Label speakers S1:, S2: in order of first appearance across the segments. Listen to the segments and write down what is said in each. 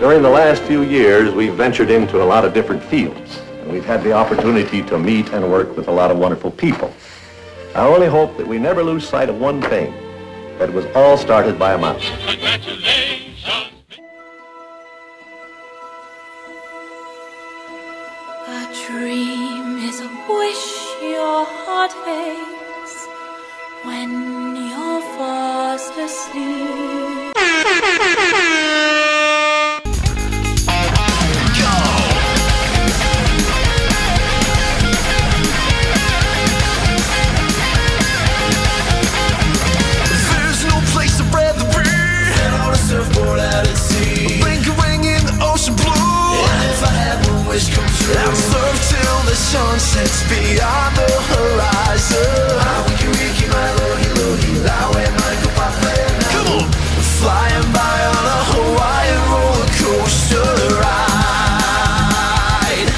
S1: During the last few years, we've ventured into a lot of different fields, and we've had the opportunity to meet and work with a lot of wonderful people. I only hope that we never lose sight of one thing, that it was all started by a mouse.
S2: Congratulations.
S3: A dream is a wish your heart aches when you're fast asleep.
S4: There's no place I'd rather be. Than on a surfboard out at sea. Lingering in the ocean blue. And if I had one wish come true, I'd surf till the sun sets beyond the horizon. Ah, wiki wiki, my lohi lohi, laue, my kupa Come on! Flying by on a Hawaiian roller coaster ride.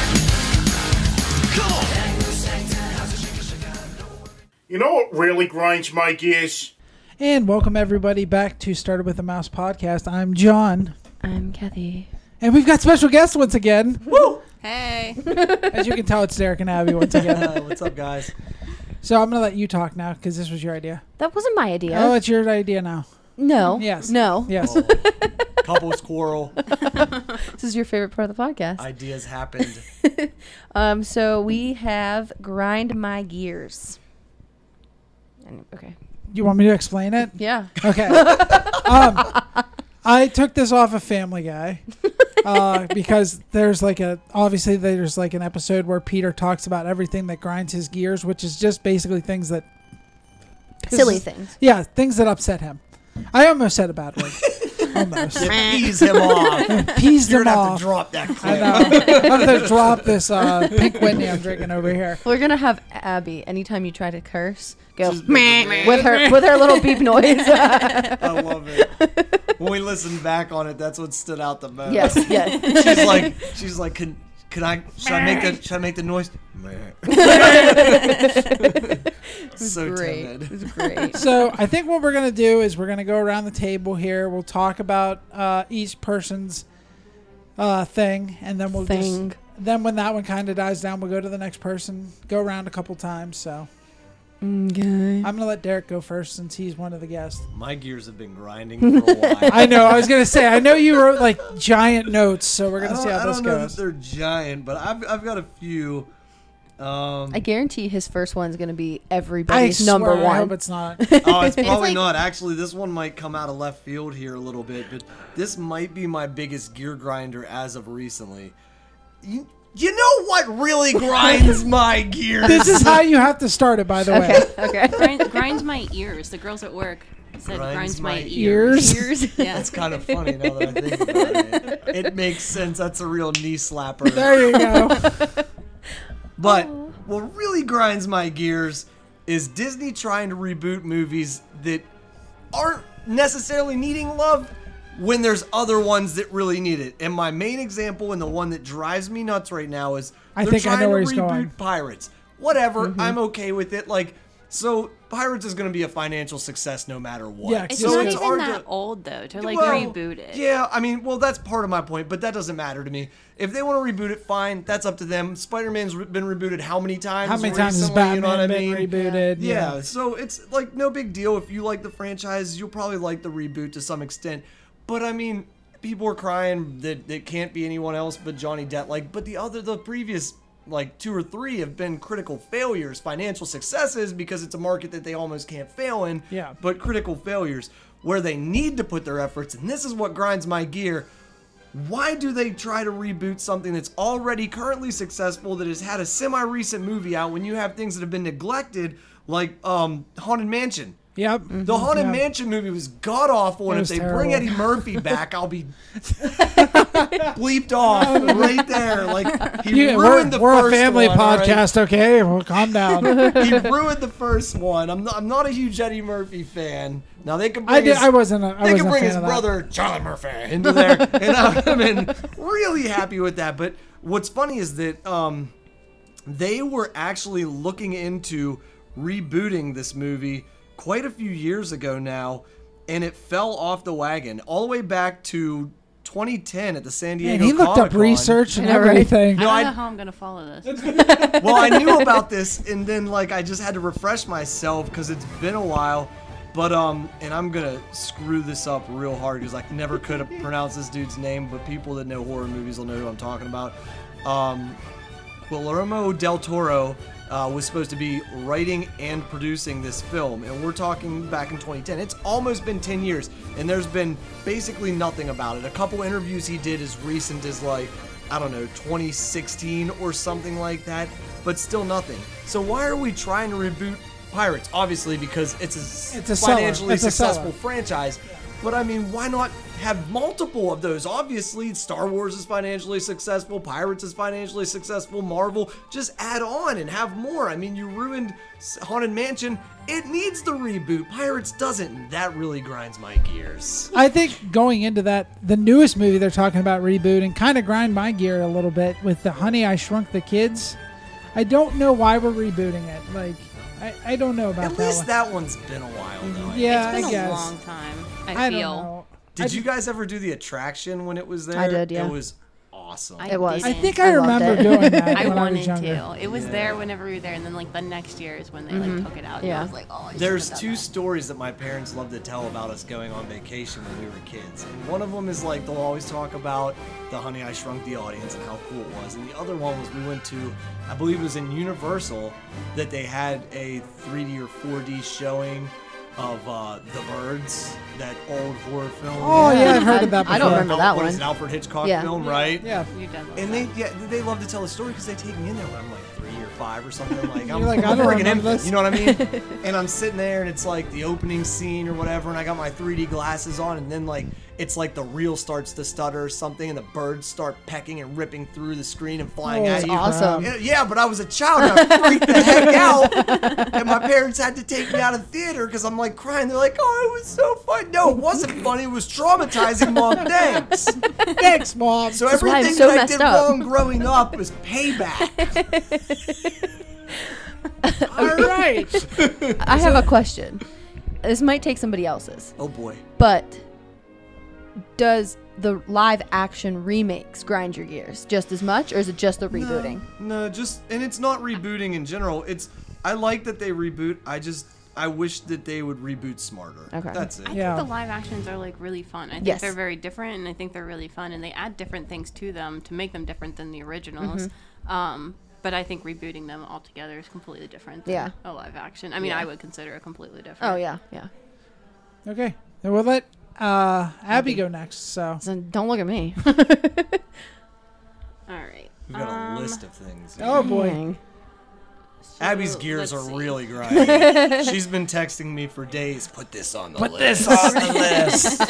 S4: Come on!
S5: You know what really grinds my gears?
S6: And welcome everybody back to Started with a Mouse podcast. I'm John,
S7: I'm Kathy.
S6: and we've got special guests once again. Woo!
S8: Hey.
S6: As you can tell, it's Derek and Abby once again.
S9: Uh, what's up, guys?
S6: So I'm gonna let you talk now because this was your idea.
S7: That wasn't my idea.
S6: Oh, it's your idea now.
S7: no.
S6: Yes.
S7: No.
S6: Yes.
S9: Couples quarrel.
S7: This is your favorite part of the podcast.
S9: Ideas happened.
S7: um. So we have grind my gears. And- Okay.
S6: You want me to explain it?
S7: Yeah.
S6: Okay. um, I took this off of Family Guy uh, because there's like a obviously there's like an episode where Peter talks about everything that grinds his gears, which is just basically things that
S7: Silly things.
S6: Yeah, things that upset him. I almost said a bad word. almost
S9: Ease him off.
S6: peased
S9: You're
S6: him
S9: gonna have to
S6: off.
S9: drop that
S6: I
S9: clip.
S6: know. I'm gonna drop this uh, pink Whitney I'm drinking over here.
S7: We're gonna have Abby anytime you try to curse. Go meh, with her with her little beep noise.
S9: I love it. When we listened back on it, that's what stood out the most.
S7: yes. Yes.
S9: She's like, she's like, can, can I? Should I make the? Should I make the noise? so
S7: great. It
S9: timid.
S7: was great.
S6: So I think what we're gonna do is we're gonna go around the table here. We'll talk about uh, each person's uh, thing, and then we'll
S7: Thing.
S6: just then when that one kind of dies down, we'll go to the next person. Go around a couple times. So
S7: Okay.
S6: I'm gonna let Derek go first since he's one of the guests.
S9: My gears have been grinding for a while.
S6: I know. I was gonna say. I know you wrote like giant notes, so we're
S9: I
S6: gonna
S9: don't,
S6: see how
S9: I
S6: this
S9: don't know if
S6: goes.
S9: they're giant, but I've, I've got a few. Um,
S7: I guarantee his first one's gonna be
S6: I
S7: everybody's
S6: swear,
S7: number
S6: I hope
S7: one.
S6: it's not.
S9: Oh, it's probably
S8: like-
S9: not. Actually, this one might come out of left field here a little bit, but this might be my biggest gear grinder as of recently. You, you know what really grinds my gears?
S6: this is how you have to start it, by the way.
S7: Okay.
S8: Grind, grinds my ears. The girls at work said
S9: Grinds
S8: grinds,
S9: my
S8: my,
S6: ears.
S8: ears. Yeah.
S9: That's kind of funny now that I think about it. It makes sense. That's a real knee slapper.
S6: There you go.
S9: But
S6: Oh.
S9: what really grinds my gears is Disney trying to reboot movies that aren't necessarily needing love when there's other ones that really need it. And my main example and the one that drives me nuts right now is
S6: I
S9: they're
S6: think I
S9: trying
S6: know where
S9: to
S6: he's
S9: reboot
S6: going. Mm-hmm.
S9: Pirates. Whatever, I'm okay with it. Like, so Pirates is going to be a financial success no matter what.
S6: Yeah,
S8: It's
S6: So
S8: not
S6: it's
S8: even
S9: hard
S8: that
S9: to-
S8: old though to like
S9: Well,
S8: reboot it.
S9: Yeah, I mean, well, that's part of my point, but that doesn't matter to me. If they want to reboot it, fine. That's up to them. Spider Man's been rebooted how many times?
S6: How many times has
S9: recently,
S6: Batman
S9: you know what I
S6: been
S9: mean?
S6: rebooted?
S9: Yeah, so it's like no big deal. If you like the franchise, you'll probably like the reboot to some extent. But I mean, people are crying that it can't be anyone else but Johnny Depp. Like, but the other, the previous like two or three have been critical failures, financial successes because it's a market that they almost can't fail in.
S6: Yeah.
S9: But critical failures where they need to put their efforts, and this is what grinds my gear. Why do they try to reboot something that's already currently successful that has had a semi-recent movie out when you have things that have been neglected like um Haunted Mansion?
S6: Yep.
S9: The Haunted
S6: Mm-hmm, Yeah.
S9: Mansion movie was god awful, and if
S6: was
S9: they bring
S6: terrible.
S9: Eddie Murphy back, I'll be bleeped off right there. Like he
S6: You-
S9: ruined
S6: we're
S9: the
S6: we're
S9: first
S6: a family
S9: one, all right?
S6: podcast, okay? Well, calm down.
S9: He ruined the first one. I'm not, I'm not a huge Eddie Murphy fan. Now they can bring
S6: I did.
S9: his,
S6: I wasn't. A, I
S9: they
S6: wasn't
S9: can
S6: a
S9: bring
S6: fan
S9: his
S6: of that.
S9: brother Charlie Murphy into there, and I'm in really happy with that. But what's funny is that um, they were actually looking into rebooting this movie quite a few years ago now, and it fell off the wagon all the way back to 2010 at the San Diego.
S6: And he looked up
S9: Comic-Con.
S6: research and
S7: I know, right?
S6: everything.
S8: I don't
S9: I-
S8: know how I'm gonna follow this.
S9: well, I knew about this, and then like I just had to refresh myself because it's been a while. But um, and I'm gonna screw this up real hard because I never could have pronounced this dude's name. But people that know horror movies will know who I'm talking about. Um, Guillermo del Toro uh, was supposed to be writing and producing this film, and we're talking back in 2010. It's almost been 10 years, and there's been basically nothing about it. A couple interviews he did as recent as like, I don't know, 2016 or something like that, but still nothing. So why are we trying to reboot Pirates? Obviously, because it's a, s-
S6: It's a seller.
S9: financially
S6: It's a seller.
S9: successful franchise. But I mean, why not have multiple of those? Obviously, Star Wars is financially successful, Pirates is financially successful, Marvel. Just add on and have more. I mean, you ruined S- Haunted Mansion. It needs the reboot. Pirates doesn't. and That really grinds my gears.
S6: I think going into that, the newest movie they're talking about rebooting kind of grind my gear a little bit with the Honey I Shrunk the Kids. I don't know why we're rebooting it. Like, I, I don't know about
S9: At
S6: that.
S9: least
S6: one.
S9: that one's been a while, though. I
S6: yeah,
S8: it's
S6: I
S8: been a
S6: guess.
S8: long time. I,
S6: I don't
S8: feel.
S6: know.
S9: Did you guys ever do the attraction when it was there?
S7: did, yeah.
S9: It was awesome.
S8: I
S7: It was.
S6: I
S8: didn't.
S6: think I,
S7: I loved
S6: remember
S7: it.
S6: doing that.
S8: I
S6: when I
S8: wanted
S6: was younger.
S8: to. It was there whenever we were there, and then like the next year is when they like took it out. And
S7: Yeah.
S8: I was like, oh, I should've
S9: There's
S8: done
S9: two
S8: that.
S9: stories that my parents love to tell about us going on vacation when we were kids. And one of them is like they'll always talk about the Honey I Shrunk the Audience and how cool it was. And the other one was we went to, I believe it was in Universal, that they had a 3D or 4D showing of uh, The Birds, that old horror film.
S6: Oh yeah, I've heard
S7: I-
S6: of that. Before.
S7: I don't remember that
S9: What is it,
S7: one.
S9: Alfred Hitchcock
S7: Yeah.
S9: film, right?
S6: Yeah,
S8: You done with
S9: And
S8: that.
S9: they yeah they love to tell a story because they take me in there when I'm like three or five or something like I'm
S6: like,
S9: like
S6: I
S9: I'm
S6: don't
S9: friggin'
S6: remember
S9: infant,
S6: this.
S9: you know what I mean? and I'm sitting there and it's like the opening scene or whatever, and I got my 3D glasses on, and then like it's like the reel starts to stutter or something, and the birds start pecking and ripping through the screen and flying
S6: Oh,
S9: at
S6: it's
S9: you.
S7: awesome.
S9: Yeah, yeah, but I was a child. And I freaked the heck out, and my parents had to take me out of the theater because I'm like crying. They're like, "Oh, it was so fun." No, it wasn't funny. It was traumatizing, mom. Thanks.
S6: Thanks, mom.
S9: So
S7: why I'm
S9: everything
S7: so
S9: that I
S7: messed
S9: did
S7: up.
S9: wrong growing up was payback.
S6: all right.
S7: I have a question. This might take somebody else's,
S9: oh boy.
S7: but does the live action remakes grind your gears just as much, or is it just the rebooting?
S9: Uh, No, no, just and it's not rebooting in general. It's I like that they reboot. I just I wish that they would reboot smarter.
S7: Okay.
S9: That's it.
S8: I
S6: Yeah.
S8: think the live actions are like really fun. I think
S7: Yes.
S8: they're very different, and I think they're really fun, and they add different things to them to make them different than the originals.
S7: Mm-hmm.
S8: Um, but I think rebooting them altogether is completely different. Than
S7: Yeah.
S8: a live action. I mean, I would consider it completely different.
S7: Oh yeah, yeah.
S6: Okay, then we'll let uh, Abby go next. So
S7: So don't look at me.
S8: All right.
S9: We've got a list of things.
S6: oh boy,
S7: Dang.
S9: Abby's
S8: So,
S9: gears are
S8: let's see.
S9: really grinding. She's been texting me for days. Put this on the list. Put this on the list.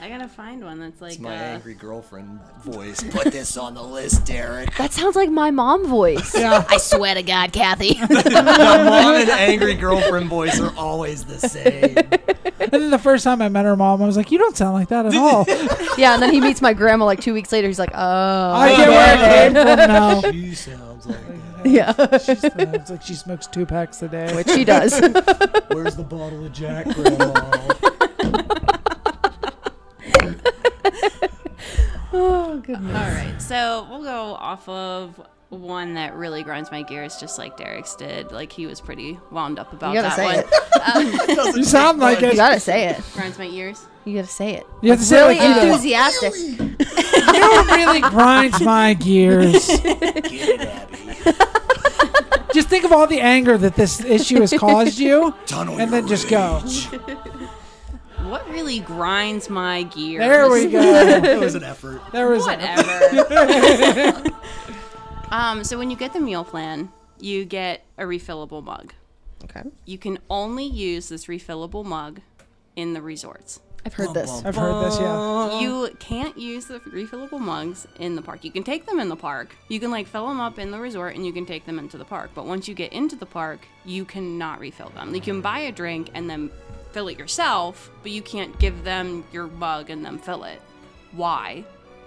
S8: I gotta find one that's like
S9: It's my
S8: uh,
S9: angry girlfriend voice. Put this on the list, Derek.
S7: That sounds like my mom voice.
S6: yeah,
S7: I swear to God, Kathy.
S9: My mom and angry girlfriend voice are always the same.
S6: and then the first time I met her mom, I was like, "You don't sound like that at all."
S7: yeah, and then he meets my grandma like two weeks later. He's like, oh,
S6: I get where it came from now.
S9: She sounds like that.
S7: yeah,
S6: She's, uh, it's like she smokes two packs a day.
S7: which she does.
S9: Where's the bottle of Jack, Grandma?
S8: All right, so we'll go off of one that really grinds my gears, just like Derek's did. Like he was pretty wound up about
S7: gotta
S8: that
S7: say
S8: one.
S7: it.
S6: you sound like
S7: you
S6: it.
S7: gotta say it.
S8: Grinds my ears.
S7: You gotta say it.
S6: You have to say
S7: Really
S6: it like you do.
S7: enthusiastic.
S6: You really grinds my gears. Just think of all the anger that this issue has caused you,
S9: Tunnel
S6: and then
S9: your
S6: just go.
S8: What really grinds my gears?
S6: There we go.
S9: It was an effort.
S6: There was
S8: Whatever. um, so when you get the meal plan, you get a refillable mug.
S7: Okay,
S8: You can only use this refillable mug in the resorts.
S7: I've heard this.
S6: I've heard this. Yeah.
S8: You can't use the refillable mugs in the park. You can take them in the park. You can like fill them up in the resort and you can take them into the park. But once you get into the park, you cannot refill them. You can buy a drink and then fill it yourself, but you can't give them your mug and then fill it. Why?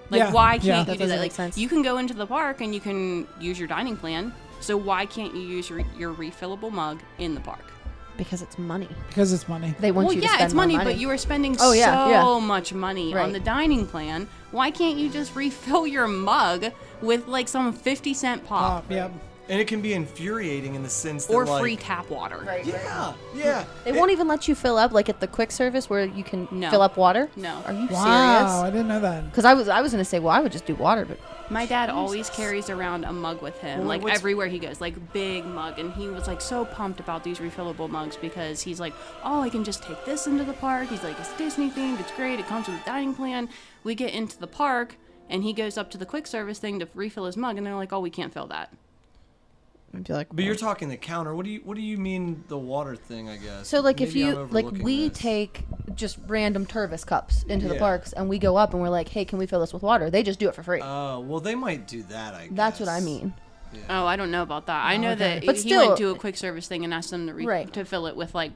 S8: Like
S6: Yeah,
S8: why
S6: yeah.
S8: can't
S6: That
S8: you do
S7: doesn't make
S8: that? Like
S7: sense.
S8: you can go into the park and you can use your dining plan. So why can't you use your, your refillable mug in the park?
S7: Because it's money.
S6: Because it's money.
S7: They want
S8: well,
S7: you
S8: yeah,
S7: to spend
S8: it's
S7: more
S8: money, but you are spending
S7: Oh, yeah,
S8: so much money on
S7: Right.
S8: the dining plan Why can't you just refill your mug with like some 50 cent pop
S6: Pop, yep.
S9: And it can be infuriating in the sense that
S8: or
S9: like,
S8: free tap water?
S9: Yeah, yeah.
S7: They won't even let you fill up like at the quick service where you can
S8: No.
S7: fill up water.
S8: No.
S7: Are you
S6: Wow, I
S7: serious?
S6: didn't know that.
S7: Because I was I was gonna say, well, I would just do water, but
S8: My dad always carries around a mug with him,
S9: Well,
S8: like
S9: what's-
S8: everywhere he goes, like big mug. And he was like so pumped about these refillable mugs because he's like, oh, I can just take this into the park. He's like, it's Disney themed, it's great, it comes with a dining plan. We get into the park and he goes up to the quick service thing to refill his mug, and they're like, oh, we can't fill that.
S7: I'd be like.
S9: But you're talking the counter. What do you What do you mean the water thing? I guess.
S7: so like if
S9: Maybe I'm
S7: you like
S9: overlooking
S7: we
S9: this.
S7: take just random Tervis cups into the
S9: Yeah.
S7: parks and we go up and we're like, hey, can we fill this with water? They just do it for free.
S9: Oh well, they might do that. I.
S7: That's what I
S9: guess.
S7: mean.
S8: Oh, I don't know about that. I know that
S7: But
S8: he went
S7: still-
S8: to a quick service thing and asked them to, re-
S7: Right.
S8: to fill it with like.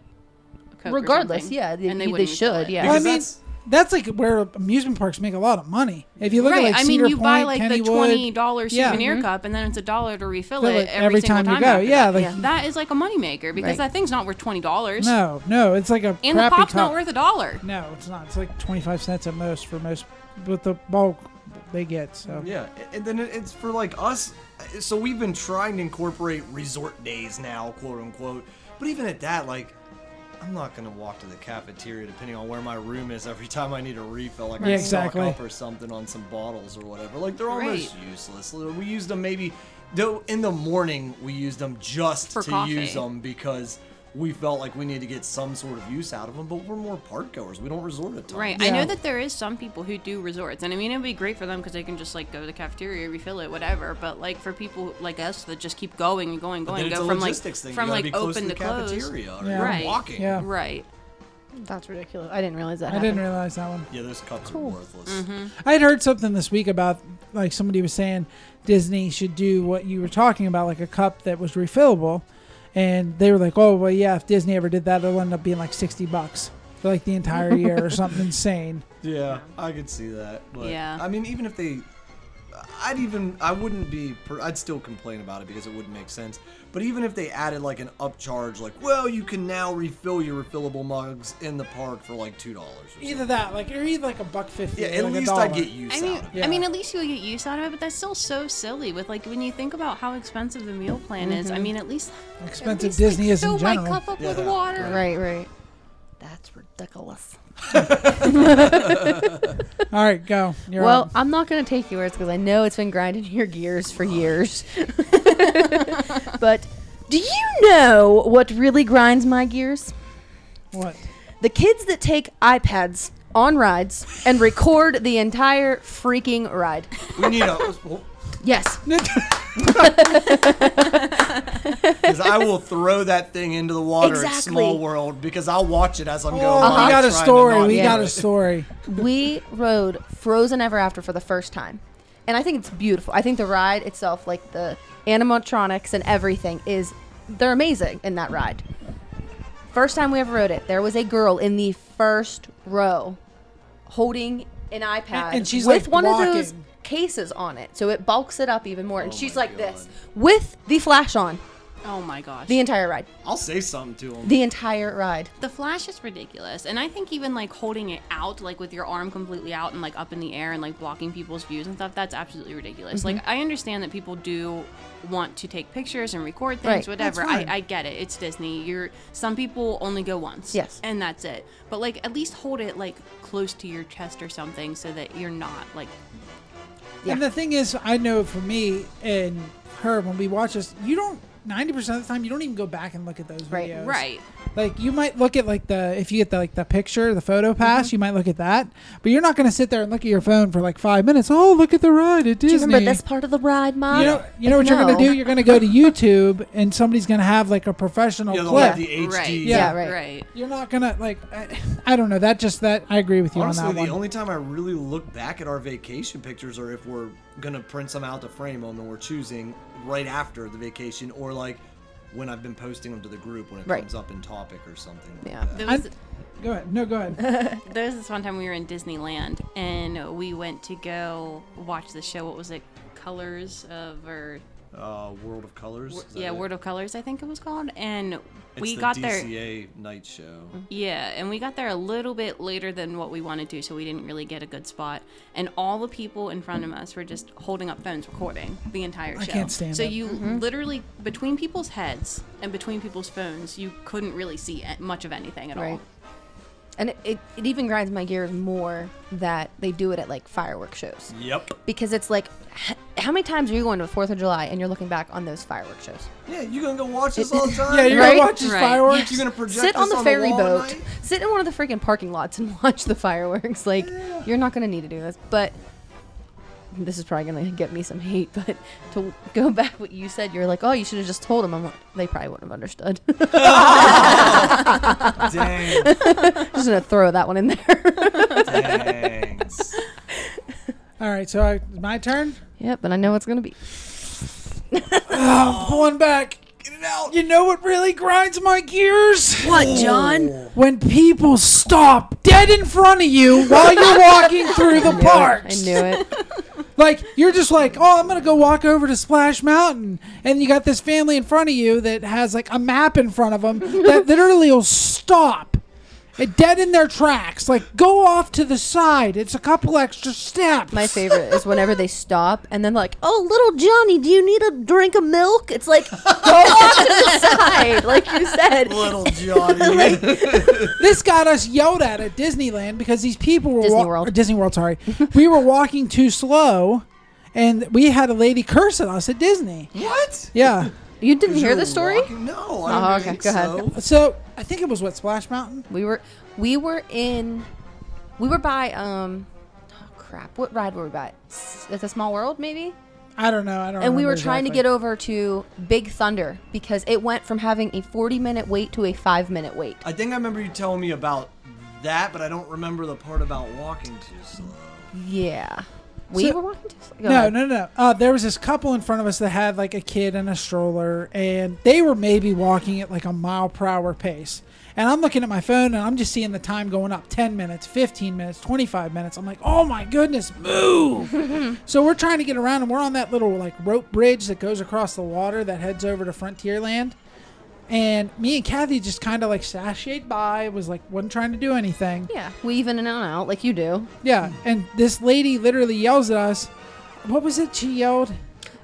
S8: Coke or
S7: Regardless,
S8: something,
S7: yeah, they-
S8: and
S7: they
S8: wouldn't refill
S7: should,
S8: it.
S7: yeah.
S6: Well, I
S9: Because
S6: mean,
S9: that's-
S6: that's like where amusement parks make a lot of money. If you look
S8: Right.
S6: at like
S8: I mean,
S6: Cedar
S8: you
S6: Point,
S8: buy like
S6: Kennywood,
S8: the twenty dollar
S6: Yeah.
S8: souvenir
S7: Mm-hmm.
S6: Mhm.
S8: cup, and then it's a dollar to refill
S6: Fill
S8: it,
S6: it
S8: every,
S6: every
S8: single
S6: time you
S8: time
S6: go.
S8: after
S6: Yeah,
S8: that.
S6: like-
S8: that is like a moneymaker because
S7: Right.
S8: that thing's not worth twenty dollars.
S6: No, no, it's like a
S8: And the
S6: crappy
S8: pop's
S6: cup.
S8: not worth a dollar.
S6: No, it's not. It's like twenty five cents at most for most, with the bulk they get. So
S9: Yeah, a- and then it- it's for like us. uh, So we've been trying to incorporate resort days now, quote unquote. But even at that, like, I'm not gonna walk to the cafeteria depending on where my room is every time I need a refill. Like, I
S6: Yeah,
S9: stock
S6: exactly.
S9: up or something on some bottles or whatever. Like, they're almost
S8: Right.
S9: useless. We used them maybe though in the morning. We used them just
S8: For
S9: to
S8: coffee.
S9: use them because. We felt like we need to get some sort of use out of them, but we're more park goers. We don't resort a ton.
S8: Right. I know
S6: Yeah.
S8: that there is some people who do resorts, and I mean it would be great for them because they can just like go to the cafeteria, refill it, whatever. But like for people like us that just keep going and going, and
S9: Then
S8: going,
S9: it's
S8: go
S9: a
S8: from like
S9: logistics thing. You
S8: from
S9: gotta
S8: like
S9: be close
S8: open
S9: to
S8: to
S9: the
S8: close.
S9: cafeteria. Or
S6: Yeah.
S9: you're
S8: Right.
S9: Walking.
S6: Yeah.
S8: Right.
S7: That's ridiculous. I didn't realize that.
S6: I didn't realize that one.
S9: Yeah, those cups are worthless.
S8: Mm-hmm.
S6: I had heard something this week about like somebody was saying Disney should do what you were talking about, like a cup that was refillable, and they were like, "Oh well, yeah, if Disney ever did that, it'll end up being like sixty bucks for like the entire year or something insane."
S9: Yeah, I could see that. But
S8: Yeah.
S9: I mean, even if they, I'd even, I wouldn't be, per, I'd still complain about it because it wouldn't make sense. But even if they added like an upcharge, like, well, you can now refill your refillable mugs in the park for like two dollars. or something.
S6: Either that, like, or either like a buck fifty.
S9: Yeah,
S6: or
S9: at
S6: like a
S9: least I
S6: dollar.
S9: get use
S8: I mean,
S9: out of it.
S6: Yeah.
S8: I mean, at least you'll get use out of it, but that's still so silly. With like when you think about how expensive the meal plan is,
S6: Mm-hmm.
S8: I mean, at least at
S6: expensive
S8: least, like,
S6: Disney is in
S8: fill
S6: general.
S8: my cup up with
S9: Yeah.
S8: water.
S7: Right, right. That's ridiculous.
S6: All right, go. You're
S7: well,
S6: up.
S7: I'm not going to take your words because I know it's been grinding your gears for years. but do you know what really grinds my gears?
S6: what?
S7: The kids that take iPads on rides and record the entire freaking ride.
S9: We need a,
S7: Yes.
S9: because I will throw that thing into the water at
S7: Exactly.
S9: Small World because I'll watch it as I'm going.
S6: Oh,
S9: along,
S6: we got a
S9: trying to
S6: story.
S9: not
S6: We
S9: do
S6: got a
S9: it.
S6: story.
S7: we rode Frozen Ever After for the first time, and I think it's beautiful. I think the ride itself, like the animatronics and everything, is they're amazing in that ride. First time we ever rode it, there was a girl in the first row holding an iPad
S6: and she's,
S7: with
S6: like,
S7: one of those
S6: blocking. Oh
S7: cases on it, so it bulks it up even more. And she's
S9: my
S7: like this
S9: God.
S7: with the flash on
S8: Oh my gosh.
S7: the entire ride,
S9: I'll say something to him.
S7: the entire ride.
S8: The flash is ridiculous, and I think even like holding it out, like with your arm completely out and like up in the air and like blocking people's views and stuff, that's absolutely ridiculous. Like I understand that people do want to take pictures and record
S7: Right.
S8: things, whatever.
S6: That's
S8: I,
S6: fine.
S8: I get it. It's Disney. You're some people only go once,
S7: Yes.
S8: and that's it. But like at least hold it like close to your chest or something so that you're not like
S7: Yeah.
S6: And the thing is, I know for me and her, when we watch this, you don't. Ninety percent of the time, you don't even go back and look at those
S7: Right.
S6: videos.
S8: right.
S6: Like you might look at like the if you get the like the picture, the photo
S7: Mm-hmm.
S6: pass, you might look at that, but you're not going to sit there and look at your phone for like five minutes. Oh, look at the ride at Disney.
S7: Do you remember this part of the ride, Mom?
S6: You know, you know what you're
S7: No.
S6: going to do? You're going to go to YouTube, and somebody's going to have like a professional
S9: Yeah, they'll
S6: clip.
S9: have the HD.
S8: Right.
S6: Oh, Yeah.
S7: right.
S8: Right.
S6: You're not gonna like. I, I don't know. That just that I agree with you
S9: Honestly,
S6: on
S9: the
S6: that one.
S9: only time I really look back at our vacation pictures are if we're gonna print some out to frame them and we're choosing right after the vacation, or like when I've been posting them to the group when it
S7: Right.
S9: comes up in topic or something. Like
S7: Yeah.
S9: that.
S8: There
S6: I'm-
S8: was-
S6: go ahead. No, go ahead.
S8: There was this one time we were in Disneyland and we went to go watch the show. What was it? Colors of or
S9: uh, World of Colors. Is that
S8: yeah,
S9: it?
S8: Word of Colors, I think it was called, and
S9: It's
S8: we
S9: the
S8: got there. Mm-hmm.
S9: DCA night show.
S8: Yeah, and we got there a little bit later than what we wanted to, so we didn't really get a good spot. And all the people in front of us were just holding up phones, recording the entire show.
S6: can't stand
S8: so
S6: it.
S8: you literally between people's heads and between people's phones, you couldn't really see a- much of anything at all.
S7: Right. And it, it, it even grinds my gears more that they do it at like fireworks shows.
S9: Yep.
S7: Because it's like, h- how many times are you going to the 4th of July and you're looking back on those fireworks shows?
S9: Yeah, you gonna go watch this all the time?
S6: Yeah, you're
S7: Right?
S6: gonna watch his
S8: Right.
S6: fireworks.
S9: You're gonna project
S7: Sit on
S9: this
S7: the ferry
S9: wall at
S7: boat,
S9: night?
S7: sit in one of the freaking parking lots and watch the fireworks. Like, you're not going to need to do this. But this is probably going to get me some hate. But to go back what you said, you're like, oh, you should have just told them. I'm like, they probably wouldn't have understood.
S9: Dang,
S7: just going to throw that one in there.
S9: dang.
S6: All right, so I, my turn.
S7: yep, and I know it's going to be.
S6: Pulling back. Get it out. You know what really grinds my gears?
S7: What, John?
S6: When people stop dead in front of you while you're walking through the
S7: I
S6: parks.
S7: knew it.
S6: Like you're just like, oh, I'm gonna go walk over to Splash Mountain, and you got this family in front of you that has like a map in front of them that literally will stop, and dead in their tracks. Like go off to the side. It's a couple extra steps.
S7: My favorite is whenever they stop and then like, "Oh, little Johnny, do you need a drink of milk?" It's like, go off to the side, like you said.
S9: Little Johnny.
S6: this got us yelled at at Disneyland because these people were
S7: Disney
S6: wa-
S7: World.
S6: or Disney World, sorry, we were walking too slow, and we had a lady curse at us at Disney.
S9: what?
S6: Yeah,
S7: You didn't hear the story?
S9: Walking? No, I don't
S7: Oh, okay,
S9: think
S7: go ahead.
S9: so.
S6: so I think it was what Splash Mountain.
S7: We were, we were in, we were by um, oh crap, what ride were we by? S- It's a small world, maybe.
S6: I don't know. I don't.
S7: And we
S6: remember
S7: were trying to
S6: exactly.
S7: get over to Big Thunder because it went from having a 40 minute wait to a five minute wait.
S9: I think I remember you telling me about that, but I don't remember the part about walking too slow.
S7: Yeah. We
S6: So-
S7: were walking to. go
S6: No,
S7: ahead.
S6: no, no. Uh, there was this couple in front of us that had like a kid and a stroller, and they were maybe walking at like a mile per hour pace. And I'm looking at my phone and I'm just seeing the time going up 10 minutes, 15 minutes, 25 minutes. I'm like, oh my goodness, move. so we're trying to get around and we're on that little like rope bridge that goes across the water that heads over to Frontierland. And me and Kathy just kind of like sashayed by, was like, wasn't trying to do anything.
S7: Yeah, weaving in and out like you do.
S6: Yeah, and this lady literally yells at us. What was it she yelled?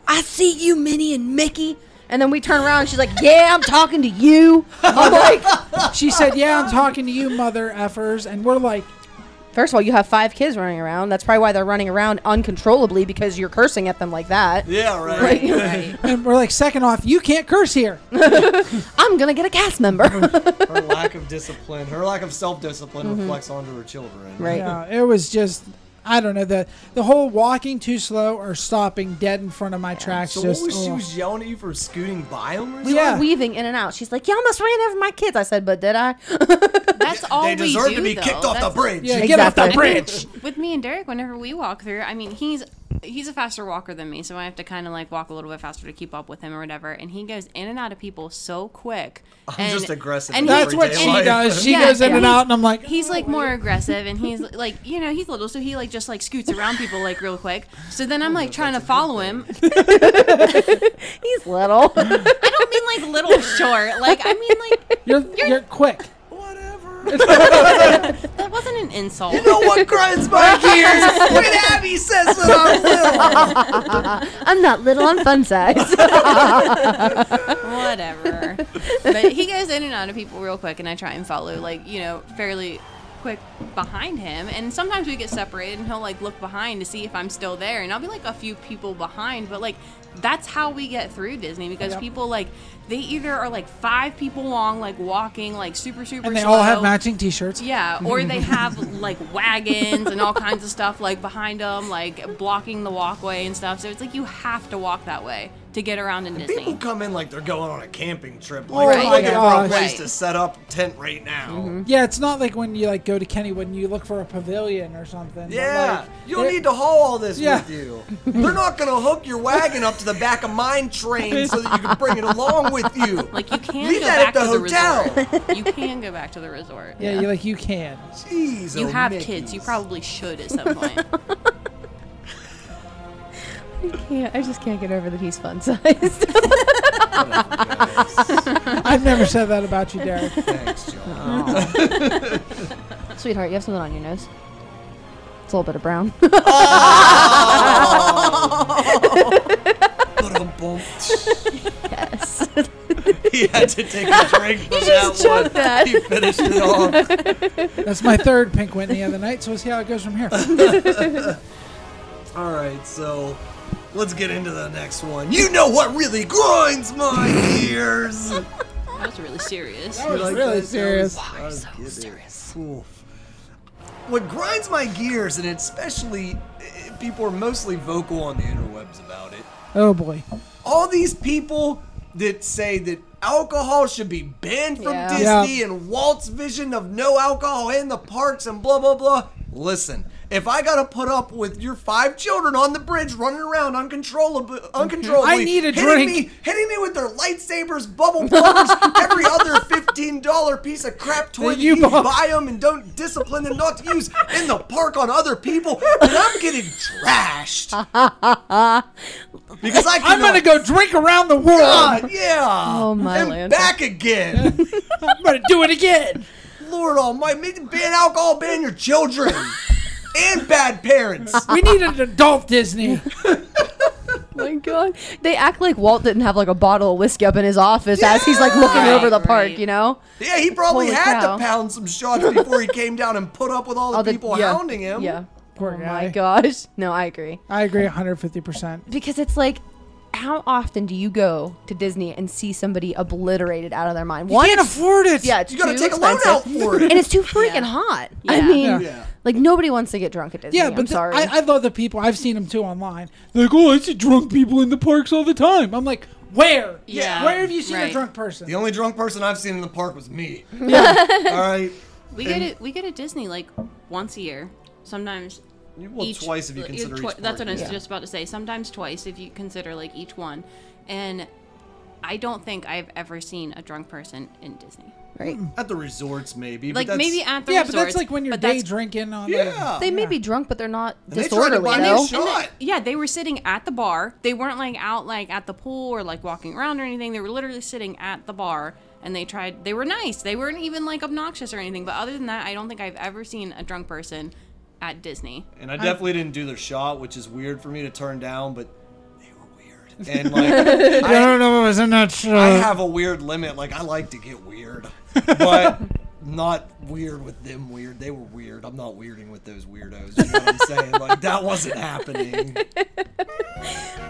S7: I see you, Minnie and Mickey. And then we turn around and she's like, Yeah, I'm talking to you. I'm like,
S6: She said, Yeah, I'm talking to you, mother effers. And we're like,
S7: First of all, you have five kids running around. That's probably why they're running around uncontrollably because you're cursing at them like that.
S9: Yeah, right.
S8: Right.
S6: and we're like, second off, you can't curse here.
S7: I'm going to get a cast member.
S9: Her lack of discipline, her lack of self-discipline
S8: Mm-hmm.
S9: reflects onto her children.
S7: right.
S6: Yeah, it was just, I don't know, the the whole walking too slow or stopping dead in front of my tracks.
S9: So
S6: just,
S9: what
S6: oh.
S9: was she
S6: ugh.
S9: was yelling at you for scooting by him or something?
S7: We
S6: Yeah.
S7: were weaving in and out. She's like, Y'all must ran over my kids. I said, But did I?
S8: That's all
S9: They
S8: we
S9: deserve
S8: do,
S9: to be
S8: though.
S9: kicked off the
S8: That's-
S9: bridge.
S6: yeah, get off the
S7: Exactly.
S6: bridge.
S8: with me and Derek, whenever we walk through, I mean, he's he's a faster walker than me, so I have to kind of like walk a little bit faster to keep up with him or whatever. And he goes in and out of people so quick. I'm
S9: just aggressive in
S6: That's
S9: Everyday
S6: what she
S9: life.
S6: does. She
S8: Yeah,
S6: goes in
S8: yeah.
S6: and out, and I'm like,
S8: He's like more aggressive, and he's like, you know, he's little, so he like just like scoots around people like real quick. So then I'm like trying to follow him. I
S7: He's little.
S8: don't mean like little short, like I mean like
S6: you're, you're, quick.
S9: Whatever.
S8: that wasn't an insult.
S9: no one grinds my gears when Abby says that I'm little.
S7: I'm not little. I'm fun size.
S8: whatever. but he goes in and out of people real quick, and I try and follow, like, you know, fairly quick behind him. And sometimes we get separated, and he'll, like, look behind to see if I'm still there. And I'll be, like, a few people behind, but, like, that's how we get through Disney because people, like, they either are, like, five people long, like, walking, like, super, super
S6: And they
S8: slow.
S6: all have matching t shirts.
S8: Yeah, or they have like wagons and all kinds of stuff like behind them, like blocking the walkway and stuff. So it's like you have to walk that way to get around in Disney.
S9: People come in like they're going on a camping trip. Like,
S8: Oh my
S9: I'm looking for a
S6: gosh.
S9: place
S8: Right. Mm-hmm.
S9: to set up tent right now.
S6: Yeah, it's not like when you like go to Kennywood and you look for a pavilion or something. but,
S9: Yeah,
S6: like,
S9: you don't
S6: it-
S9: need to haul all this
S6: Yeah.
S9: with you. They're not gonna hook your wagon up to the back of mine train so that you can bring it along with you.
S8: Like you can
S9: Leave
S8: go
S9: that at
S8: back
S9: the
S8: to
S9: hotel.
S8: the resort. You can go back to the resort.
S6: Yeah, you're like you can.
S9: Jeez,
S8: You
S9: oh
S8: have
S9: Mickeys.
S8: kids. You probably should at some point.
S7: Yeah, I just can't get over that he's fun sized.
S6: I've never said that about you, Derek.
S9: Thanks, John.
S7: Sweetheart, you have something on your nose. It's a little bit of brown.
S9: Ba-dum-bum.
S7: yes.
S9: he had to take a drink from
S7: just
S9: that one.
S7: choked that.
S9: He finished it off.
S6: That's my third Pink Whitney of the night, so we'll see how it goes from here.
S9: All right, so let's get into the next one. You know what really grinds my gears? You
S8: That was really serious.
S6: was
S9: like
S6: really
S9: that? That was-
S6: serious.
S9: that was good. Oof. What grinds my gears, and especially eh, people are mostly vocal on the interwebs about it.
S6: Oh boy.
S9: all these people that say that alcohol should be banned from
S7: Yeah.
S9: Disney and Walt's vision of no alcohol in the parks and blah blah blah. Listen, if I gotta put up with your five children on the bridge running around uncontrollably, uncontrollably,
S6: I need a
S9: hitting
S6: drink.
S9: me, hitting me with their lightsabers, bubble bumpers, every other fifteen dollar piece of crap toy that
S6: you
S9: you,
S6: bought.
S9: buy them and don't discipline them not to use in the park on other people, then I'm getting trashed because I
S6: I'm gonna
S9: cannot
S6: go drink around the world.
S9: God, yeah.
S7: Oh, my
S9: And
S7: Lanta.
S9: back again.
S6: I'm gonna do it again.
S9: Lord almighty, make- ban alcohol, ban your children. and bad parents.
S6: We need an adult Disney.
S7: my god. They act like Walt didn't have like a bottle of whiskey up in his office as he's like looking
S8: Yeah.
S7: over the park,
S8: Right.
S7: you know?
S9: Yeah, he probably
S7: Holy
S9: had
S7: cow.
S9: to pound some shots before he came down and put up with all the
S7: All the-
S9: people
S7: yeah,
S9: hounding him.
S7: Yeah.
S6: Poor
S7: oh
S6: guy.
S7: my gosh. No, I agree.
S6: I agree 150. percent
S7: Because it's like how often do you go to Disney and see somebody obliterated out of their mind? One,
S6: Can't afford it.
S7: yeah, it's
S9: You gotta
S7: too
S9: take
S7: expensive.
S9: a loan out for it.
S7: and it's too freaking hot. I
S8: Yeah.
S7: mean,
S9: Yeah.
S7: like nobody wants to get drunk at Disney.
S6: Yeah,
S7: I'm
S6: but the-
S7: sorry.
S6: I, I love the people. I've seen them too online. They're like, oh, I see drunk people in the parks all the time. I'm like, where?
S8: Yeah,
S6: Where have you seen a
S8: right.
S6: drunk person?
S9: The only drunk person I've seen in the park was me. all right.
S8: We get it. We get at Disney like once a year. Sometimes
S9: Well,
S8: each-
S9: twice if you
S8: like,
S9: consider
S8: twi-
S9: each
S8: That's what
S9: park.
S8: I was just about to say. Sometimes twice if you consider like each one. And I don't think I've ever seen a drunk person in Disney.
S7: right.
S9: At the resorts, maybe. but
S8: Like
S9: that's-
S8: maybe at the
S6: yeah, but
S8: resorts,
S6: that's like when you're
S8: but
S6: day
S8: that's-
S6: drinking on
S9: Yeah.
S7: They may be drunk, but they're not
S9: they tried to
S7: disorderly.
S9: buy me
S7: though.
S9: shit. shot.
S8: Yeah, they were sitting at the bar. They weren't like out like at the pool or like walking around or anything. They were literally sitting at the bar and they tried they were nice. They weren't even like obnoxious or anything. But other than that, I don't think I've ever seen a drunk person at Disney.
S9: And I definitely didn't do their shot, which is weird for me to turn down, but they were weird. And like, I,
S6: don't know what was in that show.
S9: I have a weird limit. Like I like to get weird, but not weird with them weird. They were weird. I'm not weirding with those weirdos. You know what I'm saying? Like that wasn't happening.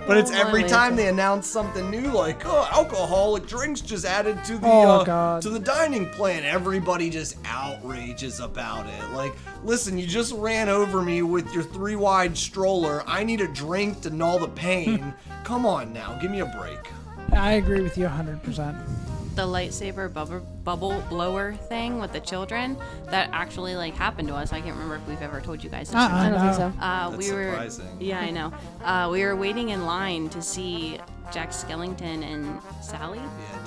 S9: But it's
S8: Oh,
S9: every
S8: my
S9: time they announce something new, like oh, alcoholic drinks just added to the
S6: Oh,
S9: uh,
S6: God.
S9: to the dining plan. Everybody just outrages about it. Like, listen, you just ran over me with your three wide stroller. I need a drink to null the pain. Come on now, give me a break.
S6: I agree with you 100. percent
S8: the lightsaber bubble, bubble blower thing with the children that actually like happened to us. I can't remember if we've ever told you guys this. or
S6: Uh-uh.
S7: I
S8: not.
S7: don't think so.
S8: Uh,
S9: That's
S8: we were,
S9: surprising.
S8: yeah, I know. Uh, we were waiting in line to see Jack Skellington and Sally.
S9: Yeah,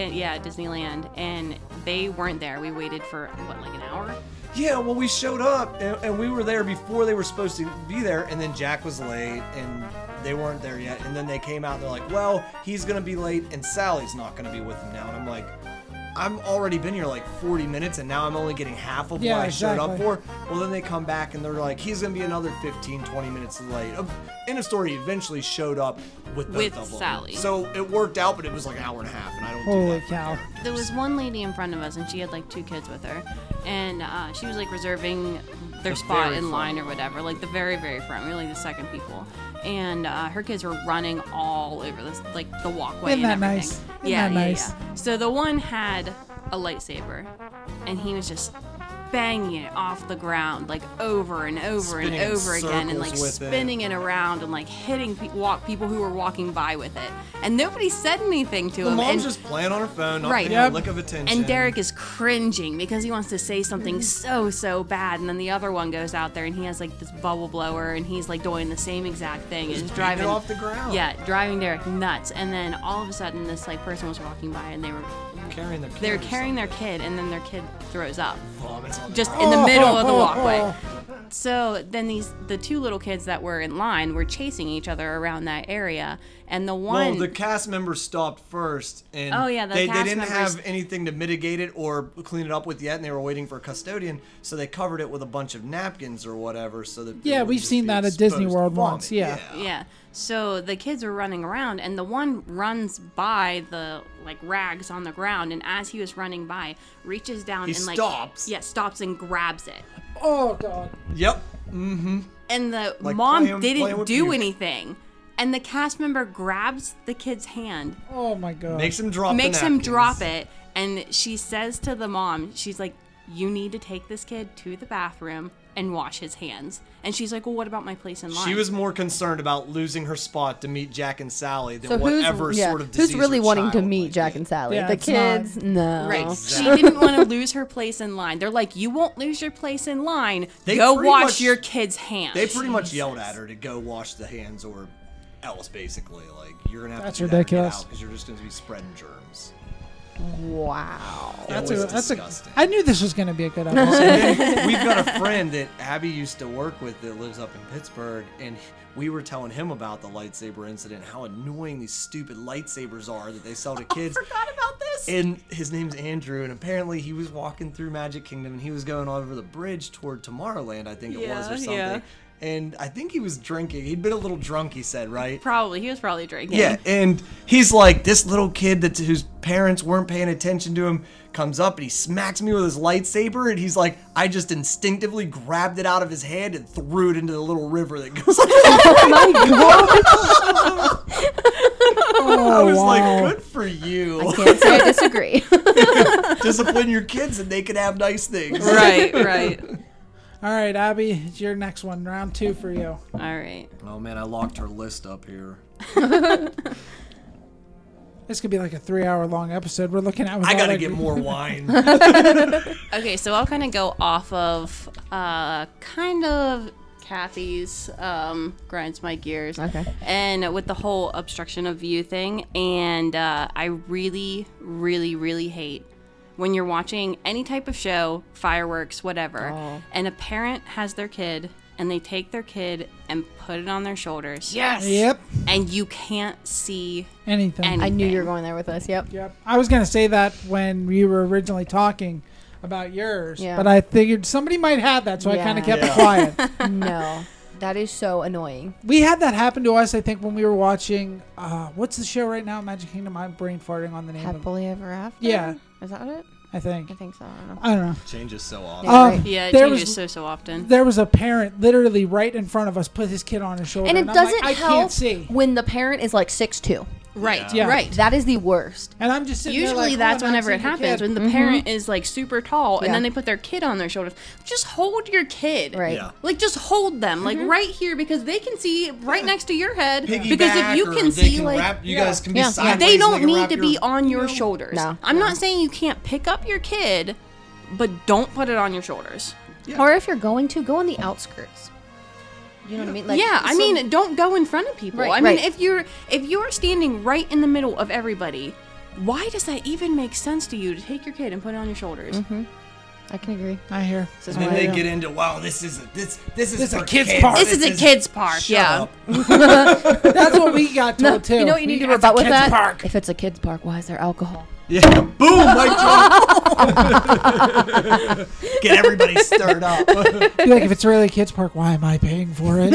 S9: Disneyland.
S8: Uh, yeah, at Disneyland, and they weren't there. We waited for what, like an hour?
S9: Yeah, well, we showed up and, and we were there before they were supposed to be there, and then Jack was late and they weren't there yet. And then they came out and they're like, well, he's going to be late and Sally's not going to be with him now. And I'm like, I'm already been here like 40 minutes and now I'm only getting half of
S6: Yeah,
S9: what I showed
S6: exactly.
S9: up for. Well, then they come back and they're like, he's going to be another 15, 20 minutes late. Uh, In a story, he eventually showed up with both
S8: With
S9: of them.
S8: Sally.
S9: So it worked out, but it was like an hour and a half, and I don't do
S6: Holy
S9: that.
S6: cow!
S8: There was one lady in front of us, and she had like two kids with her, and uh, she was like reserving their spot
S9: very
S8: in
S9: front.
S8: line or whatever, like the very, very front. We were like the second people, and uh, her kids were running all over this, like the walkway
S6: Isn't
S8: and
S6: that
S8: everything.
S6: nice? Isn't
S8: Yeah,
S6: that
S8: yeah,
S6: nice?
S8: yeah. So the one had a lightsaber, and he was just banging it off the ground like over and over
S9: Spinning in
S8: and over again and
S9: circles
S8: like
S9: with it.
S8: spinning it. around and like hitting pe- walk people who were walking by with it and nobody said anything to
S9: The
S8: him
S9: mom's
S8: and
S9: just playing on her phone, not
S8: Right.
S9: paying a
S8: Yep.
S9: lick of attention.
S8: and Derek is cringing because he wants to say something so, so bad. And then the other one goes out there and he has like this bubble blower and he's like doing the same exact thing. and Just
S9: beating it
S8: driving
S9: off the ground.
S8: Yeah, driving Derek nuts. And then all of a sudden, this like person was walking by and they were
S9: carrying their
S8: they were
S9: kid or
S8: carrying their kid and then their kid throws up
S6: Oh,
S9: something. Vomits on the
S8: just in the middle of the walkway. So then these the two little kids that were in line were chasing each other around that area, and the one
S9: Well, the cast members stopped first, and
S8: Oh, yeah, the
S9: they,
S8: cast
S9: they didn't
S8: members-
S9: have anything to mitigate it or clean it up with yet, and they were waiting for a custodian, so they covered it with a bunch of napkins or whatever, so that they
S6: Yeah,
S9: wouldn't
S6: we've
S9: just
S6: seen
S9: be
S6: that at Disney
S9: exposed to
S6: World
S9: vomit.
S6: once, yeah.
S8: yeah. So the kids are running around, and the one runs by the like rags on the ground, and as he was running by, reaches down
S9: He
S8: and like
S9: stops.
S8: Yeah, stops and grabs it.
S6: Oh god.
S9: Yep.
S8: and the
S9: Like
S8: mom
S9: playing-
S8: didn't
S9: playing with
S8: do
S9: puke.
S8: anything. And the cast member grabs the kid's hand,
S6: Oh my god.
S9: Makes him drop. the
S8: makes him drop
S9: napkins.
S8: it, and she says to the mom, she's like, "You need to take this kid to the bathroom and wash his hands." And she's like, "Well, what about my place in line?"
S9: She was more concerned about losing her spot to meet Jack and Sally than
S7: So
S9: whatever
S7: who's yeah,
S9: sort of disease
S7: who's really
S9: her
S7: wanting to
S9: child
S7: meet
S9: might
S7: Jack
S9: be.
S7: and Sally?
S6: Yeah,
S7: the
S6: it's not-
S7: kids, no.
S8: right. She didn't want to lose her place in line. They're like, "You won't lose your place in line.
S9: They
S8: Go
S9: pretty
S8: wash
S9: much-
S8: your kid's hands."
S9: They pretty much yelled at her to go wash the hands or else, basically. Like you're gonna have
S6: That's
S9: to do that or get
S6: ridiculous.
S9: out because you're just gonna be spreading germs.
S7: Wow.
S9: That's,
S6: So that's a,
S9: disgusting.
S6: I knew this was going to be a good episode.
S9: We've got a friend that Abby used to work with that lives up in Pittsburgh, and we were telling him about the lightsaber incident, how annoying these stupid lightsabers are that they sell to
S6: Oh,
S9: kids.
S7: Forgot about this.
S9: And his name's Andrew, and apparently he was walking through Magic Kingdom and he was going over the bridge toward Tomorrowland, I think it was, or
S8: Yeah,
S9: something.
S8: yeah.
S9: And I think he was drinking. He'd been a little drunk, he said, right?
S8: probably he was probably drinking.
S9: Yeah, and he's like this little kid that whose parents weren't paying attention to him comes up and he smacks me with his lightsaber and he's like, I just instinctively grabbed it out of his hand and threw it into the little river that goes.
S7: Oh my god.
S9: I was
S6: wow.
S9: like, good for you.
S7: Can't say I disagree.
S9: Discipline your kids and they can have nice things.
S8: Right, right.
S6: All right, Abby, it's your next one, round 2 for you.
S8: All right.
S9: Oh man, I locked her list up here.
S6: This could be like a 3-hour long episode. We're looking at with
S9: I
S6: all
S9: gotta
S6: the-
S9: get more wine.
S8: Okay, so I'll kind of go off of uh, kind of Kathy's um, grinds my gears.
S7: Okay.
S8: And with the whole obstruction of view thing, and uh, I really, really, really hate when you're watching any type of show, fireworks, whatever,
S7: Oh.
S8: and a parent has their kid and they take their kid and put it on their shoulders. Yes.
S6: Yep.
S8: And you can't see
S6: Anything.
S8: anything.
S7: I knew you were going there with us. Yep.
S6: Yep. I was going to say that when you were originally talking about yours,
S7: Yeah.
S6: but I figured somebody might have that, so I
S7: Yeah.
S6: kind of kept
S9: Yeah.
S6: quiet.
S7: No. That is so annoying.
S6: We had that happen to us, I think, when we were watching. Uh, what's the show right now? Magic Kingdom. I'm brain farting on the name of it.
S7: Happily ever after.
S6: Yeah.
S7: Is that it?
S6: I think.
S7: I think so. I don't know.
S6: I don't know.
S9: Changes so often.
S7: Yeah,
S6: Um,
S7: right.
S8: Yeah, it
S6: There
S8: changes
S6: was-
S8: so, so often.
S6: There was a parent literally right in front of us put his kid on his shoulder,
S7: And it
S6: I'm
S7: doesn't
S6: like, I
S7: help
S6: can't see.
S7: when the parent is like six two.
S8: Right,
S6: Yeah.
S8: right.
S7: That is the worst.
S6: And I'm just sitting there
S8: Usually
S6: like, oh,
S8: that's
S6: I'm not
S8: whenever it
S6: seeing the kid.
S8: happens when the parent is like super tall and
S7: Mm-hmm. Yeah.
S8: then they put their kid on their shoulders. Just hold your kid.
S7: Right. Mm-hmm.
S9: Yeah.
S8: Like just hold them like right here because they can see right next to your head because
S9: Piggyback
S8: if you
S9: or
S8: can
S9: they
S8: see like
S9: wrap- you
S6: Yeah.
S9: guys can be
S7: Yeah.
S9: sideways
S8: they
S9: and
S8: don't
S9: can
S8: need
S9: wrap
S8: to
S9: your-
S8: be on your shoulders.
S7: No.
S8: I'm not saying you can't pick up your kid, but don't put it on your shoulders.
S7: Or if you're going to, go on the outskirts. You know what I mean? Like,
S8: yeah, I
S7: so-
S8: mean, don't go in front of people.
S7: Right,
S8: I mean,
S7: right.
S8: if you're if you're standing right in the middle of everybody, why does that even make sense to you to take your kid and put it on your shoulders?
S7: Mm-hmm. I can agree.
S6: I hear.
S9: And then they get into wow, this is a, this this is
S6: This is a
S9: for
S6: kid's park.
S8: This is a kid's park.
S9: Shut
S8: yeah.
S9: up.
S6: That's what we got told too.
S7: You know what you need to
S6: That's
S7: rebut
S6: a
S7: with
S6: kid's
S7: that?
S6: park.
S7: If it's a kids park, why is there alcohol?
S9: Yeah. Boom, mic drop. Get everybody stirred up.
S6: Be like if it's really a kids park, why am I paying for it?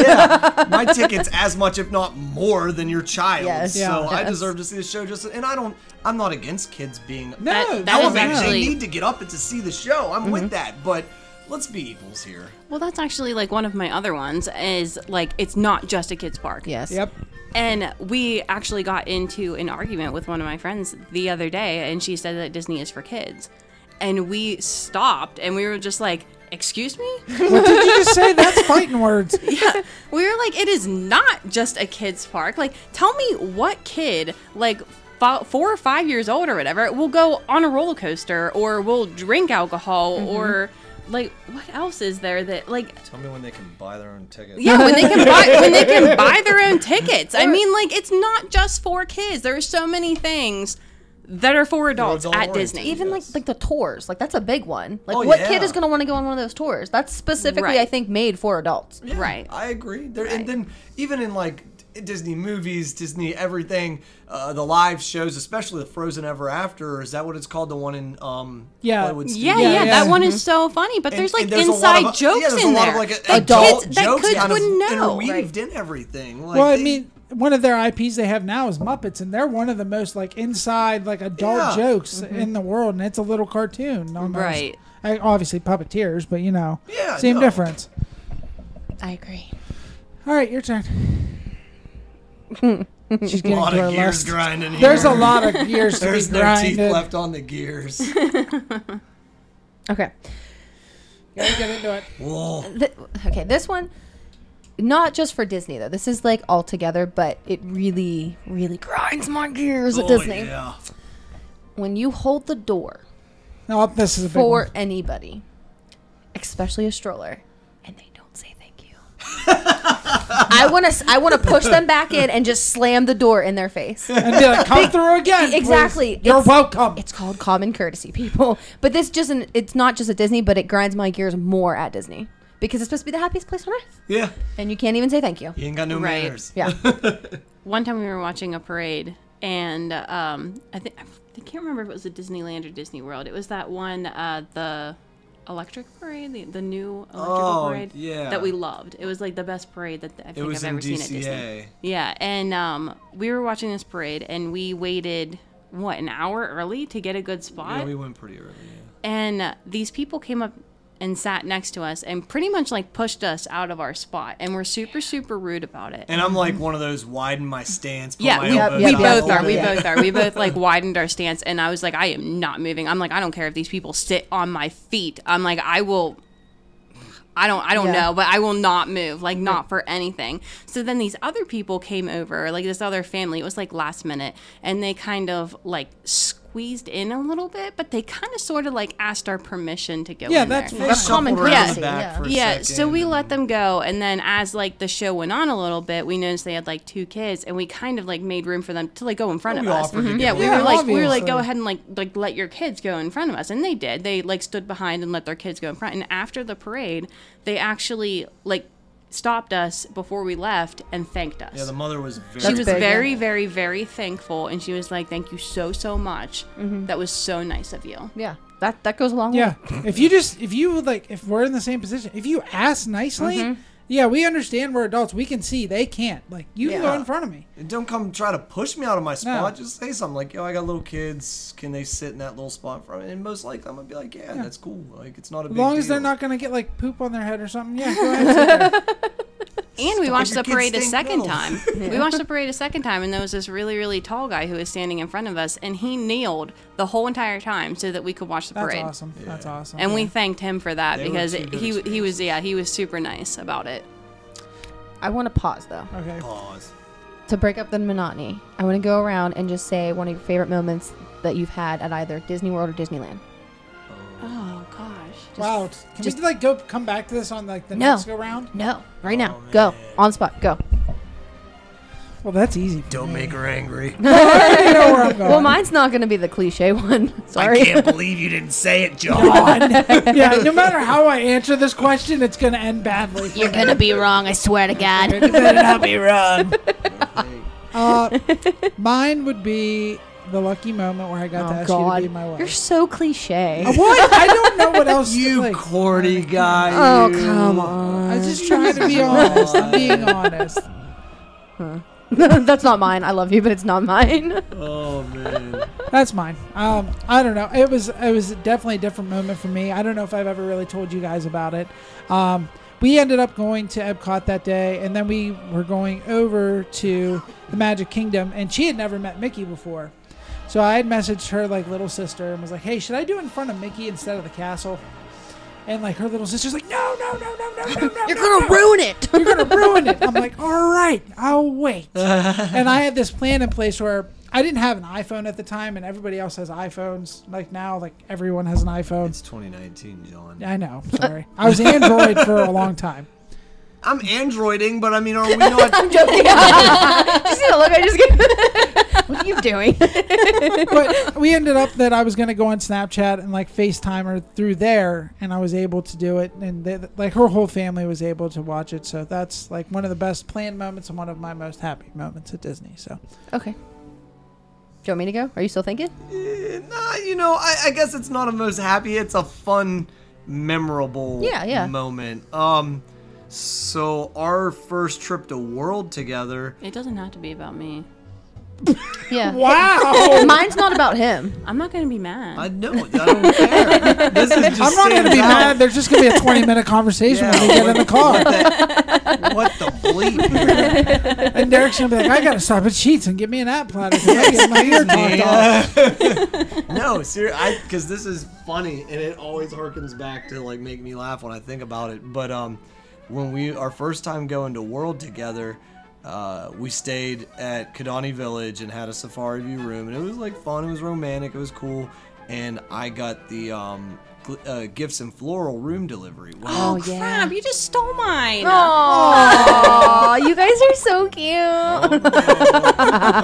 S9: My ticket's as much, if not more, than your child.
S7: Yes.
S9: so
S6: Yeah.
S9: I
S7: Yes.
S9: deserve to see the show. Just and I don't. I'm not against kids being.
S6: No,
S8: That- that
S6: no, Mm-hmm.
S8: was
S6: no.
S9: Elevated.
S8: actually-
S9: they need to get up and to see the show. I'm with that, but let's be equals here.
S8: Well, that's actually like one of my other ones is like it's not just a kids park.
S7: Yes.
S6: Yep.
S8: And we actually got into an argument with one of my friends the other day and she said that Disney is for kids. And we stopped and we were just like, "Excuse me?"
S6: What did you just say? That's fighting words.
S8: we were like, "It is not just a kids park. Like tell me what kid like fo- 4 or 5 years old or whatever will go on a roller coaster or will drink alcohol or like what else is there that like
S9: Tell me when they can buy their own ticket.
S8: Yeah, when they can buy when they can buy their own tickets. I mean, like it's not just for kids. There are so many things that are for adults
S9: adult
S8: at Disney.
S9: oriented.
S7: even
S9: Yes.
S7: like like the tours like that's a big one like
S9: Oh,
S7: what kid
S9: yeah.
S7: is going to want to go on one of those tours that's specifically
S8: Right.
S7: i think made for adults
S8: Right.
S9: I agree. There, And then even in like Disney movies, Disney everything, uh, the live shows, especially the Frozen Ever After, or is that what it's called? The one in um,
S6: Yeah.
S9: Hollywood
S8: Yeah,
S9: Studios?
S8: yeah,
S6: Yeah,
S8: that
S6: yeah.
S8: one is so funny, but
S9: And-
S8: there's like
S9: and there's a lot
S8: inside
S9: of-
S8: jokes
S9: yeah, there's
S8: in
S9: a lot
S8: there.
S9: of like
S8: that
S9: adult
S8: kids, that
S9: jokes
S8: kids
S9: kind
S8: wouldn't
S9: of
S8: know.
S9: interweaved in everything. Like
S6: well, I
S9: they-
S6: mean, one of their IPs they have now is Muppets, and they're one of the most like inside like adult
S9: Yeah. Mm-hmm.
S6: jokes in the world, and it's a little cartoon, almost.
S8: Right.
S6: I, obviously puppeteers, but you know,
S9: Yeah,
S6: same
S9: no.
S6: difference.
S7: i agree
S6: All right, your turn. She's
S9: a
S6: getting
S9: lot
S6: to her
S9: of gears
S6: list.
S9: grinding. Here.
S6: There's a lot of gears to
S9: There's
S6: be
S9: no teeth
S6: grinded.
S9: left on the gears.
S7: okay
S6: Gotta get into it.
S9: Whoa.
S7: Th- okay this one not just for disney though this is like all together but it really really grinds my gears at
S9: Oh,
S7: disney
S9: yeah.
S7: when you hold the door
S6: Oh, this is a big
S7: for
S6: one.
S7: anybody especially a stroller and they don't say thank you i want to i want to push them back in and just slam the door in their face
S6: And be like, come through again. please.
S7: Exactly.
S6: You're
S7: It's-
S6: welcome.
S7: It's called common courtesy, people. But this just isn't- it's not just at Disney, but it grinds my gears more at Disney because it's supposed to be the happiest place on earth,
S9: Yeah.
S7: and you can't even say thank you.
S9: You ain't got no
S8: Right.
S9: manners.
S7: Yeah.
S8: one time we were watching a parade and um, I think I can't remember if it was a Disneyland or Disney World. It was that one uh, the electric parade, the, the new electrical
S9: Oh,
S8: parade
S9: yeah.
S8: that we loved. It was like the best parade that I think
S9: was
S8: I've
S9: in
S8: ever seen at
S9: DCA.
S8: Disney. Yeah, and um, we were watching this parade and we waited what an hour early to get a good spot
S9: Yeah, we went pretty early. Yeah.
S8: and uh, these people came up and sat next to us and pretty much like pushed us out of our spot and were super super rude about it
S9: And I'm like one of those widen my stance. Put
S8: yeah,
S9: my
S8: we,
S9: elbows
S8: we
S9: out a
S8: both
S9: little
S8: are. We
S9: bit.
S8: both are. We both like widened our stance, and I was like, I am not moving. I'm like, I don't care if these people sit on my feet. I'm like, I will. I don't. I don't
S7: Yeah.
S8: know, but I will not move. Like not for anything. So then these other people came over, like this other family. It was like last minute, and they kind of like squeezed in a little bit, but they kind of sort of like asked our permission to go.
S6: Yeah,
S8: in
S6: that's
S8: there
S9: They
S6: fine.
S9: shuffled
S7: common
S9: around the
S7: courtesy,
S9: back
S7: yeah.
S9: for a
S8: yeah
S9: second
S8: so we
S9: and-
S8: let them go and then as like the show went on a little bit we noticed they had like two kids and we kind of like made room for them to like go in front
S9: Well,
S8: of
S9: we
S8: us
S9: offered to give
S8: yeah
S9: them
S8: we
S6: room.
S8: were
S6: Yeah,
S8: like we were like go
S6: obviously.
S8: ahead and like like let your kids go in front of us and they did they like stood behind and let their kids go in front and after the parade they actually like stopped us before we left and thanked us
S9: Yeah, the mother was very.
S8: she was
S7: big.
S8: very very very thankful and she was like thank you so so much
S6: Mm-hmm.
S8: that was so nice of you
S7: yeah. That that goes along.
S6: Yeah.
S7: With
S6: If you just if you like if we're in the same position, if you ask nicely,
S7: Mm-hmm.
S6: yeah, we understand we're adults. We can see they can't. Like you can go
S9: Yeah.
S6: in front of me.
S9: And don't come try to push me out of my spot.
S6: No.
S9: Just say something like, "Yo, I got little kids. Can they sit in that little spot from?" And most likely, I'm gonna be like, "Yeah, that's cool. Like, it's not a
S6: As
S9: big
S6: long as
S9: deal."
S6: they're not gonna get like poop on their head or something. Yeah. Go ahead. sit there.
S8: And we watched
S9: your
S8: the
S9: kids
S8: parade a
S9: stink
S8: second
S9: little.
S8: time. We watched the parade a second time, and there was this really, really tall guy who was standing in front of us, and he kneeled the whole entire time so that we could watch the
S6: That's
S8: parade.
S6: awesome. That's awesome.
S8: And we thanked him for that
S9: They were
S8: because
S9: two good
S8: he he was yeah he was super nice about it.
S7: it. I want to pause though
S6: okay.
S9: Pause.
S7: to break up the monotony. I want to go around and just say one of your favorite moments that you've had at either Disney World or Disneyland.
S8: Oh gosh,
S6: wow. Can
S7: just-
S6: we like go come back to this on like the
S7: No.
S6: next go round?
S7: No, right now,
S6: Oh,
S7: go on spot, go.
S6: Well, that's easy.
S9: Don't make her angry.
S6: You know where I'm going.
S7: Well, mine's not going to be the cliche one. Sorry.
S9: believe you didn't say it, John.
S6: yeah. No matter how I answer this question, it's gonna end badly.
S7: You're gonna be wrong, I swear to God.
S6: Uh, mine would be the lucky moment where I got to
S7: Oh
S6: ask
S7: God,
S6: you to be my wife.
S7: you're so cliche.
S6: Uh, what? I don't know what else.
S9: you
S6: like,
S9: corny guy.
S7: Oh
S9: you.
S7: come on!
S6: I was just trying to be honest. I'm being honest.
S7: That's not mine. I love you, but it's not mine.
S9: Oh man.
S6: That's mine. Um, I don't know. It was it was definitely a different moment for me. I don't know if I've ever really told you guys about it. Um, we ended up going to Epcot that day, and then we were going over to the Magic Kingdom, and she had never met Mickey before. So I had messaged her like little sister and was like, "Hey, should I do in front of Mickey instead of the castle?" And like her little sister's like, "No, no, no, no, no, no, no."
S7: You're
S6: no,
S7: gonna
S6: no."
S7: ruin it.
S6: you're gonna ruin it. I'm like, all right, I'll wait. and I had this plan in place where I didn't have an iPhone at the time, and everybody else has iPhones. Like now, like everyone has an iPhone.
S9: It's 2019, John.
S6: I know. Sorry, I was Android for a long time.
S9: I'm androiding, but I mean, are we not?
S7: I'm joking. just need to look. I just What are you doing?
S6: but we ended up that I was going to go on Snapchat and like FaceTime her through there, and I was able to do it. And they, like her whole family was able to watch it. So that's like one of the best planned moments and one of my most happy moments at Disney. So
S7: okay. Do you want me to go? Are you still thinking?
S9: Nah, you know, I, I guess it's not a most happy. It's a fun, memorable
S7: Yeah, yeah.
S9: moment. Um, so our first trip to World together.
S8: It doesn't have to be about me.
S7: Yeah.
S6: wow,
S7: Mine's not about him.
S8: I'm not gonna be mad.
S9: I know. I don't care. This is just
S6: I'm not going to be mad. There's just going to be a 20 minute conversation when we get in the car,
S9: What the bleep?
S6: and Derek's going to be like, "I got to stop at Sheets and get me an app platter 'cause I get my ear knocked off."
S9: no, seriously, because this is funny, and it always harkens back to like make me laugh when I think about it. But um, when we our first time going to World together, uh, we stayed at Kadani Village and had a safari view room, and it was like fun. It was romantic. It was cool, and I got the um. gl- Uh, gifts and floral room delivery. Wow.
S7: yeah.
S8: Oh, Crap, you just stole mine.
S7: Oh, you guys are so cute.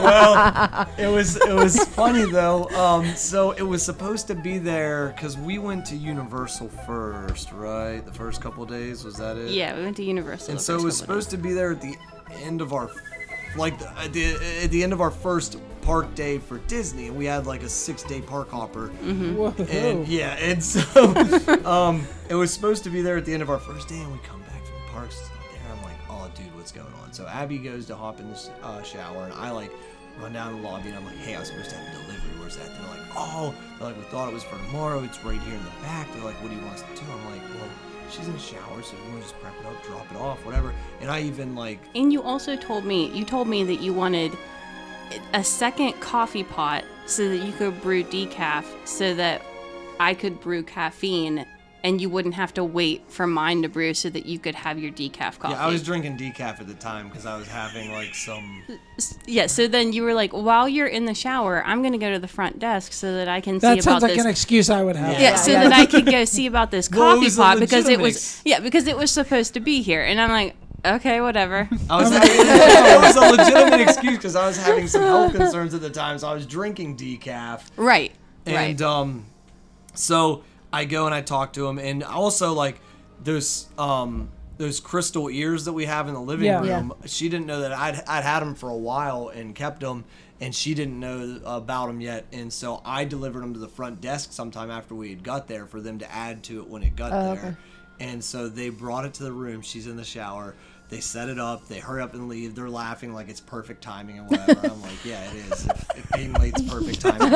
S9: well, it was it was funny though. Um, so it was supposed to be there because we went to Universal first, right? The first couple of days was that it?
S8: Yeah, we went to Universal.
S9: And
S8: the
S9: so it
S8: first
S9: was
S8: couple days.
S9: supposed to be there at the end of our, like the, at the at the end of our first park day for Disney, and we had like a six day park hopper.
S6: Whoa.
S9: And yeah, and so um, it was supposed to be there at the end of our first day, and we come back from the parks, it's not there. I'm like, oh, dude, what's going on? So Abby goes to hop in the sh- uh, shower, and I like run down the lobby, and I'm like, hey, I was supposed to have a delivery. Where's that? They're like, oh, they're like, we thought it was for tomorrow. It's right here in the back. They're like, what do you want us to do? I'm like, well, she's in the shower, so we're just prep it up, drop it off, whatever. And I even like,
S8: And you also told me you told me that you wanted a second coffee pot so that you could brew decaf, so that I could brew caffeine, and you wouldn't have to wait for mine to brew, so that you could have your decaf coffee.
S9: yeah, I was drinking decaf at the time because I was having like some.
S8: Yeah, so then you were like, while you're in the shower, I'm gonna go to the front desk so that I can see
S6: That
S8: about
S6: sounds like
S8: this.
S6: an excuse I would have.
S8: yeah, so that I could go see about this
S9: Well, it
S8: coffee
S9: was a
S8: pot because it
S9: legitimate
S8: was
S9: ex-
S8: yeah because it was supposed to be here, and I'm like, okay, whatever.
S9: I was having, it was a legitimate excuse because I was having some health concerns at the time, so I was drinking decaf.
S8: right,
S9: And
S8: right.
S9: um, so I go and I talk to him, and also like those um those crystal ears that we have in the living
S6: Yeah.
S9: room. She didn't know that I'd I'd had them for a while and kept them, and she didn't know about them yet. And so I delivered them to the front desk sometime after we had got there for them to add to it when it got there. And so they brought it to the room. She's in the shower. They set it up. They hurry up and leave. They're laughing like it's perfect timing and whatever. I'm like, yeah, it is. If, if being late's perfect timing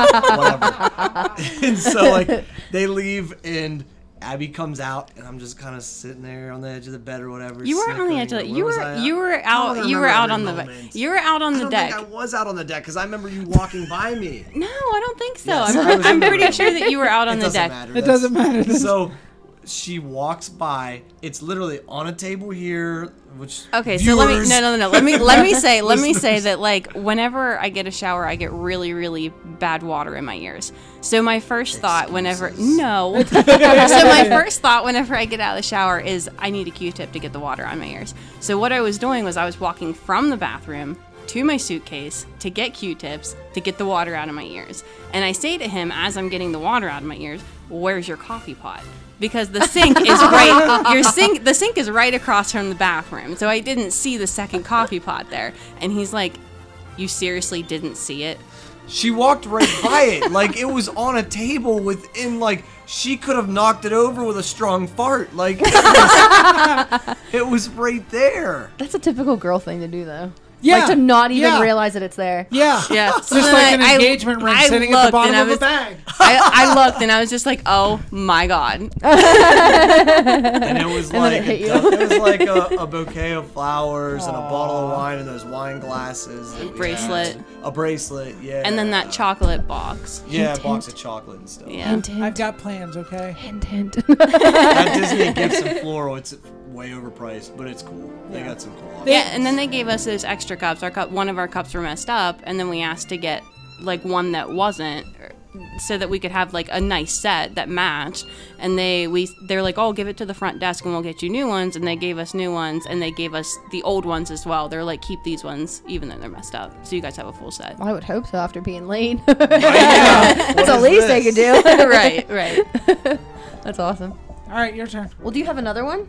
S9: whatever. and so like they leave and Abby comes out and I'm just kind of sitting there on the edge of the bed or whatever.
S8: You weren't on the
S9: snickering,
S8: edge of
S9: or
S8: the,
S9: where
S8: you
S9: was
S8: were
S9: I at?
S8: you were
S9: I
S8: out
S9: don't
S8: you were
S9: remember
S8: out
S9: every
S8: on the
S9: moment.
S8: you were out on
S9: I
S8: the
S9: don't
S8: deck.
S9: think I was out on the deck because I remember you walking by me.
S8: no, I don't think so.
S9: Yes, I
S8: I'm,
S9: was
S8: I'm
S9: in the
S8: pretty
S9: room.
S8: sure that you were out on
S9: it
S8: the
S9: doesn't
S8: deck.
S9: matter.
S6: It doesn't matter.
S9: So she walks by. It's literally on a table here, which
S8: Okay, so let me
S9: viewers-
S8: no no no no let me let me say let me say that like whenever I get a shower, I get really really bad water in my ears. So my first thought whenever
S9: Excuses.
S8: no, so my first thought whenever I get out of the shower is I need a Q-tip to get the water on my ears. So what I was doing was I was walking from the bathroom to my suitcase to get Q-tips to get the water out of my ears, and I say to him as I'm getting the water out of my ears, "Where's your coffee pot?" because the sink is right your sink the sink is right across from the bathroom so i didn't see the second coffee pot there and he's like you seriously didn't see it
S9: She walked right by it. Like it was on a table within like she could have knocked it over with a strong fart. Like it was, it was right there.
S7: That's a typical girl thing to do, though.
S6: Yeah.
S7: Like to not even
S6: Yeah.
S7: realize that it's there.
S6: Yeah.
S8: yeah so
S6: Just
S8: then
S6: like an
S8: I- I-
S6: engagement ring
S8: I
S6: sitting at the
S8: looked
S6: bottom
S8: and I
S6: of a
S8: was-
S6: bag.
S8: I, I looked and i was just like oh my god
S9: And it was
S7: And
S9: like
S7: then it hit
S9: a,
S7: you.
S9: du- it was like a, a bouquet of flowers and a bottle of wine and those wine glasses. that we had.
S8: Bracelet.
S9: A bracelet, yeah.
S8: and then that chocolate box
S9: Yeah, a box of chocolate and stuff.
S8: yeah
S7: Hint,
S6: I've
S7: hint,
S6: got plans, okay?
S7: hint, hint.
S9: That Disney gifts and floral, it's way overpriced, but it's cool. They got some cool options.
S8: yeah and then they gave us those extra cups our cup one of our cups were messed up and then we asked to get like one that wasn't or- so that we could have like a nice set that matched. And they we they're like, oh, give it to the front desk and we'll get you new ones. And they gave us new ones and they gave us the old ones as well. They're like, keep these ones even though they're messed up. So you guys have a full set.
S7: I would hope so after being late. That's the least they could do.
S8: right, right.
S7: That's awesome.
S6: All right, your turn.
S7: Well, do you have another one?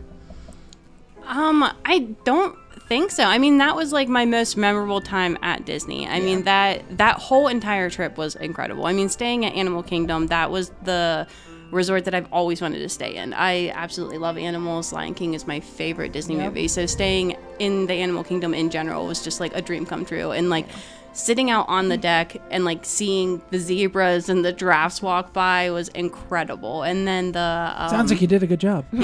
S8: Um, I don't think so. I mean, that was like my most memorable time at Disney. I mean that that whole entire trip was incredible. I mean, staying at Animal Kingdom, that was the resort that I've always wanted to stay in. I absolutely love animals. Lion King is my favorite Disney movie. So staying in the Animal Kingdom in general was just like a dream come true. And like sitting out on the deck and like seeing the zebras and the giraffes walk by was incredible. And then the um,
S6: Sounds like you did a good job.
S8: and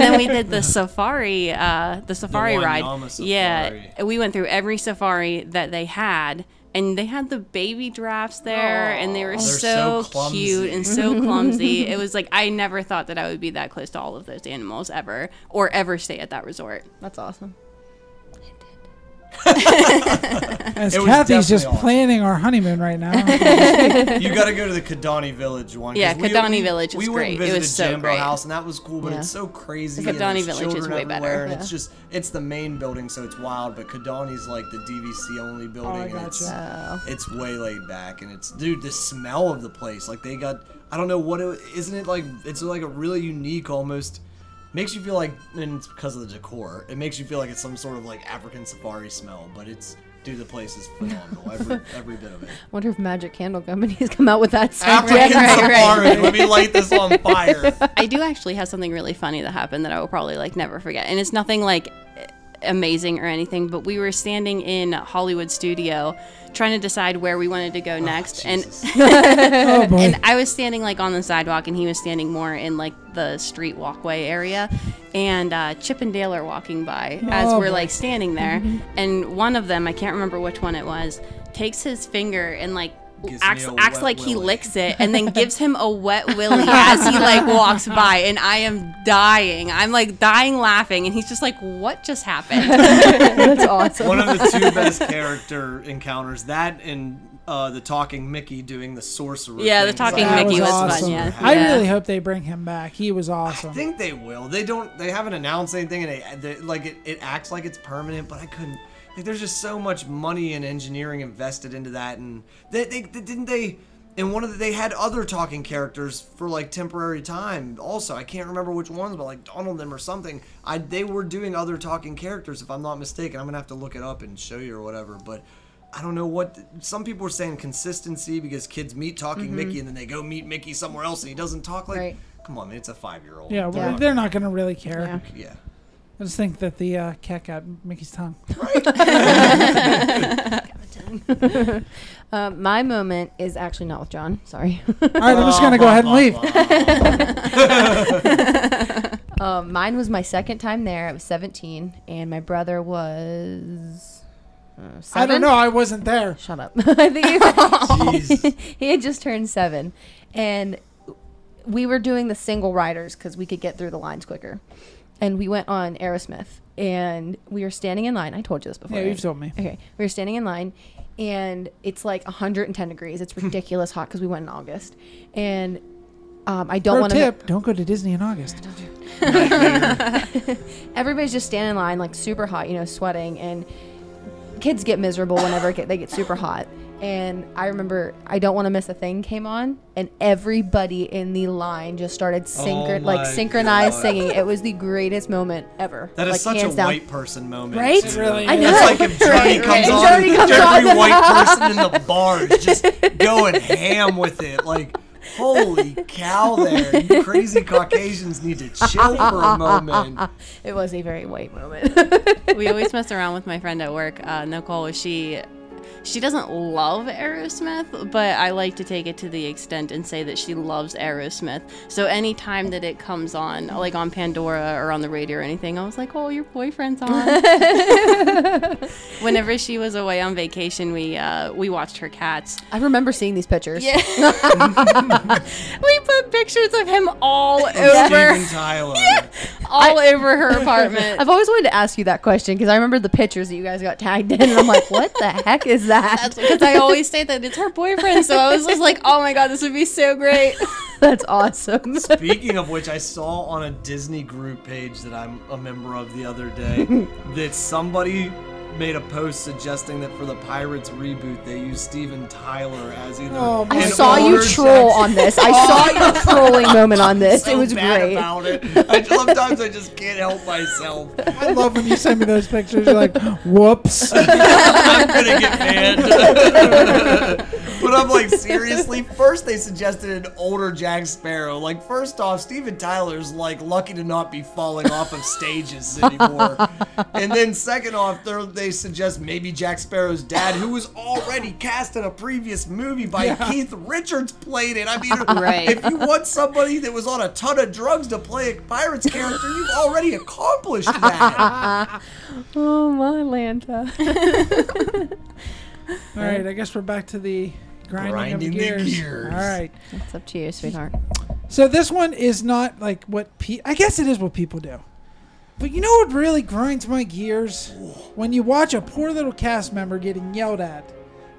S8: then we did the safari, uh, the safari
S9: one
S8: ride.
S9: llama safari.
S8: Yeah, we went through every safari that they had, and they had the baby giraffes there, and they were
S9: so
S8: so, cute and so clumsy. it was like I never thought that I would be that close to all of those animals ever, or ever stay at that resort.
S7: That's awesome.
S6: As
S9: It was
S6: Kathy's just
S9: definitely awesome.
S6: planning our honeymoon right now.
S9: You got to go to the Kidani Village one. 'cause
S8: Yeah,
S9: we-
S8: Kidani
S9: we-
S8: Village
S9: We
S8: is
S9: went and
S8: great. It
S9: visited
S8: was so
S9: Jambo
S8: great.
S9: House, and that was cool, but
S7: Yeah.
S9: it's so crazy.
S8: The
S9: and
S8: Kidani
S9: there's
S8: Village is
S9: children
S8: way
S9: everywhere,
S8: better,
S9: And it's
S7: yeah.
S9: just it's the main building, so it's wild. But Kidani's like the DVC only building, and it's it's way laid back. And it's dude, the smell of the place, like they got I don't know what it isn't it like it's like a really unique almost. Makes you feel like, and it's because of the decor. It makes you feel like it's some sort of like African safari smell, but it's dude, the place is phenomenal, every every bit of it.
S7: Wonder if Magic Candle Company's come out with that. scent.
S9: African
S7: Yeah, right, right.
S9: safari. Let me light this on fire.
S8: I do actually have something really funny that happened that I will probably like never forget. And it's nothing like amazing or anything, but we were standing in Hollywood studio trying to decide where we wanted to go next. and
S6: oh boy.
S8: and I was standing like on the sidewalk, and he was standing more in like the street walkway area. And uh, Chip and Dale are walking by as
S6: Oh, boy.
S8: we're
S6: Mm-hmm.
S8: like standing there, and one of them, I can't remember which one it was, takes his finger and like.
S9: Gives me
S8: acts
S9: a
S8: acts
S9: wet
S8: like he
S9: willy.
S8: licks it and then gives him a wet willy as he like walks by and I am dying. I'm like dying laughing and he's just like what just happened?
S7: That's awesome.
S9: One of the two best character encounters. That and uh, the talking Mickey doing the sorcerer.
S8: Yeah, the
S9: thing, 'cause
S8: talking
S9: I-
S6: That
S8: Mickey
S6: was
S8: was fun,
S6: awesome.
S8: yeah.
S6: I
S8: Yeah.
S6: really hope they bring him back. He was
S9: I
S6: awesome.
S9: think they will. They don't. They haven't announced anything, and they, they, like it, it acts like it's permanent. But I couldn't. Like, there's just so much money and engineering invested into that, and they, they, they didn't they. And one of the, they had other talking characters for like temporary time. Also, I can't remember which ones, but like Donald them or something. I they were doing other talking characters, if I'm not mistaken. I'm gonna have to look it up and show you or whatever. But I don't know what some people are saying consistency because kids meet talking Mickey and then they go meet Mickey somewhere else and he doesn't talk like.
S7: Right.
S9: Come on, man, it's a five year old.
S6: yeah, well,
S7: Yeah.
S6: they're not going to really care.
S7: Yeah.
S9: Yeah.
S6: I just think that the uh, cat got Mickey's tongue.
S7: Uh, my moment is actually not with John. Sorry.
S6: All right, I'm just going to go ahead and leave.
S7: Um, mine was my second time there. I was 17, and my brother was. uh,
S6: I don't
S7: seven?
S6: know. I wasn't there.
S7: Shut up. I think he, he had just turned seven, and we were doing the single riders because we could get through the lines quicker. And we went on Aerosmith, and we were standing in line. I told you this before.
S6: Yeah,
S7: right?
S6: you've told me.
S7: Okay, we were standing in line, and it's like 110 degrees. It's ridiculous hot because we went in August, and um, I don't
S6: Pro
S7: want to.
S6: tip: Don't go to Disney in August.
S7: everybody's just standing in line like super hot you know sweating and kids get miserable whenever it get- they get super hot and i remember i don't want to miss a thing came on and everybody in the line just started synchro-
S9: Oh
S7: like
S9: my
S7: synchronized
S9: God.
S7: singing it was the greatest moment ever
S9: That is
S7: like,
S9: such a
S7: hands down.
S9: white person moment.
S7: Right?
S9: too.
S7: It
S6: really
S7: I is. know.
S9: That's like if Johnny
S7: Right, right.
S9: comes
S7: If
S9: on,
S7: Johnny comes
S9: every
S7: on.
S9: white person in the bar is just going ham with it. Like, holy cow there. You crazy Caucasians need to chill for a moment.
S7: it was a very white moment
S8: we always mess around with my friend at work, uh, Nicole. She she doesn't love Aerosmith, but I like to take it to the extent and say that she loves Aerosmith. So anytime that it comes on, like on Pandora or on the radio or anything, I was like, "Oh, your boyfriend's on." Whenever she was away on vacation, we uh, we watched her cats.
S7: i remember seeing these pictures yeah
S8: We put pictures of him all over.
S9: Steven Tyler.
S8: all over her apartment.
S7: I've always wanted to ask you that question because I remember the pictures that you guys got tagged in, and I'm like, what the heck is that?
S8: That's because I always say that it's her boyfriend. So I was just like, oh my God, this would be so great.
S7: That's awesome.
S9: Speaking of which, I saw on a Disney group page that I'm a member of the other day that somebody made a post suggesting that for the Pirates reboot they use Steven Tyler as either.
S6: Oh, my
S7: I
S9: an
S6: And
S7: saw you
S9: older
S7: troll
S9: Jack-
S7: on this. I saw your trolling moment on this.
S9: so
S7: it was
S9: bad
S7: great.
S9: about it. I, sometimes I just can't help myself.
S6: I love when you send me those pictures. You're like, whoops.
S9: I'm gonna get mad. but I'm like, seriously? First they suggested an older Jack Sparrow. Like, first off, Steven Tyler's like lucky to not be falling off of stages anymore. and then second off, they're- they suggest maybe Jack Sparrow's dad, who was already cast in a previous movie by Keith Richards, played it. I mean,
S8: Right.
S9: if you want somebody that was on a ton of drugs to play a pirates character, you've already accomplished that.
S7: Oh my Lanta.
S6: All right, I guess we're back to the grinding,
S9: Grinding
S6: of
S9: the
S6: the gears.
S9: gears.
S6: All right.
S7: It's up to you, sweetheart.
S6: So this one is not like what pe- I guess it is what people do. But you know what really grinds my gears? When you watch a poor little cast member getting yelled at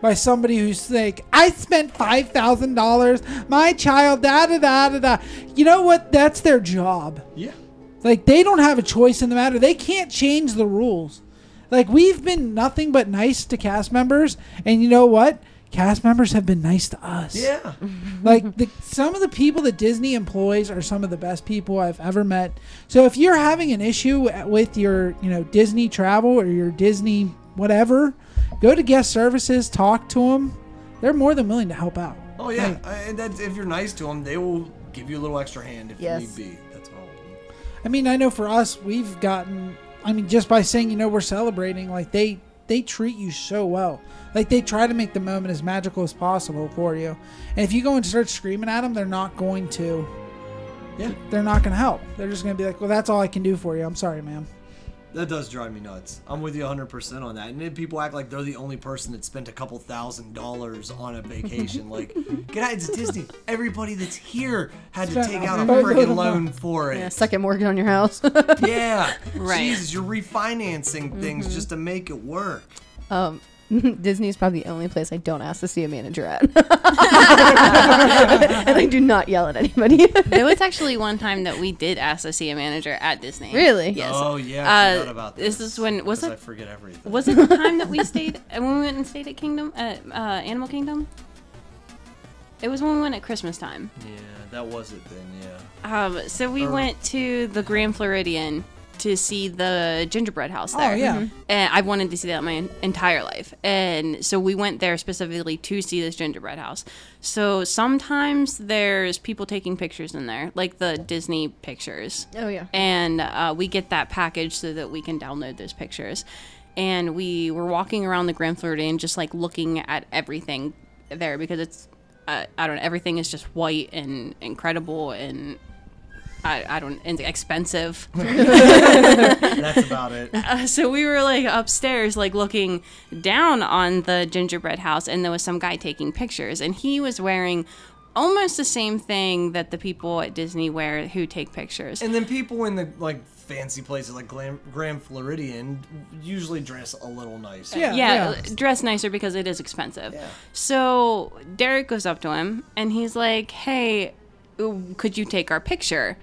S6: by somebody who's like, I spent five thousand dollars, my child, da da da da da. You know what? That's their job.
S9: Yeah.
S6: Like they don't have a choice in the matter. They can't change the rules. Like we've been nothing but nice to cast members, and you know what? Cast members have been nice to us.
S9: Yeah.
S6: Like the, some of the people that Disney employs are some of the best people I've ever met. So if you're having an issue at- with your, you know, Disney travel or your Disney whatever, go to guest services, talk to them. They're more than willing to help out.
S9: Oh yeah, I, and that's, if you're nice to them, they will give you a little extra hand if
S7: Yes.
S9: need be. That's all.
S6: I mean, I know for us, we've gotten. I mean, just by saying, you know, we're celebrating, like they they treat you so well. Like they try to make the moment as magical as possible for you. And if you go and start screaming at them, they're not going to.
S9: Yeah.
S6: They're not going to help. They're just going to be like, well, that's all I can do for you. I'm sorry, ma'am.
S9: That does drive me nuts. I'm with you 100% on that. And then people act like they're the only person that spent a couple thousand dollars on a vacation. like, get out, it's Disney. Everybody that's here had to
S6: Spent
S9: take
S6: a
S9: out a
S6: boatload
S9: friggin'
S6: of
S9: loan for
S7: Yeah,
S9: it.
S7: second mortgage on your house.
S9: Yeah.
S8: Right.
S9: Jesus, you're refinancing things just
S6: Mm-hmm.
S9: to make it work.
S7: um, Disney is probably the only place I don't ask to see a manager at, and I do not yell at anybody.
S8: there was actually one time that we did ask to see a manager at Disney.
S7: Really?
S8: Yes.
S9: Oh, yeah. I
S8: Uh,
S9: forgot about this.
S8: this is when- was
S9: 'cause
S8: it-
S9: I forget everything.
S8: Was it the time that we stayed and when we went and stayed at Kingdom at uh, Animal Kingdom? It was when we went at Christmas time.
S9: yeah, that was it then, yeah.
S8: Um, so we went to the Grand Floridian to see the gingerbread house there. Mm-hmm.
S6: yeah. Mhm.
S8: And I wanted to see that my en- entire life. And so we went there specifically to see this gingerbread house. So sometimes there's people taking pictures in there, like the Disney pictures.
S7: Oh, yeah.
S8: And uh, we get that package so that we can download those pictures. And we were walking around the Grand Floridian just like looking at everything there because it's, uh, I don't know, everything is just white and incredible and I, I don't and expensive.
S9: That's about it.
S8: Uh, so we were like upstairs, like looking down on the gingerbread house, and there was some guy taking pictures, and he was wearing almost the same thing that the people at Disney wear who take pictures.
S9: And then people in the like fancy places like Glam- Grand Floridian usually dress a little nicer.
S6: Yeah.
S8: yeah, dress nicer because it is expensive. So Derek goes up to him and he's like, "Hey, ooh, could you take our picture?"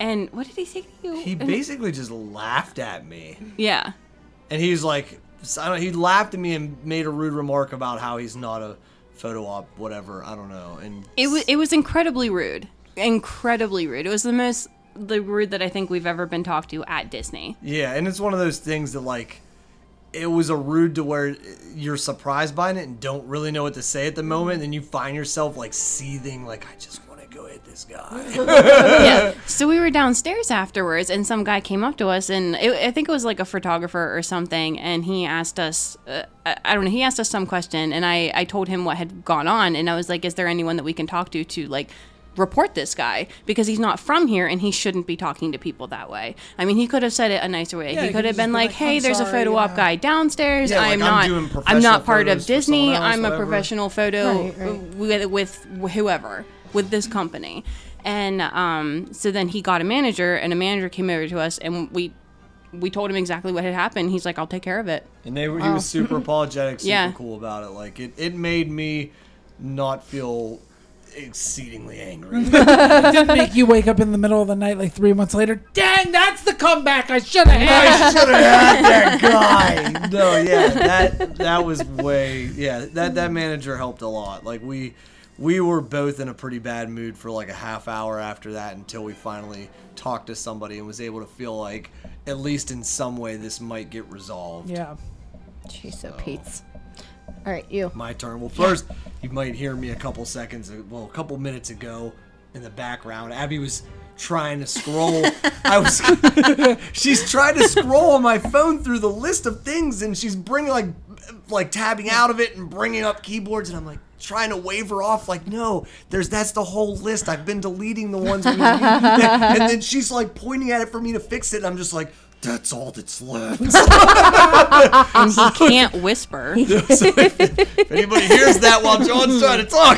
S8: And what did he say to you?
S9: He basically just laughed at me,
S8: yeah.
S9: and he was like, I don't, he laughed at me and made a rude remark about how he's not a photo op, whatever. I don't know. And
S8: It was it was incredibly rude. Incredibly rude. It was the most the rude that I think we've ever been talked to at Disney.
S9: yeah, and it's one of those things that like. It was a rude to where you're surprised by it and don't really know what to say at the moment, and then you find yourself like seething, like I just want to go hit this guy.
S8: So we were downstairs afterwards, and some guy came up to us, and it, I think it was like a photographer or something, and he asked us, uh, I, I don't know, he asked us some question, and I, I told him what had gone on, and I was like, is there anyone that we can talk to to like report this guy because he's not from here and he shouldn't be talking to people that way. I mean, he could have said it a nicer
S6: he
S8: way. he could
S6: could
S8: have
S6: just
S8: been
S6: be
S8: like,
S6: like,
S8: "Hey,
S6: "I'm
S8: there's a
S6: sorry,
S8: photo op
S6: yeah."
S8: guy downstairs.
S9: Yeah, like,
S8: I'm
S9: I'm
S8: not
S9: doing
S8: I'm
S9: professional
S8: not part
S9: photos
S8: of
S9: for someone
S8: Disney.
S9: else,
S8: I'm a
S9: whatever."
S8: professional photo
S7: Right, right.
S8: with, with whoever with this company And um, so then he got a manager, and a manager came over to us, and we we told him exactly what had happened. He's like, "I'll take care of it."
S9: And they were, he was super apologetic, super
S8: Yeah.
S9: cool about it. Like it, it made me not feel exceedingly angry.
S6: didn't make you wake up in the middle of the night like three months later. Dang, that's the comeback I should have had.
S9: I should have had that guy. No, yeah, that that was way yeah. That that manager helped a lot. Like we we were both in a pretty bad mood for like a half hour after that until we finally talked to somebody and was able to feel like at least in some way this might get resolved.
S6: Yeah.
S7: Jeez, so Pete's. All right, you.
S9: my turn. Well, first, you might hear me a couple seconds, uh, well, a couple minutes ago in the background. Abby was trying to scroll. I was. she's trying to scroll on my phone through the list of things, and she's bringing like, like tabbing out of it and bringing up keyboards, and I'm like trying to wave her off like no there's that's the whole list i've been deleting the ones we need. and then she's like pointing at it for me to fix it and i'm just like that's all that's left
S8: And he can't whisper.
S9: If anybody hears that while John's trying to talk,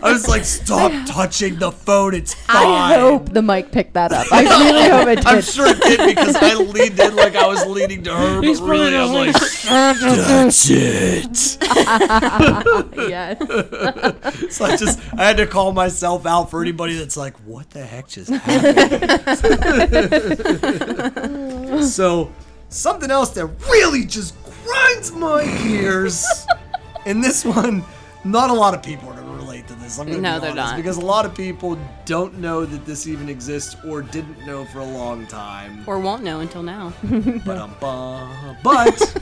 S9: I was like, stop touching the phone. It's fine.
S7: I hope the mic picked that up. I really hope it
S9: I'm
S7: did.
S9: sure it did because I leaned in like I was leaning to her, but really I was like, that's it.
S7: yes.
S9: So I just, I had to call myself out for anybody that's like, what the heck just happened? so, something else that really just grinds my gears, and this one, not a lot of people are going to relate to this. I'm gonna
S8: No,
S9: be
S8: they're
S9: honest,
S8: not.
S9: Because a lot of people don't know that this even exists or didn't know for a long time.
S8: or won't know until now.
S9: Ba-dum-ba. But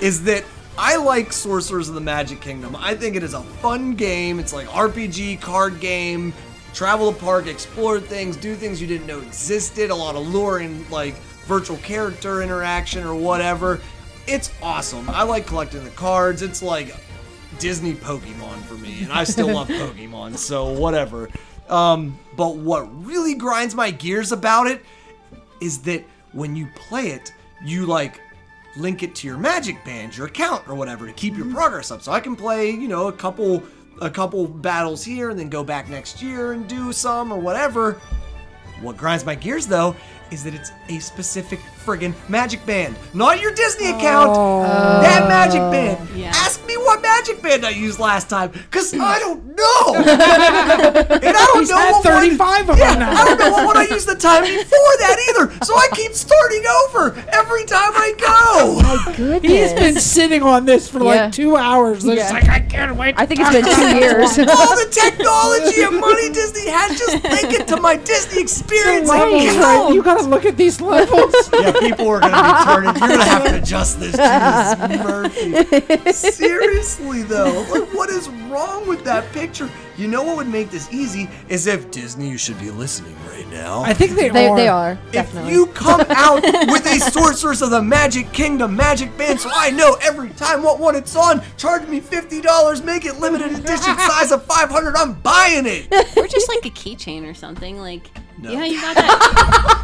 S9: is that I like Sorcerers of the Magic Kingdom. I think it is a fun game. It's like RPG card game. Travel the park, explore things, do things you didn't know existed. A lot of lore and like virtual character interaction or whatever. It's awesome. I like collecting the cards. It's like Disney Pokemon for me, and I still love Pokemon, so whatever. Um, but what really grinds my gears about it is that when you play it, you like link it to your magic band, your account or whatever to keep your progress up. So I can play, you know, a couple a couple battles here and then go back next year and do some or whatever. What grinds my gears though is that it's a specific friggin' magic band, not your Disney account. That magic band.
S8: Yeah.
S9: Ask me what magic band I used last time, cause I don't know. and I don't know
S6: had
S9: what one-
S6: 35 of them
S9: Yeah,
S6: now.
S9: I don't know what one I used the time before that either. So I keep starting over every time I go.
S7: Goodness.
S6: He's been sitting on this for
S7: Yeah.
S6: like two hours. They're just
S7: Yeah.
S6: like, I can't wait.
S7: I think it's been two years.
S9: All the technology and money Disney has just link it to my Disney experience.
S6: Levels, right? You gotta look at these levels.
S9: Yeah, people are gonna be turning. You're gonna have to adjust this, Jesus Murphy. Seriously though, like what is wrong with that picture? You know what would make this easy is if Disney, you should be listening right now.
S6: I think they,
S7: they,
S6: are.
S7: they are.
S9: if
S7: Definitely.
S9: you come out with a Sorceress of the Magic Kingdom magic band, so I know every time what one it's on, charge me fifty dollars, make it limited edition size of five hundred. I'm buying it.
S8: or just like a keychain or something. Like, yeah, you got that.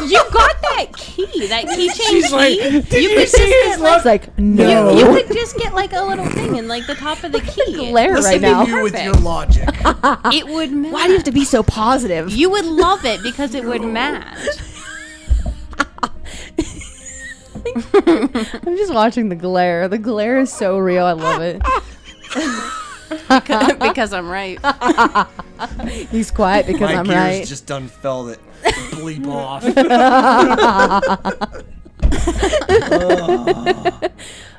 S8: you, you got that key, that keychain
S6: She's
S8: key.
S6: like, did you,
S8: could
S6: see
S8: just
S6: his
S8: get like,
S6: look?
S7: it's like, no.
S8: you, you could just get like a little thing in like the top of the key.
S7: glare
S9: Listen to
S7: right now.
S9: you with your logic.
S8: It would match.
S7: Why do you have to be so positive?
S8: You would love it because it would match.
S7: I'm just watching the glare. The glare is so real. I love it.
S8: because I'm right.
S7: He's quiet because
S9: My
S7: I'm
S9: gears
S7: right.
S9: just done fell that bleep off.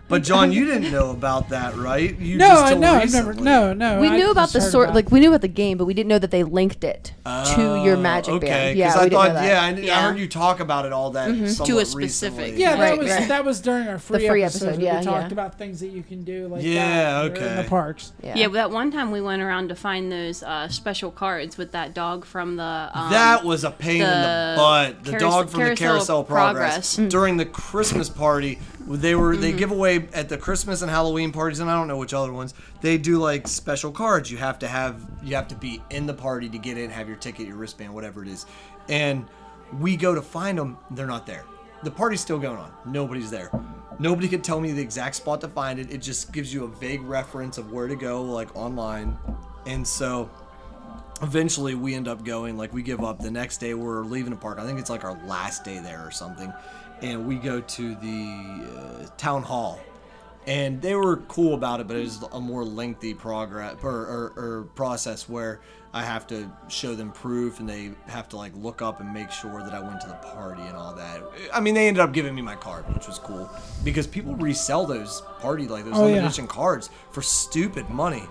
S9: but John, you didn't know about that, right? You
S6: No,
S9: just
S6: I
S9: till
S6: no, I've never.
S9: recently.
S6: No, no.
S7: we
S6: I
S7: knew about
S6: just
S7: the
S6: heard
S7: sort,
S6: about
S7: like we knew about the game, but we didn't know that they linked it to your magic
S9: Ah, okay,
S7: band.
S9: 'cause
S7: Yeah,
S9: I
S7: we didn't
S9: thought,
S7: know that. Mm-hmm.
S9: yeah, I, kn- I
S8: Yeah.
S9: heard you talk about it all that somewhat
S8: To a specific-
S9: recently.
S6: Yeah, that
S7: Right,
S6: was
S7: right.
S6: that was during our free,
S7: free
S6: episode.
S7: episode,
S6: we
S7: yeah,
S6: talked
S7: yeah.
S6: about things that you can do like
S9: Yeah,
S6: that in the
S9: okay.
S6: parks.
S7: yeah.
S8: Yeah, but that one time we went around to find those uh, special cards with that dog from the. Um,
S9: That was a pain in the
S8: the
S9: butt. The
S8: carous-
S9: dog from the
S8: carousel
S9: Carousel
S8: of
S9: Progress,
S8: Progress. Mm-hmm.
S9: during the Christmas party, they were they give away at the Christmas and Halloween parties, and I don't know which other ones. They do like special cards. You have to have you have to be in the party to get in, have your ticket, your wristband, whatever it is. And we go to find them. They're not there. The party's still going on. Nobody's there. Nobody could tell me the exact spot to find it. It just gives you a vague reference of where to go, like online And so eventually we end up going like we give up the next day we're leaving the park i think it's like our last day there or something and we go to the uh, town hall and they were cool about it but it was a more lengthy progress or, or, or process where i have to show them proof and they have to like look up and make sure that i went to the party and all that i mean they ended up giving me my card which was cool because people resell those party like those
S6: Oh,
S9: limited
S6: yeah.
S9: edition cards for stupid money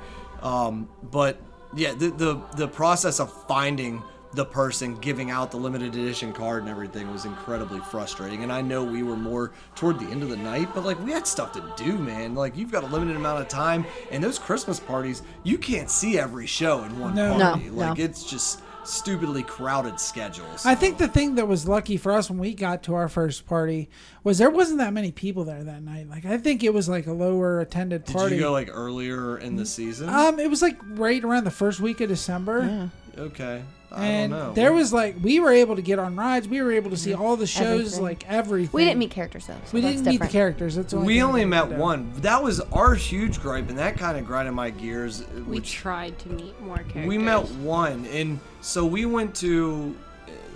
S9: um, but yeah, the, the the process of finding the person giving out the limited edition card and everything was incredibly frustrating. And I know we were more toward the end of the night, but like we had stuff to do, man. Like you've got a limited amount of time, and those Christmas parties, you can't see every show in one
S6: No.
S7: No,
S9: party. like
S7: no.
S9: it's just stupidly crowded schedules.
S6: I think the thing that was lucky for us when we got to our first party was there wasn't that many people there that night. Like I think it was like a lower attended
S9: Did
S6: party.
S9: you go like earlier in the season?
S6: um, it was like right around the first week of December,
S9: okay, I
S6: and
S9: don't know.
S6: there was like we were able to get on rides. We were able to see all the shows,
S7: Mm-hmm. Everything.
S6: like everything.
S7: We didn't meet characters though. So
S6: We
S7: that's
S6: didn't meet
S7: different.
S6: the characters. That's the
S9: we
S6: thing I
S9: only
S6: didn't
S9: met
S6: do.
S9: one. That was our huge gripe, and that kind of grinded my gears.
S8: We
S9: Which
S8: tried to meet more characters.
S9: we met one, and so we went to.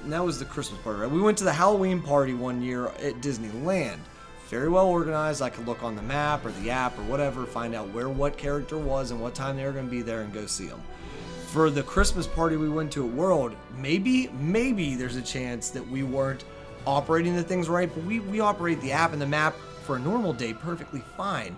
S9: And that was the Christmas party, right? We went to the Halloween party one year at Disneyland. Very well organized. I could look on the map or the app or whatever, find out where what character was and what time they were going to be there, and go see them. For the Christmas party we went to at World, maybe, maybe there's a chance that we weren't operating the things right, but we, we operate the app and the map for a normal day perfectly fine.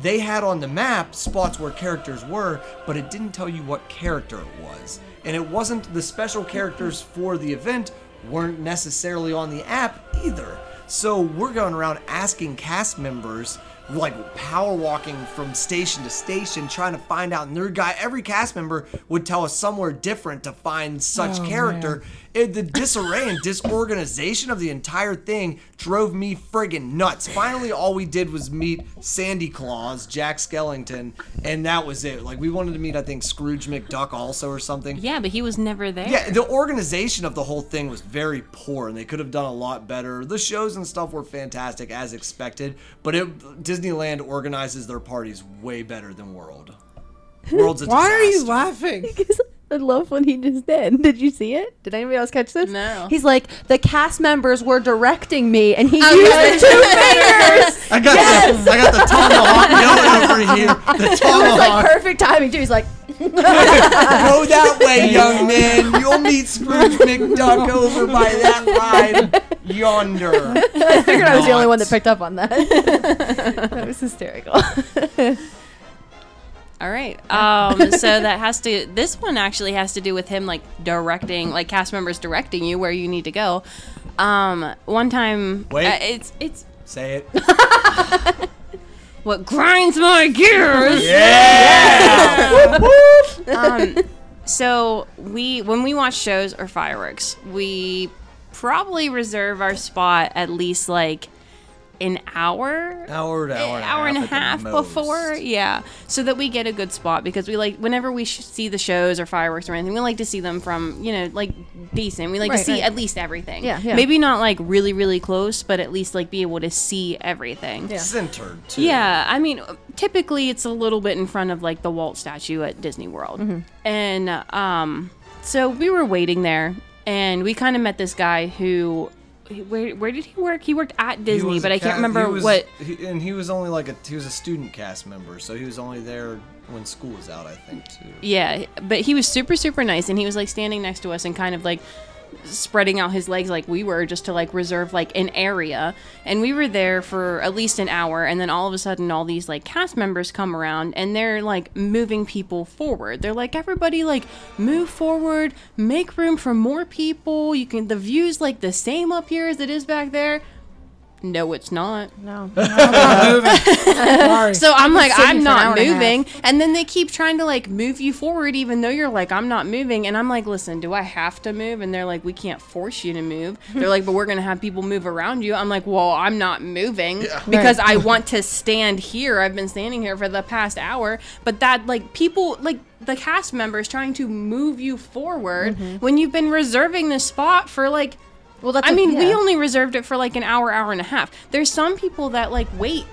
S9: They had on the map spots where characters were, but it didn't tell you what character it was. And it wasn't the special characters for the event weren't necessarily on the app either. So we're going around asking cast members, like power walking from station to station, trying to find out. And their guy, every cast member would tell us somewhere different to find such
S6: Oh,
S9: character.
S6: man.
S9: It, the disarray and disorganization of the entire thing drove me friggin' nuts. Finally, all we did was meet Sandy Claus, Jack Skellington, and that was it. Like we wanted to meet, I think Scrooge McDuck also or something.
S8: Yeah, but he was never there.
S9: Yeah, the organization of the whole thing was very poor, and they could have done a lot better. The shows and stuff were fantastic as expected, but it, Disneyland organizes their parties way better than World. World's a
S6: Why are you
S9: disaster.
S6: laughing?
S7: I love what he just did. Did you see it? Did anybody else catch this?
S8: No.
S7: He's like, the cast members were directing me, and he
S8: Oh,
S7: used
S8: yeah.
S7: the two fingers.
S9: I got the I got the tomahawk yelling over here. The
S7: It was
S9: tomahawk.
S7: like perfect timing too. He's like,
S9: Go that way, young man. You'll meet Scrooge McDuck over by that line yonder.
S7: I figured I was the only one
S9: Not.
S7: that picked up on that. that was hysterical.
S8: All right. Um, so that has to. This one actually has to do with him like directing, like cast members directing you where you need to go. Um, one time,
S9: Wait.
S8: uh, it's it's
S9: Say it.
S8: what grinds my gears. um, so we when we watch shows or fireworks, we probably reserve our spot at least like an hour
S9: Hour to hour and a half.
S8: hour and a
S9: at the
S8: half
S9: most.
S8: before yeah so that we get a good spot because we like whenever we sh- see the shows or fireworks or anything we like to see them from you know like decent we like to
S7: Right,
S8: see
S7: right.
S8: at least everything
S7: Yeah, yeah.
S8: maybe not like really really close but at least like be able to see everything
S7: Yeah.
S9: Centered too.
S8: yeah, I mean, typically it's a little bit in front of like the Walt statue at Disney World.
S7: Mm-hmm.
S8: And um, so we were waiting there and we kind of met this guy who, where, where did he work? He worked at
S9: He
S8: Disney,
S9: was
S8: but
S9: a
S8: I can't
S9: ca-
S8: remember
S9: he was-
S8: what.
S9: he- and he was only like a he was a student cast member, so he was only there when school was out, I think, too.
S8: Yeah, but he was super, super nice and he was like standing next to us and kind of like spreading out his legs like we were just to like reserve like an area and we were there for at least an hour and then all of a sudden all these like cast members come around and they're like moving people forward they're like everybody like move forward make room for more people you can the views like the same up here as it is back there no it's not
S7: no.
S6: Sorry.
S8: so I'm like,
S7: sitting for
S8: I'm
S7: an
S8: not
S7: hour and a half.
S8: moving. And then they keep trying to like move you forward, even though you're like, I'm not moving. And I'm like, listen, do I have to move? And they're like, we can't force you to move. They're like, but we're going to have people move around you. I'm like, well, I'm not moving because I want to stand here. I've been standing here for the past hour. But that, like, people, like, the cast members trying to move you forward
S7: Mm-hmm.
S8: when you've been reserving this spot for like
S7: Well, that's.
S8: I
S7: a-
S8: mean, we
S7: yeah.
S8: only reserved it for like an hour, hour and a half. There's some people that like wait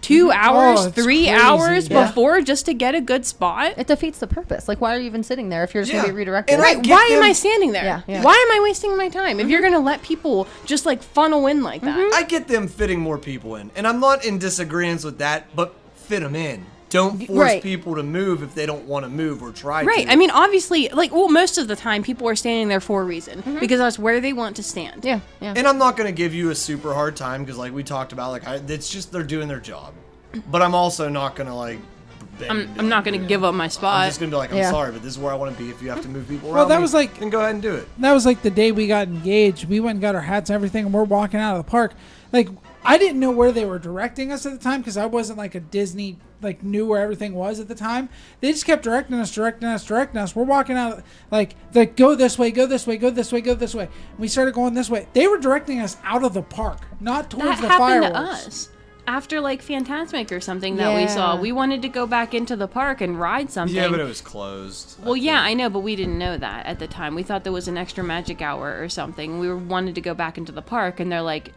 S8: two hours,
S6: it's
S8: three
S6: crazy.
S8: hours
S6: Yeah.
S8: before just to get a good spot.
S7: It defeats the purpose. Like, why are you even sitting there if you're just
S9: Yeah.
S7: gonna be redirected?
S9: And I-
S8: Right,
S9: get
S8: why am
S9: them-
S8: I standing there?
S7: Yeah, yeah.
S8: Why am I wasting my time? If you're gonna let people just like funnel in like that,
S9: I get them fitting more people in, and I'm not in disagreement with that, but fit them in. Don't force
S7: right.
S9: people to move if they don't want to move or try to.
S8: Right. I mean, obviously, like, well, most of the time people are standing there for a reason because that's where they want to stand.
S7: yeah, yeah.
S9: and I'm not going to give you a super hard time because, like we talked about, like I, it's just they're doing their job. But I'm also not going to like. bend
S8: I'm,
S9: and
S8: I'm not going
S9: do
S8: to
S9: it.
S8: give up my
S9: I'm
S8: spot.
S9: just going to be like, I'm
S7: Yeah.
S9: sorry, but this is where I want to be. If you have to move people around,
S6: Well, that
S9: me,
S6: was like-
S9: then go ahead and do it.
S6: that was like the day we got engaged. We went and got our hats and everything, and we're walking out of the park. Like I didn't know where they were directing us at the time because I wasn't like a Disney like knew where everything was at the time. They just kept directing us, directing us, directing us. We're walking out like like go this way, go this way, go this way, go this way. we started going this way. They were directing us out of the park, not
S8: that
S6: towards the
S8: happened
S6: fireworks.
S8: to us after like Fantasmic or something that we saw.
S7: Yeah.
S8: We wanted to go back into the park and ride something.
S9: Yeah, but it was closed.
S8: well, yeah, I know, but we didn't know that at the time. We thought there was an extra magic hour or something. We were, wanted to go back into the park, and they're like,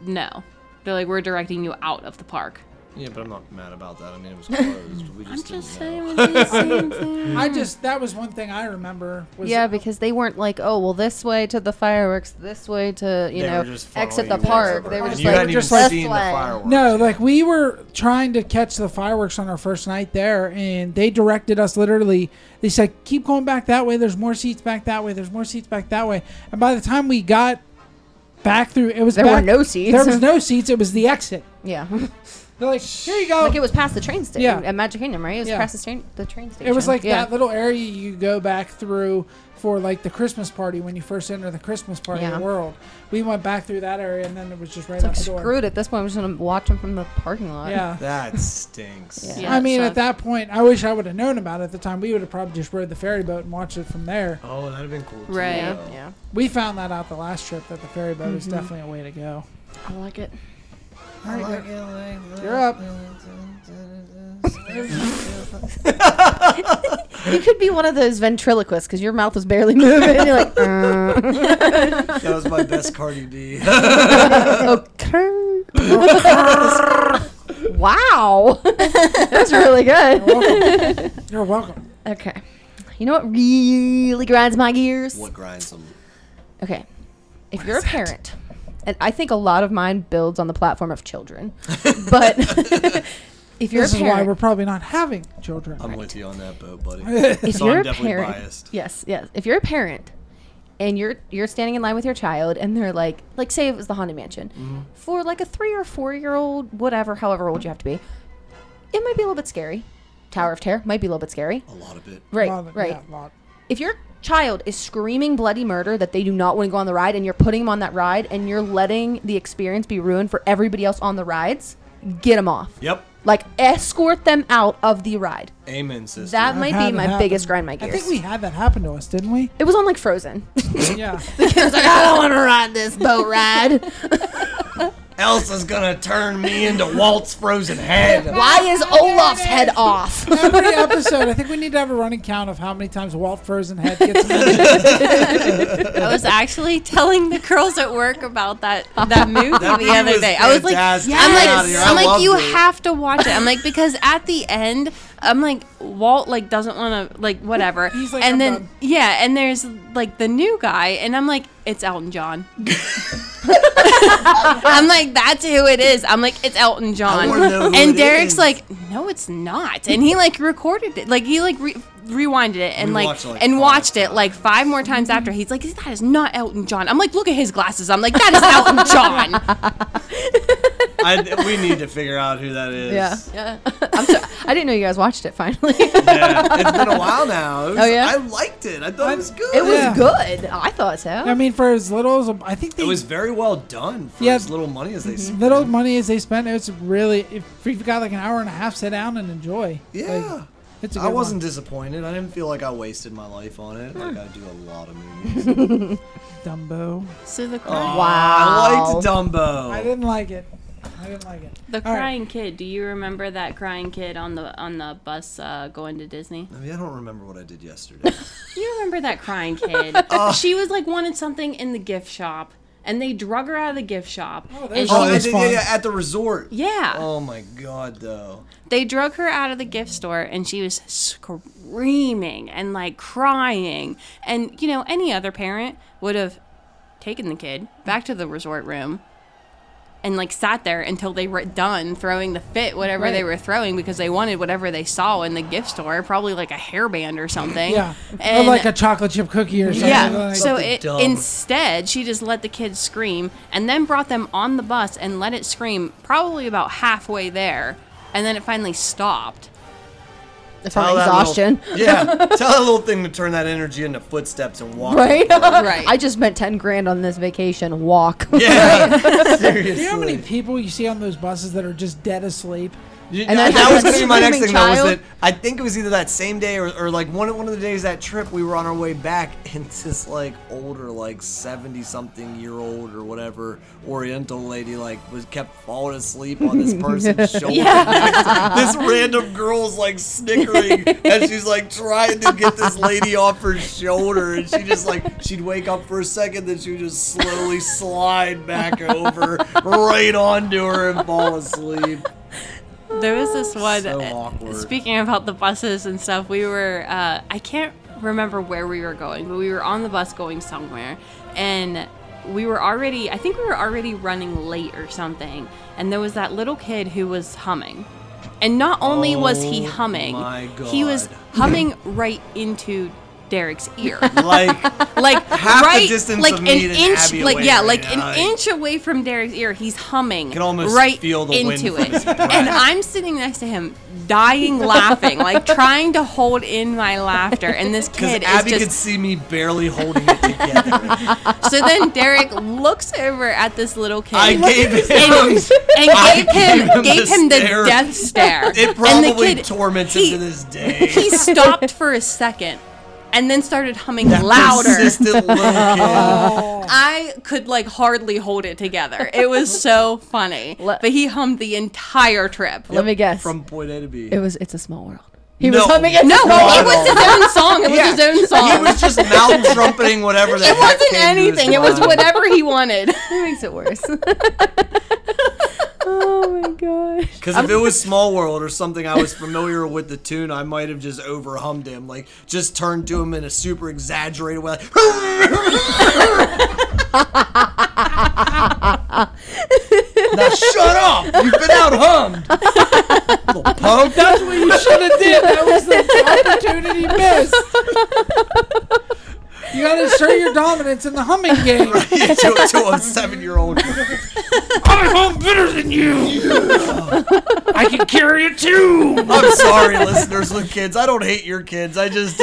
S8: no. They're like, we're directing you out of the park.
S9: Yeah, but I'm not mad about that. I mean, it was closed. We just
S8: I'm
S9: didn't
S8: just
S9: know.
S8: saying, we did the same thing.
S7: Mm-hmm.
S6: I just that was one thing I remember. Was
S7: yeah, because they weren't like, oh, well, this way to the fireworks, this way to you
S9: They
S7: know
S9: were just
S7: exit the
S9: following you
S7: park.
S9: wherever.
S7: They were
S9: And
S7: just
S9: you
S7: like,
S9: hadn't even
S7: this
S9: seen the
S7: way.
S9: fireworks.
S6: No, like we were trying to catch the fireworks on our first night there, and they directed us literally. They said, "Keep going back that way. There's more seats back that way. There's more seats back that way." And by the time we got back through, it was
S7: There were
S6: back-
S7: no seats.
S6: There was no seats. It was the exit.
S7: Yeah,
S6: They're like, "Here you go."
S7: like it was past the train station
S6: Yeah.
S7: at Magic Kingdom, right? It was
S6: Yeah.
S7: past the train, the train station.
S6: It was like
S7: yeah.
S6: that little area you go back through for like the Christmas party when you first enter the Christmas party
S7: Yeah.
S6: world. We went back through that area, and then it was just right
S7: It's
S6: out
S7: like
S6: the door.
S7: screwed at this point. I'm just gonna watch them from the parking lot.
S6: Yeah.
S9: That stinks.
S7: Yeah.
S8: Yeah,
S6: I
S8: it
S6: mean,
S8: sucked.
S6: at that point, I wish I would have known about it at the time. We would have probably just rode the ferry boat and watched it from there.
S9: Oh, that'd have been cool. Too,
S8: Right.
S9: though.
S7: yeah.
S6: We found that out the last trip that the ferry boat
S7: Mm-hmm.
S6: is definitely a way to go.
S7: I like it.
S6: You're up.
S7: You could be one of those ventriloquists because your mouth was barely moving. You're like, "Uh,
S9: That was my best Cardi B.
S7: okay. wow, that's really good.
S6: You're welcome.
S7: Okay. You know what really grinds my gears?
S9: what grinds them?
S7: Okay. If you're a parent, and I think a lot of mine builds on the platform of children, but if you're
S6: This
S7: a
S6: is why we're
S7: parent,
S6: probably not having children.
S9: I'm with you on that boat, buddy. if
S7: if you're
S9: I'm
S7: a
S9: definitely
S7: parent,
S9: biased.
S7: yes, yes. If you're a parent and you're you're standing in line with your child, and they're like, like say it was the haunted mansion,
S6: Mm-hmm.
S7: for like a three or four year old, whatever, however old you have to be, it might be a little bit scary. Tower of Terror might be a little bit scary.
S9: A lot of it.
S7: Right,
S6: Lot of-
S7: right.
S6: yeah, lot.
S7: if your child is screaming bloody murder that they do not want to go on the ride and you're putting them on that ride and you're letting the experience be ruined for everybody else on the rides, get them off.
S9: Yep.
S7: Like escort them out of the ride.
S9: Amen, sister.
S7: That
S6: I've
S7: might
S6: had
S7: be
S6: it
S7: my
S6: happen.
S7: biggest grind my
S6: I
S7: gears.
S6: think we had that happen to us, didn't we?
S7: it was on like Frozen.
S6: Yeah.
S7: It's like I don't want to ride this boat ride.
S9: Elsa's gonna turn me into Walt's frozen head.
S7: Why is Olaf's head off?
S6: Every episode, I think we need to have a running count of how many times Walt Frozen head gets mentioned.
S8: I was actually telling the girls at work about that that movie the other day. I was like,
S9: fantastic.
S8: I'm
S9: Get out of
S8: like,
S9: here. I
S8: I'm like,
S9: loved
S8: you
S9: it.
S8: have to watch it. I'm like, because at the end, I'm like, Walt like doesn't want to like whatever.
S6: He's like,
S8: and
S6: "I'm
S8: then
S6: done."
S8: yeah, and there's like the new guy, and I'm like, it's Elton John. I'm like, that's who it is. I'm like, it's Elton John.
S9: wanna know who it
S8: And Derek's
S9: is.
S8: like, no, it's not. And he like recorded it, like he like. Re- rewinded it and
S9: We
S8: like,
S9: watched it, like,
S8: and
S9: five
S8: watched it like five more times after he's like that is not elton john i'm like look at his glasses i'm like that is elton john
S9: I, we need to figure out who that is.
S7: Yeah. I'm so, I didn't know you guys watched it finally.
S9: Yeah. It's been a while now. It was-
S7: Oh, yeah?
S9: I liked it. I thought it was good.
S7: It was
S6: Yeah.
S7: good. I thought so.
S6: I mean, for as little as I think they
S9: It was very well done for
S6: Yeah. Mm-hmm.
S9: as little money as they spent.
S6: little money as they spent, it's really if you've got like an hour and a half, sit down and enjoy.
S9: Yeah.
S6: Like, it's a
S9: I
S6: good
S9: wasn't
S6: one.
S9: disappointed. I didn't feel like I wasted my life on it.
S6: Hmm.
S9: Like I do a lot of movies.
S6: Dumbo.
S8: So the
S9: I
S7: wow.
S9: liked Dumbo.
S6: I didn't like it. I didn't like it.
S8: the
S6: All right.
S8: crying kid. Do you remember that crying kid on the on the bus uh, going to Disney?
S9: I mean, I don't remember what I did yesterday.
S8: You remember that crying kid? she was like wanted something in the gift shop. and they drug her out of the gift shop. Oh,
S6: there's
S9: Oh,
S6: That
S9: and
S6: was
S9: then- yeah,
S6: fun.
S9: yeah, at the resort.
S8: Yeah.
S9: Oh my god, though.
S8: They drug her out of the gift store and she was screaming and like crying. And, you know, any other parent would have taken the kid back to the resort room and like sat there until they were done throwing the fit, whatever they
S7: Right.
S8: were throwing, because they wanted whatever they saw in the gift store, probably like a hairband or something.
S6: Yeah.
S8: And-
S6: or like a chocolate chip cookie or something.
S8: yeah.
S6: Like,
S8: So
S9: Something
S8: it,
S9: dumb.
S8: instead, she just let the kids scream and then brought them on the bus and let it scream probably about halfway there. And then it finally stopped.
S7: It's
S9: that
S7: from
S9: little-
S7: exhaustion.
S9: yeah. Tell that little thing to turn that energy into footsteps and walk.
S7: Right?
S8: Right.
S7: I just spent 10 grand on this vacation. Walk.
S9: Yeah. Seriously.
S6: do you know how many people you see on those buses that are just dead asleep?
S9: You-
S7: And
S9: that,
S7: then
S9: that was
S7: the
S9: gonna be my next thing
S7: screaming
S9: though. Was
S7: child.
S9: that I think it was either that same day or, or like one of- one of the days that trip we were on our way back, and this like older like seventy something year old or whatever Oriental lady like was kept falling asleep on this person's shoulder. This, this random girl's like snickering as she's like trying to get this lady off her shoulder, and she just like she'd wake up for a second, then she would just slowly slide back over right onto her and fall asleep.
S8: There was this one. uh,
S9: So awkward.
S8: Speaking about the buses and stuff, we were, uh, I can't remember where we were going, but we were on the bus going somewhere. And we were already, I think we were already running late or something. And there was that little kid who was humming. And not only was he
S9: Oh
S8: humming,
S9: my
S8: he was
S9: God.
S8: humming right into Derek's ear.
S9: Like
S8: like
S9: Half the
S8: right,
S9: distance
S8: like
S9: of me
S8: an
S9: to
S8: inch,
S9: Abby
S8: like
S9: away
S8: yeah,
S9: right
S8: like
S9: now.
S8: an inch away from Derek's ear. He's humming,
S9: Can almost
S8: right
S9: feel the wind
S8: into
S9: from
S8: it,
S9: his breath.
S8: and I'm sitting next to him, dying laughing, like trying to hold in my laughter, and this
S9: Because
S8: kid is
S9: Abby
S8: just
S9: could see me barely holding it together.
S8: so. Then Derek looks over at this little kid.
S9: I gave
S8: and,
S9: it. I
S8: and gave him
S9: gave him
S8: gave
S9: the
S8: him the
S9: stare.
S8: death stare.
S9: It
S8: And the
S9: probably
S8: kid-
S9: torments
S8: he-
S9: him to this day.
S8: He stopped for a second and then started humming
S9: That
S8: louder.
S9: persistent little kid.
S8: I could like hardly hold it together. It was so funny.
S7: Le-
S8: but he hummed the entire trip.
S7: Let me guess.
S9: From point A to B.
S7: it was It's a Small World. He
S9: No.
S7: was humming it.
S8: no,
S9: Wow.
S8: it was his own song. It was his own
S9: He
S8: song.
S9: was just mouth trumpeting whatever the
S8: it
S9: heck
S8: wasn't
S9: came to his
S8: anything. It was
S9: mind.
S8: whatever he wanted.
S7: It makes it worse. oh my gosh.
S9: Because if it was Small World or something I was familiar with the tune, I might have just over hummed him. Like, just turned to him in a super exaggerated way. now shut up! You've been out hummed! Little punk.
S6: That's what you should have did. That was the opportunity missed. You gotta assert your dominance in the humming game.
S9: to, to a seven year old.
S5: I home better than you. I can carry it too.
S9: I'm sorry, listeners with kids. I don't hate your kids. I just.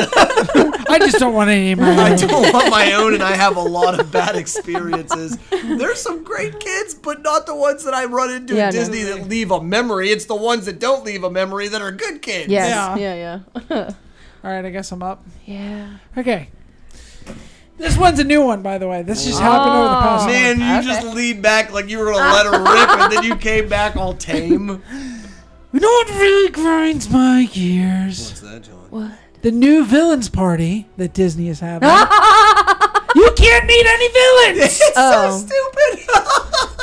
S6: I just don't want any of my
S9: I
S6: own.
S9: don't want my own, and I have a lot of bad experiences. There's some great kids, but not the ones that I run into
S7: Yeah,
S9: at
S7: no.
S9: Disney that leave a memory. It's the ones that don't leave a memory that are good kids.
S7: Yes.
S6: Yeah.
S7: Yeah, yeah.
S6: All right, I guess I'm up.
S7: yeah.
S6: Okay. This one's a new one, by the way. This just happened over the
S5: Oh,
S6: past month.
S9: Man, you just lead back like you were gonna let her rip, and then you came back all tame.
S6: You know what really grinds my gears?
S9: What's that, John?
S6: The new villains party that Disney is having. you can't meet any villains.
S9: It's so
S7: Oh.
S9: stupid.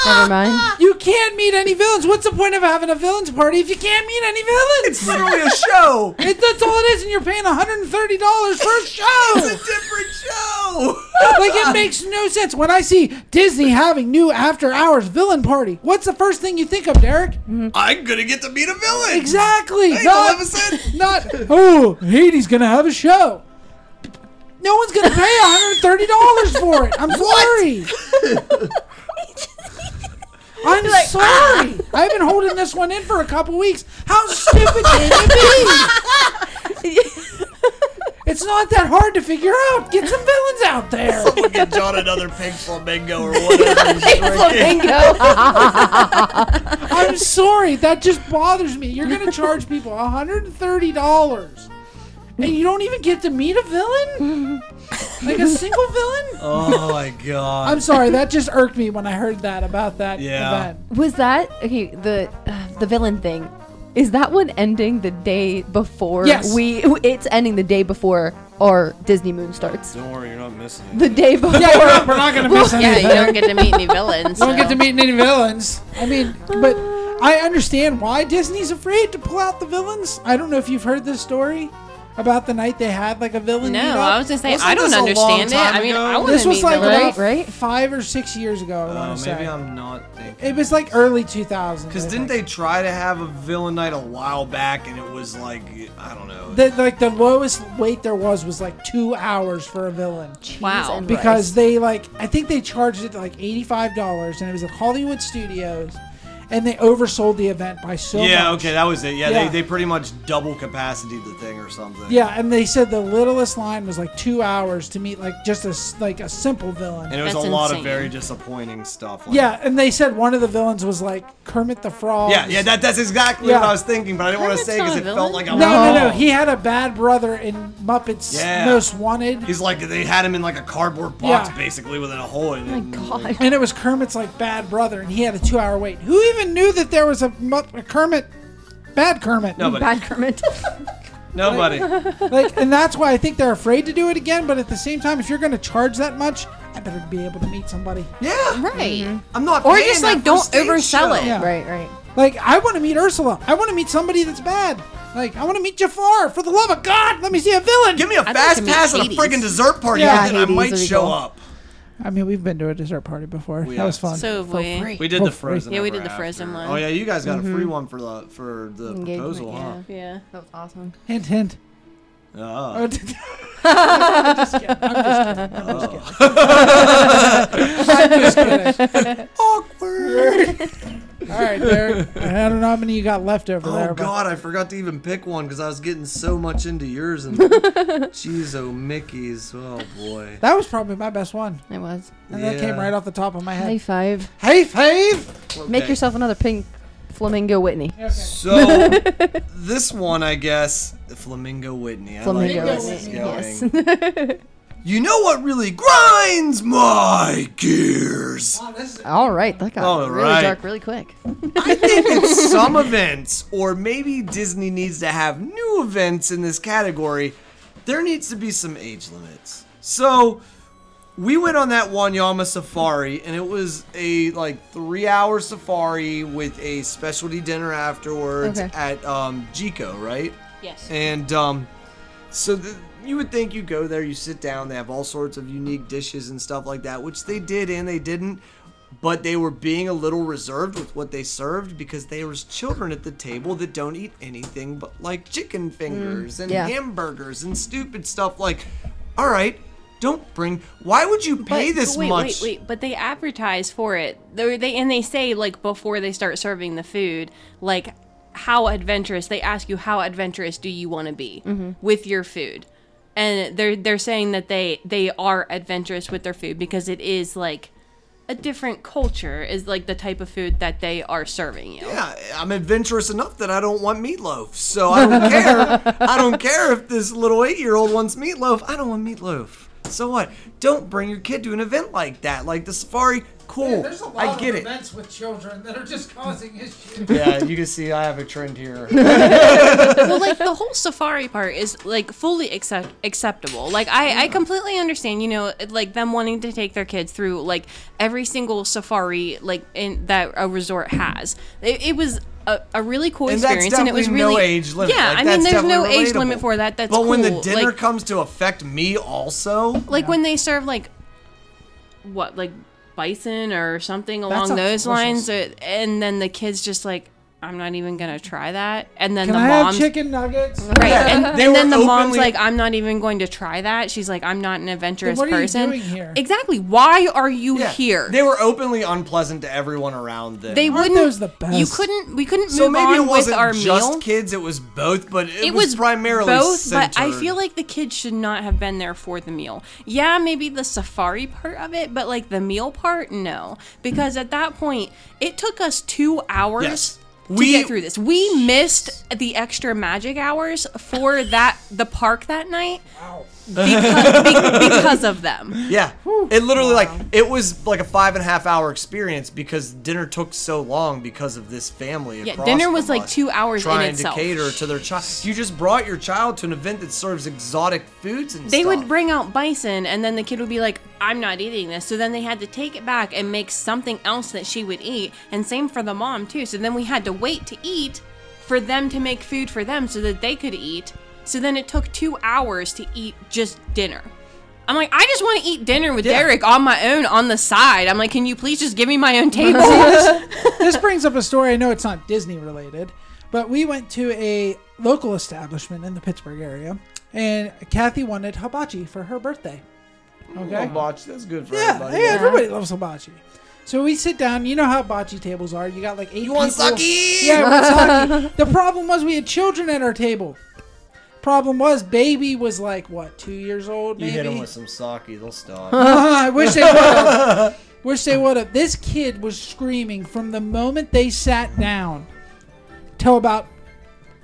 S7: Never mind.
S6: You can't meet any villains. What's the point of having a villains party if you can't meet any villains?
S9: it's literally a show.
S6: It, that's all it is, and you're paying $130 for a
S9: It's
S6: show.
S9: a different show.
S6: like it makes no sense. When I see Disney having new after hours villain party, what's the first thing you think of, Derek?
S9: I'm gonna get to meet a villain.
S6: Exactly.
S9: Mm. Hey,
S6: not,
S9: Maleficent.
S6: not oh, Hades gonna have a show. No one's gonna pay $130 for it. I'm sorry. I'm sorry. I've been holding this one in for a couple weeks. How stupid can it be? it's not that hard to figure out. Get some villains out there.
S9: We'll get John another pink flamingo or whatever. he's drinking.
S6: I'm sorry, that just bothers me. You're gonna charge people $130 and you don't even get to meet a villain? Like a single villain?
S9: Oh my god.
S6: I'm sorry, that just irked me when I heard that about that
S9: Yeah.
S6: event.
S7: Was that okay? The uh, the villain thing. Is that one ending the day before
S6: Yes.
S7: we? It's ending the day before our Disney Moon starts.
S9: Don't worry, you're not missing it.
S7: The day before.
S6: Yeah, we're not, we're not gonna miss
S10: Yeah, you
S6: anything.
S10: don't get to meet any villains.
S6: We don't get to meet any villains. I mean, but I understand why Disney's afraid to pull out the villains. I don't know if you've heard this story about the night they had like a villain.
S10: No,
S6: meet-up.
S10: I was gonna say
S9: Wasn't
S10: I don't
S9: this a long
S10: understand it.
S9: time
S10: I mean,
S9: ago?
S10: I wouldn't
S6: This was
S10: meet
S6: like
S10: them,
S6: about
S10: right?
S7: right?
S6: five or six years ago. I
S9: Oh,
S6: want to
S9: maybe
S6: say
S9: I'm not thinking.
S6: it was like early 2000s.
S9: Because
S6: I
S9: didn't
S6: think.
S9: they try to have a villain night a while back and it was like, I don't know.
S6: The, like the lowest wait there was was like two hours for a villain
S10: Wow.
S7: and
S6: because
S7: rice.
S6: they like I think they charged it to like eighty five dollars and it was at Hollywood Studios, and they oversold the event by so
S9: yeah,
S6: much.
S9: okay, that was it. Yeah,
S6: Yeah.
S9: They, they pretty much double capacity the thing or something.
S6: Yeah, and they said the littlest line was like two hours to meet like just a s- like a simple villain.
S9: And it was
S10: That's
S9: a lot
S10: insane.
S9: of very disappointing stuff. Like
S6: yeah, and they said one of the villains was like Kermit the Frog.
S9: Yeah, yeah, that, that's exactly
S6: Yeah.
S9: what I was thinking, but I didn't want to
S10: Kermit's
S9: say because
S10: not a
S9: it felt
S10: villain.
S9: like I
S6: no,
S9: was.
S6: no, no. He had a bad brother in Muppets
S9: Oh. Yeah.
S6: Most Wanted,
S9: He's like, they had him in like a cardboard box
S6: Yeah.
S9: basically with a hole in it. and,
S7: God.
S9: like,
S6: and it was Kermit's like bad brother, and he had a two-hour wait. Who even knew that there was a, Mupp- a Kermit, bad Kermit?
S9: nobody.
S7: Bad Kermit.
S9: Nobody.
S6: like, and that's why I think they're afraid to do it again. But at the same time, if you're going to charge that much, I better be able to meet somebody.
S9: yeah.
S10: Right.
S9: I'm not
S10: Or
S9: paying
S10: just
S9: that
S10: like
S9: for a
S10: don't
S9: stage
S10: oversell
S9: show.
S10: it.
S6: Yeah.
S7: Right, right.
S6: Like, I want to meet Ursula. I want to meet somebody that's bad. Like, I want to meet Jafar. For the love of God, let me see a villain.
S9: Give me a
S10: like
S9: fast
S10: to meet
S9: pass and a
S10: Hades.
S9: friggin' dessert party,
S6: Yeah,
S9: and then I
S7: Hades
S9: might
S7: would be
S9: show
S7: cool.
S9: up.
S6: I mean, we've been to a dessert party before.
S9: We
S6: that was
S9: have.
S6: fun.
S10: So
S7: For
S10: we.
S7: free.
S9: We did the
S6: Oh, free.
S9: frozen.
S8: Yeah, we did
S9: ever
S8: the frozen
S9: after.
S8: one.
S9: Oh yeah, you guys got a free one for the for the proposal, huh?
S8: Yeah.
S7: That was awesome.
S6: hint, hint.
S9: Oh.
S6: I'm just kidding. I'm just kidding. I'm just kidding. I'm just kidding. Awkward. All right, Derek. I don't know how many you got left over
S9: Oh
S6: there. but-
S9: God, I forgot to even pick one because I was getting so much into yours and jeez, oh Mickey's, oh boy.
S6: That was probably my best one.
S10: It was.
S6: And that came
S9: Yeah.
S6: right off the top of my
S7: High
S6: head.
S7: five.
S6: Hey, Fave!
S7: Make
S9: Okay.
S7: yourself another pink flamingo Whitney.
S9: So this one, I guess, Flamingo Whitney. I like
S7: Flamingo
S9: where this is
S7: Whitney.
S9: going.
S7: Yes.
S9: You know what really grinds my gears?
S7: All right, that got
S9: All
S7: really
S9: right.
S7: dark really quick.
S9: I think it's some events, or maybe Disney needs to have new events in this category. There needs to be some age limits. So we went on that Wanyama safari, and it was a like three-hour safari with a specialty dinner afterwards
S7: Okay.
S9: at um, Jico, right?
S8: Yes.
S9: And um, so the, you would think you go there, you sit down, they have all sorts of unique dishes and stuff like that, which they did and they didn't. But they were being a little reserved with what they served because there was children at the table that don't eat anything but like chicken
S8: Mm,
S9: fingers and
S7: yeah.
S9: hamburgers and stupid stuff. Like, all right, don't bring. Why would you pay this
S8: wait,
S9: much?
S8: Wait, wait, but they advertise for it. They they and they say like before they start serving the food, like how adventurous. They ask you how adventurous do you want to be
S9: Mm-hmm.
S8: with your food, and they're they're saying that they they are adventurous with their food because it is like a different culture is like the type of food that they are serving you.
S9: Yeah, I'm adventurous enough that I don't want meatloaf, so I don't care. I don't care if this little eight-year-old wants meatloaf. I don't want meatloaf. So what? Don't bring your kid to an event like that, like the safari. Cool, I get it.
S6: events with children that are just causing issues.
S9: Yeah, you can see I have a trend here.
S8: well, like the whole safari part is like fully accept- acceptable. Like I, I completely understand, you know, like them wanting to take their kids through like every single safari like in that a resort has. It, it was a, a really cool
S9: And that's
S8: experience, and it was
S9: definitely no
S8: really
S9: age limit.
S8: Yeah,
S9: Like,
S8: I mean,
S9: that's
S8: there's no
S9: definitely
S8: age limit
S9: relatable.
S8: for that. That's
S9: but when the
S8: cool.
S9: dinner
S8: like,
S9: comes to affect me, also,
S8: like when they serve like what like bison or something along
S6: sounds
S8: those
S6: delicious.
S8: lines, uh, and then the kids just like. I'm not even gonna try that, and then
S6: Can
S8: the
S6: I have
S8: moms
S6: chicken nuggets?
S8: Right. And,
S9: They
S8: and then
S9: were
S8: the mom's
S9: openly-
S8: like, I'm not even going to try that. She's like, I'm not an adventurous
S6: what are you
S8: person.
S6: doing here?
S8: Exactly. Why are you
S9: yeah,
S8: here?
S9: they were openly unpleasant to everyone around them.
S8: They
S6: Aren't
S8: wouldn't.
S6: those the best?
S8: You couldn't. We couldn't
S9: so
S8: move
S9: maybe
S8: on
S9: it wasn't
S8: with our
S9: just
S8: meal.
S9: kids; it was both, but it,
S8: it was,
S9: primarily
S8: both, but I
S9: centered-
S8: feel like the kids should not have been there for the meal. Yeah, maybe the safari part of it, but like the meal part, no, because at that point it took us two hours.
S9: Yes.
S8: to
S9: We-
S8: get through this, we missed the extra magic hours for that the park that night because, be- because of them.
S9: Yeah. It literally like it was like a five and a half hour experience because dinner took so long because of this family.
S8: Yeah,
S9: across
S8: dinner was
S9: from
S8: like
S9: us
S8: two hours in
S9: trying
S8: itself.
S9: to cater to their child. You just brought your child to an event that serves exotic foods and
S8: They
S9: stuff.
S8: would bring out bison, and then the kid would be like, I'm not eating this. So then they had to take it back and make something else that she would eat. And same for the mom, too. So then we had to wait to eat for them to make food for them so that they could eat. So then it took two hours to eat just dinner. I'm like, I just want to eat dinner with
S9: Yeah.
S8: Derek on my own on the side. I'm like, can you please just give me my own table?
S6: this brings up a story. I know it's not Disney related, but we went to a local establishment in the Pittsburgh area, and Kathy wanted hibachi for her birthday. Okay.
S9: Watch, that's good for
S6: Yeah,
S9: everybody.
S6: yeah, everybody loves hibachi. So we sit down. You know how hibachi tables are. You got like eight. You
S9: want sake?
S6: Yeah, I want sake. the problem was we had children at our table. Problem was, baby was like what, two years old?
S9: You
S6: Maybe.
S9: hit them with some sake, they'll stop.
S6: I wish they would have. wish they would have. This kid was screaming from the moment they sat down till about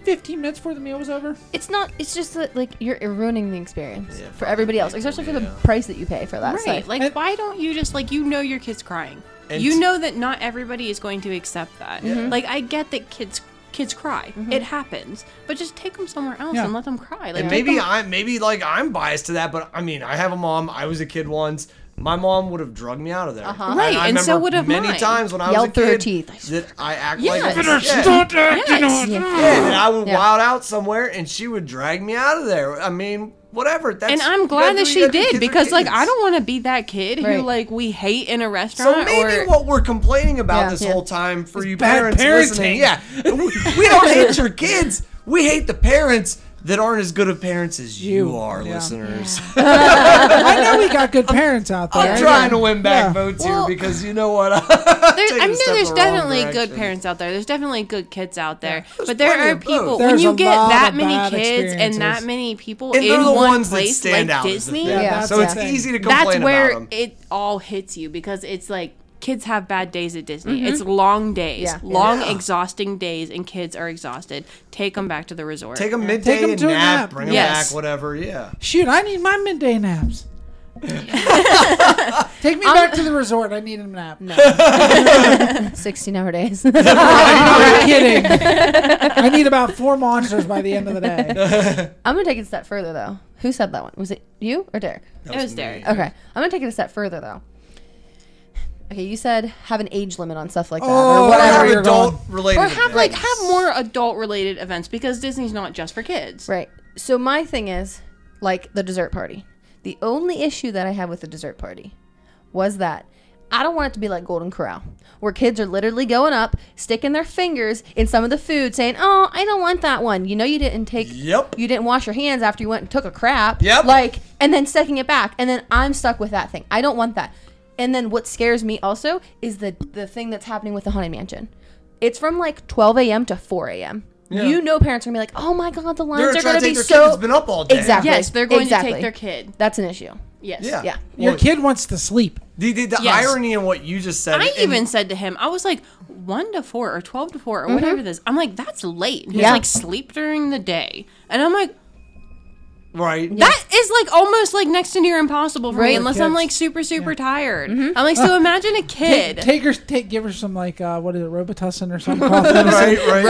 S6: 15 minutes before the meal was over.
S7: It's not. It's just that like you're ruining the experience for everybody else, especially for the price that you pay for that.
S8: Right.
S7: stuff.
S8: Like,
S6: And-
S8: why don't you just, like, you know your kid's crying.
S9: And
S8: you
S9: t-
S8: know that not everybody is going to accept that. Like, I get that kids kids cry. It happens. But just take them somewhere else
S6: Yeah.
S8: and let them cry. Like,
S9: Mm-hmm. And
S8: take
S9: maybe
S8: them-
S9: I maybe like I'm biased to that, but I mean I have a mom. I was a kid once. My mom would have drugged me out of there. And
S8: Uh-huh. Right,
S9: I
S8: and so
S9: remember
S8: would have
S9: many
S8: mine.
S9: times when I was
S7: Yelled
S9: a
S7: through her
S9: kid
S7: teeth.
S9: that I act
S8: Yes.
S9: like
S8: Better
S9: a- yeah.
S5: Stop acting
S8: Yes.
S5: on
S9: Yeah, and I would
S7: Yeah.
S9: wild out somewhere, and she would drag me out of there. I mean, whatever. That's,
S8: and I'm
S9: you
S8: glad
S9: gotta
S8: that
S9: do-
S8: she
S9: you gotta do
S8: did
S9: kids are
S8: because, like, I
S9: kids.
S8: don't want to be that kid who,
S7: Right.
S8: like, we hate in a restaurant.
S9: So maybe
S8: or,
S9: what we're complaining about
S7: Yeah.
S9: this
S7: Yeah.
S9: whole time for you
S6: bad
S9: parents
S6: parenting.
S9: listening, yeah, we, we don't hate your kids. We hate the parents that aren't as good of parents as you,
S6: You.
S9: are,
S6: Yeah.
S9: listeners.
S6: I know we got good parents out there.
S9: I'm trying to win back
S6: Yeah.
S9: votes
S8: Well-
S9: here because you know what?
S8: There's,
S9: Taking
S8: I
S9: a step in
S8: mean, there's
S9: the wrong
S8: definitely good
S9: direction.
S8: parents out there. There's definitely good kids out there. But
S9: plenty
S8: there are
S9: of both.
S8: people when
S6: There's a
S8: you get
S6: lot
S8: that
S6: of
S8: many
S6: bad
S8: kids and
S6: experiences.
S8: that many people
S9: and
S8: in
S9: they're the
S8: one
S9: ones that
S8: place
S9: stand
S8: like
S9: out. is the
S8: Disney.
S9: thing.
S6: Yeah,
S9: so
S6: that's
S9: it's
S6: it.
S9: easy to complain
S8: that's where
S9: about them.
S8: it all hits you because it's like kids have bad days at Disney. It's long days,
S7: Mm-hmm. Yeah.
S8: long exhausting days, and kids are exhausted. Take them back to the resort.
S9: Take a midday
S6: Take 'em
S9: and
S6: to a
S9: nap,
S6: nap.
S9: bring them
S8: Yes.
S9: back, whatever. Yeah.
S6: Shoot, I need my midday naps. Take me back to the resort. I need a nap. No,
S7: sixteen-hour days.
S6: I'm kidding. I need about four monsters by the end of the day.
S7: I'm gonna take it a step further though. Who said that one? Was it you or Derek?
S8: it was Derek.
S7: Okay, I'm gonna take it a step further though. Okay, you said have an age limit on stuff like that
S6: Oh,
S7: or whatever.
S6: whatever. you're
S9: adult related.
S8: Or have like
S9: events.
S8: have more adult related events because Disney's not just for kids.
S7: Right. So my thing is like the dessert party. The only issue that I had with the dessert party was that I don't want it to be like Golden Corral, where kids are literally going up, sticking their fingers in some of the food, saying, "Oh, I don't want that one." You know, you didn't take.
S9: Yep.
S7: You didn't wash your hands after you went and took a crap.
S9: Yep.
S7: Like, and then sticking it back, and then I'm stuck with that thing. I don't want that. And then what scares me also is the the thing that's happening with the haunted mansion. It's from like 12 a.m. to 4 a.m. You know, parents are gonna be like, "Oh my god, the lines
S9: They're
S7: are
S9: trying
S7: gonna
S9: to
S7: be
S9: take their kid
S7: so."
S9: that's been up all day.
S7: Exactly.
S8: Yes, they're going to
S7: Exactly.
S8: take their kid.
S7: That's an issue.
S8: Yes.
S9: Yeah.
S7: Yeah.
S6: Your kid wants to sleep.
S9: The, the, the
S8: Yes.
S9: irony in what you just said.
S8: I
S9: and-
S8: even said to him, I was like, one to four or 12 to four or whatever this. I'm like, that's late. And He's
S7: Mm-hmm. Yeah.
S8: like, sleep during the day. And I'm like,
S9: right.
S8: that is like almost like next to near impossible for me
S7: Right. Mm-hmm.
S8: unless I'm
S6: Kids.
S8: like super, super tired. I'm like,
S7: Uh,
S8: so imagine a
S6: Take,
S8: kid.
S6: take her, take, give her some like uh, what is it, Robitussin or something? cough
S9: Right. Right.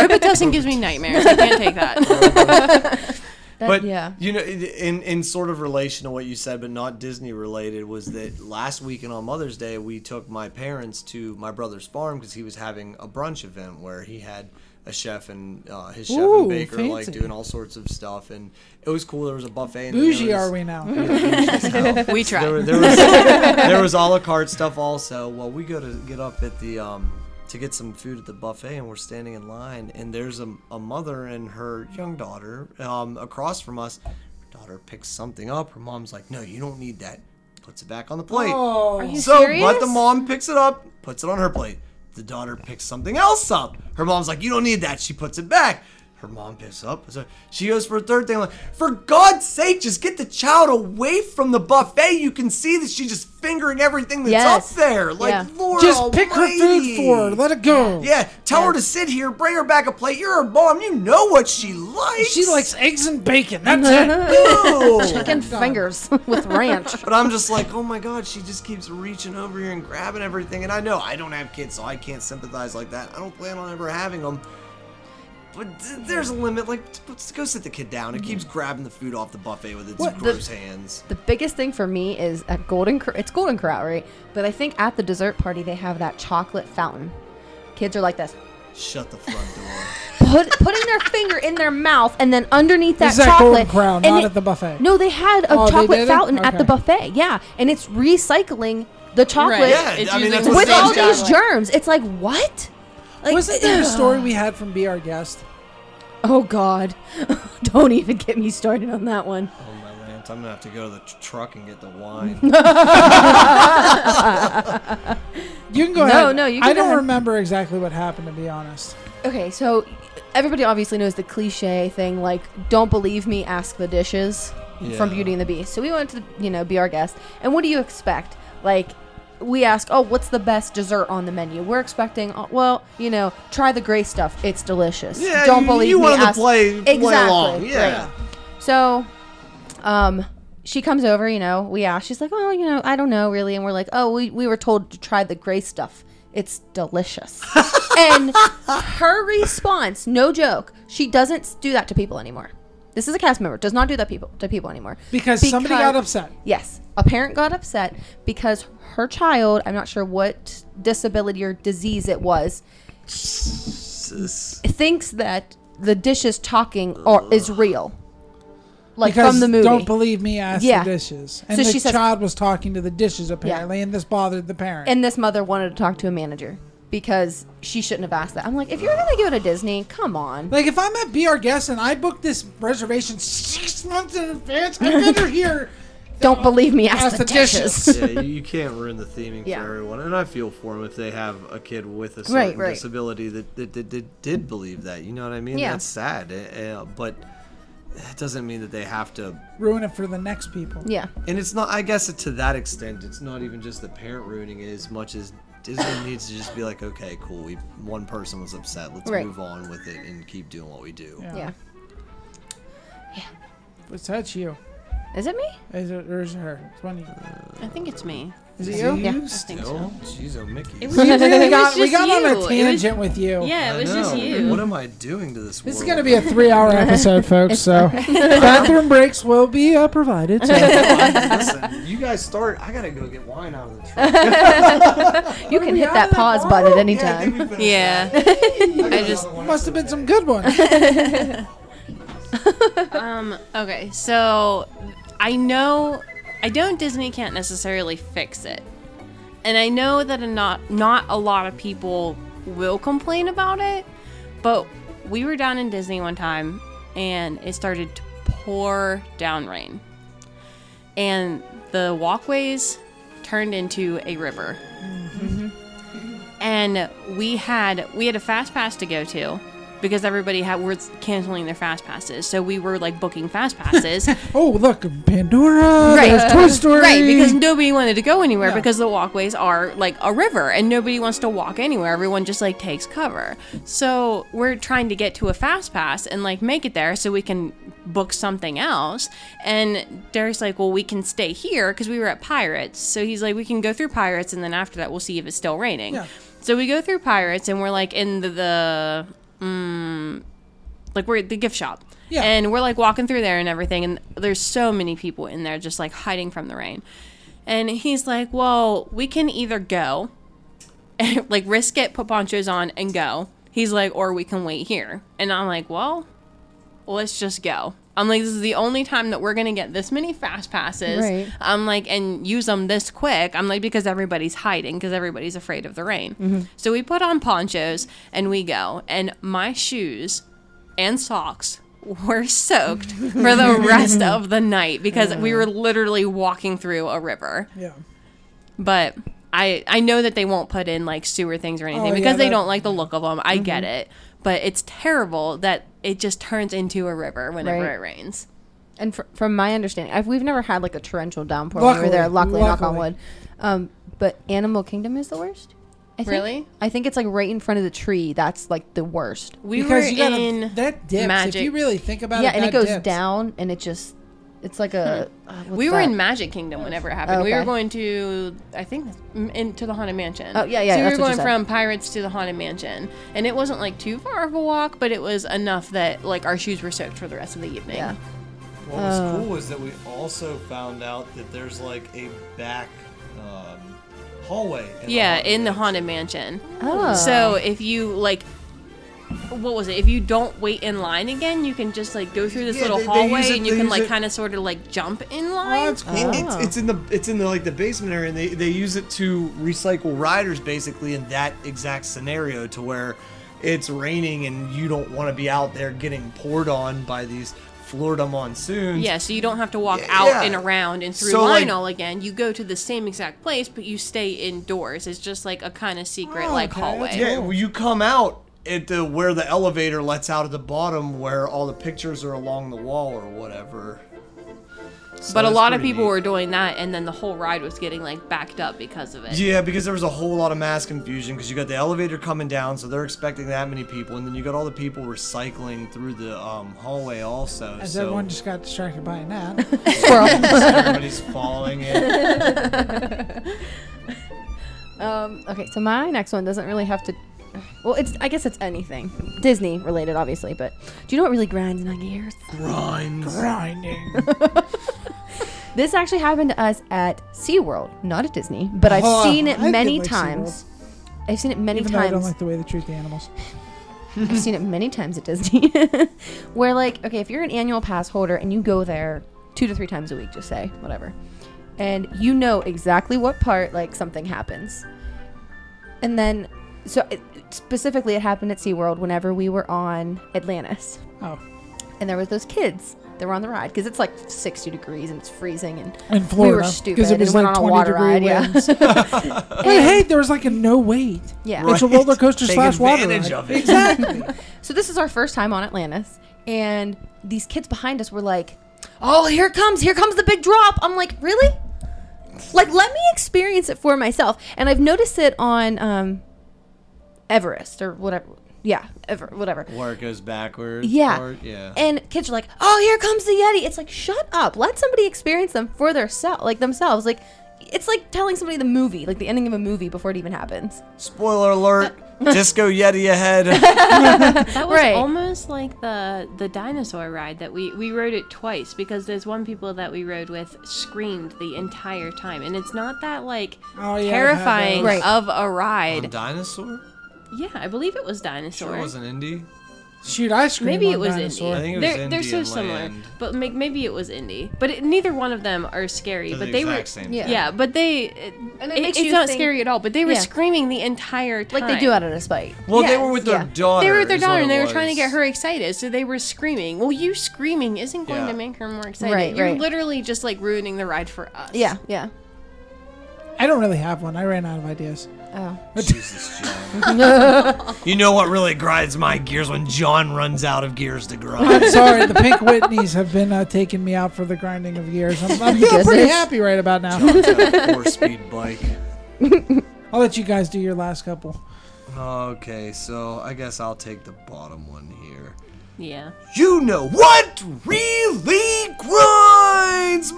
S8: Robitussin gives me nightmares. I can't take that.
S7: That-
S9: But
S7: yeah.
S9: you know, in- in in sort of relation to what you said, but not Disney related, was that last weekend on Mother's Day we took my parents to my brother's farm because he was having a brunch event where he had a chef and uh, his chef
S6: Ooh,
S9: and baker like
S6: fancy.
S9: doing all sorts of stuff, and it was cool. There was a buffet. And
S6: Bougie
S9: there was-
S6: are we now?
S8: we
S9: There, were-
S8: tried.
S9: there was there was a la carte stuff also. Well, we go to get up at the um to get some food at the buffet, and we're standing in line, and there's a, a mother and her young daughter um across from us. Her daughter picks something up. Her mom's like, "No, you don't need that." Puts it back on the plate.
S7: Are you
S9: so,
S7: serious?
S9: but the mom picks it up, puts it on her plate. The daughter picks something else up. Her mom's like, "You don't need that." She puts it back. Her mom picks up. It's like- She goes for a third thing. I'm like, for God's sake, just get the child away from the buffet. You can see that she's just fingering everything that's
S7: Yes.
S9: up there. Like,
S7: Yeah.
S9: Lord
S6: Just pick her
S9: almighty.
S6: food for her. Let it go.
S9: Yeah, tell her to sit here, bring her back a plate. You're her mom. You know what she likes.
S6: She likes eggs and bacon. That's it.
S9: Ew.
S7: Chicken fingers with ranch.
S9: But I'm just like, oh my god, she just keeps reaching over here and grabbing everything. And I know I don't have kids, so I can't sympathize like that. I don't plan on ever having them. But th- there's a limit. Like, t- let's go sit the kid down. It keeps grabbing the food off the buffet with its
S7: What the-
S9: gross hands.
S7: The biggest thing for me is at Golden Cor- it's Golden Corral, right? But I think at the dessert party they have that chocolate fountain. Kids are like this,
S9: Shut the front door.
S7: put, putting their finger in their mouth, and then underneath that
S6: This is at
S7: chocolate.
S6: Golden Corral,
S7: and
S6: not at the buffet.
S7: No, they had a
S6: Oh, they
S7: chocolate
S6: did it?
S7: fountain at the
S6: Okay.
S7: buffet. Yeah, and it's recycling the chocolate
S8: Right.
S9: Yeah,
S8: It's
S9: I mean,
S8: using
S9: that's
S8: the
S9: what
S7: with
S8: same
S7: all
S9: Sounds
S7: these
S8: chocolate.
S7: germs. It's like what? Like,
S6: Wasn't there a story we had from Be Our Guest?
S7: Oh God! Don't even get me started on that one.
S9: Oh my land, I'm gonna have to go to the tr- truck and get the wine.
S6: You can go
S7: No,
S6: ahead.
S7: no, you can
S6: I
S7: go
S6: don't
S7: ahead.
S6: remember exactly what happened, to be honest.
S7: Okay, so everybody obviously knows the cliche thing like don't believe me, ask the dishes from
S9: Yeah.
S7: Beauty and the Beast. So we went to, you know, be our guest. And what do you expect? Like we ask, "Oh, what's the best dessert on the menu?" We're expecting, oh, well, you know, try the gray stuff. It's delicious.
S9: Yeah,
S7: don't
S9: you-
S7: believe
S9: you
S7: me.
S9: wanted to
S7: ask-
S9: play- play
S7: exactly,
S9: along, yeah.
S7: right. So um she comes over, you know, we ask, she's like, "Oh, you know, I don't know really." And we're like, "Oh, we we were told to try the gray stuff. It's delicious." and her response, no joke, she doesn't do that to people anymore. This is a cast member. Does not do that people to people anymore.
S6: Because somebody got upset.
S7: Yes, a parent got upset because her child, I'm not sure what disability or disease it was, thinks that the dishes talking or is real. Like
S6: because
S7: from the movie.
S6: don't believe me, ask
S7: Yeah.
S6: the dishes. And
S7: So
S6: the
S7: she says-
S6: child was talking to the dishes apparently, and this bothered the parent.
S7: and this mother wanted to talk to a manager because she shouldn't have asked that. I'm like, if you're going to go to Disney, come on.
S6: Like if I'm at Be Our Guest and I booked this reservation six months in advance, I better hear.
S7: Don't believe me, ask,
S6: Ask
S7: the,
S6: the dishes.
S7: dishes.
S9: yeah, you- you can't ruin the theming
S7: Yeah.
S9: for everyone, and I feel for them if they have a kid with a certain
S7: Right, right.
S9: disability that, that, that, that did believe that. You know what I mean?
S7: Yeah.
S9: That's sad, eh, eh, but that doesn't mean that they have to.
S6: Ruin it for the next people.
S7: yeah.
S9: And it's not. I guess to that extent, it's not even just the parent ruining it as much as Disney needs to just be like, okay, cool. We one person was upset. Let's
S7: Right.
S9: move on with it and keep doing what we do.
S7: Yeah.
S6: Is that you?
S7: Is it me?
S6: Is it or is it her? It's one of you.
S8: I think it's me.
S6: Is it you?
S7: Yeah.
S9: You still? Jeez, oh Mickey.
S8: It was,
S6: We really
S8: it
S6: got
S8: was
S6: we
S8: just
S6: got on
S8: you.
S6: a
S8: It was-
S6: tangent with you.
S8: yeah, it was just
S9: No,
S8: you.
S9: What am I doing to this?
S6: This is
S9: world?
S6: gonna be a three-hour episode, folks. So bathroom breaks will be uh, provided. So
S9: Listen, you guys start. I gotta go get wine out of the truck.
S7: You can
S6: out
S7: hit
S6: of
S7: that
S6: that
S7: pause button at any
S9: Yeah, I think
S7: time.
S9: we finished
S8: Yeah. I just
S6: must have been some good ones.
S8: okay. So I know I don't Disney can't necessarily fix it, and I know that a not not a lot of people will complain about it, but we were down in Disney one time and it started to pour down rain, and the walkways turned into a river and we had we had a fast pass to go to because everybody had were canceling their fast passes so we were like booking fast passes
S6: Oh look, Pandora.
S8: Right.
S6: There's Toy Story.
S8: right because nobody wanted to go anywhere because the walkways are like a river and nobody wants to walk anywhere everyone just like takes cover so we're trying to get to a fast pass and like make it there so we can book something else and Derek's like well we can stay here because we were at Pirates so he's like we can go through Pirates and then after that we'll see if it's still raining
S6: Yeah.
S8: so we go through Pirates and we're like in the, the like we're at the gift shop
S6: Yeah.
S8: and we're like walking through there and everything and there's so many people in there just like hiding from the rain and he's like well we can either go and like risk it put ponchos on and go he's like or we can wait here and i'm like well let's just go i'm like this is the only time that we're gonna get this many fast passes
S7: Right.
S8: i'm like and use them this quick i'm like because everybody's hiding because everybody's afraid of the rain so we put on ponchos and we go and my shoes and socks were soaked for the rest of the night because we were literally walking through a river.
S6: Yeah.
S8: But I I know that they won't put in like sewer things or anything
S6: yeah,
S7: Oh,
S8: because they
S6: that-
S7: Mm-hmm.
S8: don't like the look of them. I get it. But it's terrible that it just turns into a river whenever
S7: Right.
S8: it rains.
S7: And fr- from my understanding, I've, we've never had like a torrential downpour when we
S6: Luckily,
S7: were there. Luckily, knock on
S6: luckily.
S7: wood. Um, but Animal Kingdom is the worst. I think,
S8: Really?
S7: I think it's like right in front of the tree. That's like the worst.
S8: We
S6: because
S8: were
S6: you gotta,
S8: in
S6: that dips.
S8: magic.
S6: If you really think about
S7: yeah,
S6: it,
S7: and it
S6: that
S7: goes
S6: dips.
S7: down, and it just it's like a. uh, what's
S8: we were in
S7: that?
S8: Magic Kingdom whenever it happened. We
S7: Okay.
S8: were going to, I think, m- into the Haunted Mansion.
S7: Oh, yeah, yeah,
S8: So we
S7: that's
S8: were
S7: what you
S8: going
S7: said.
S8: from Pirates to the Haunted Mansion, and it wasn't like too far of a walk, but it was enough that like our shoes were soaked for the rest of the evening.
S7: Yeah.
S9: What was cool is that we also found out that there's like a back um, hallway. In
S8: Yeah,
S9: the
S8: in the Haunted Mansion. Oh. So if you like, what was it? If you don't wait in line again, you can just like go through this
S9: Yeah,
S8: little
S9: they- they
S8: hallway
S9: use it-
S8: and you
S9: they
S8: can
S9: use
S8: like
S9: it-
S8: kind of sort of like jump in
S9: Oh,
S8: line.
S9: it's cool. It's, it's in the it's in the like the basement area, and they, they use it to recycle riders basically in that exact scenario to where it's raining and you don't want to be out there getting poured on by these Florida monsoons.
S8: yeah, so you don't have to walk
S9: Yeah,
S8: out
S9: yeah.
S8: and around and through
S9: So,
S8: line
S9: like-
S8: all again. You go to the same exact place, but you stay indoors. It's just like a kind of secret
S6: Oh,
S8: like
S6: okay,
S8: hallway.
S9: Yeah, well, you come out at the where the elevator lets out at the bottom, where all the pictures are along the wall or whatever. So
S8: But a
S9: it's
S8: lot of
S9: pretty
S8: people
S9: neat.
S8: were doing that, and then the whole ride was getting like backed up because of it.
S9: Yeah, because there was a whole lot of mass confusion because you got the elevator coming down, so they're expecting that many people, and then you got all the people recycling through the um, hallway also.
S6: As
S9: so
S6: everyone just got distracted by a nap.
S9: everybody's following it.
S7: Um, okay, so my next one doesn't really have to. Well, it's I guess it's anything Disney related, obviously. But do you know what really grinds my gears?
S9: Grimes.
S6: Grinding.
S7: This actually happened to us at SeaWorld, not at Disney, but I've
S6: Oh,
S7: seen it
S6: I did
S7: many
S6: like
S7: times. I've seen it many
S6: Even though I don't
S7: times.
S6: like the way they treat the animals.
S7: I've seen it many times at Disney. Where like, okay, if you're an annual pass holder and you go there two to three times a week, just say whatever, and you know exactly what part like something happens, and then so it, specifically it happened at SeaWorld whenever we were on Atlantis
S6: Oh,
S7: and there was those kids that were on the ride because it's like 60 degrees and it's freezing and
S6: in Florida,
S7: we were stupid
S6: it was like
S7: and went on a
S6: 20
S7: water
S6: degree
S7: ride.
S6: winds.
S7: Yeah,
S6: but hey, there was like a no wait.
S7: yeah.
S6: It's a roller coaster
S9: Take
S6: slash water
S9: advantage
S6: ride.
S9: of it.
S6: Exactly.
S7: So this is our first time on Atlantis, and these kids behind us were like, "Oh, here it comes! Here comes the big drop!" I'm like, "Really? Like, let me experience it for myself." And I've noticed it on um, Everest or whatever. Yeah, ever, whatever.
S9: Where it goes backwards.
S7: Yeah.
S9: or- yeah.
S7: And kids are like, "Oh, here comes the Yeti." It's like, "Shut up. Let somebody experience them for their self, like themselves." Like it's like telling somebody the movie, like the ending of a movie before it even happens.
S9: Spoiler alert. Disco Yeti ahead.
S8: That was
S7: Right.
S8: almost like the the dinosaur ride that we we rode it twice because there's one people that we rode with screamed the entire time and it's not that like
S6: Oh, yeah, I've had
S8: terrifying
S7: those. Right.
S8: of a ride.
S9: Dinosaur?
S8: yeah, I believe it was dinosaur.
S9: Sure wasn't indie.
S6: Shoot, I screamed.
S8: Maybe
S6: on
S8: it was
S6: dinosaur.
S8: Indy.
S9: I think it was
S8: they're, they're
S9: Indy
S8: so
S9: and
S8: similar,
S9: Land.
S8: but may, maybe it was Indy. But it, neither one of them are scary.
S9: They're
S8: but
S9: the
S8: they were
S9: exact same
S7: Yeah.
S8: yeah. But they it,
S7: And it makes
S8: it's
S7: you
S8: not
S7: think-
S8: scary at all. But they were
S7: Yeah.
S8: screaming the entire time.
S7: Like they do out of spite.
S9: Well, they
S7: Yes,
S9: were with their
S7: yeah.
S9: daughter.
S8: They were with their
S9: is what
S8: daughter
S9: it
S8: and they were trying to
S9: was.
S8: get her excited, so they were screaming. Well, you screaming isn't going
S9: Yeah.
S8: to make her more excited.
S7: Right,
S8: You're
S7: right.
S8: literally just like ruining the ride for us.
S7: Yeah, yeah.
S8: e-
S6: I don't really have one. I ran out of ideas.
S7: Oh.
S9: Jesus, John. you know what really grinds my gears when John runs out of gears to grind.
S6: I'm sorry. The Pink Whitneys have been uh, taking me out for the grinding of years. I'm, I'm feeling pretty
S7: Goodness.
S6: happy right about now.
S9: John's got a four-speed bike.
S6: I'll let you guys do your last couple.
S9: Okay, so I guess I'll take the bottom one here.
S8: Yeah.
S9: You know what really grinds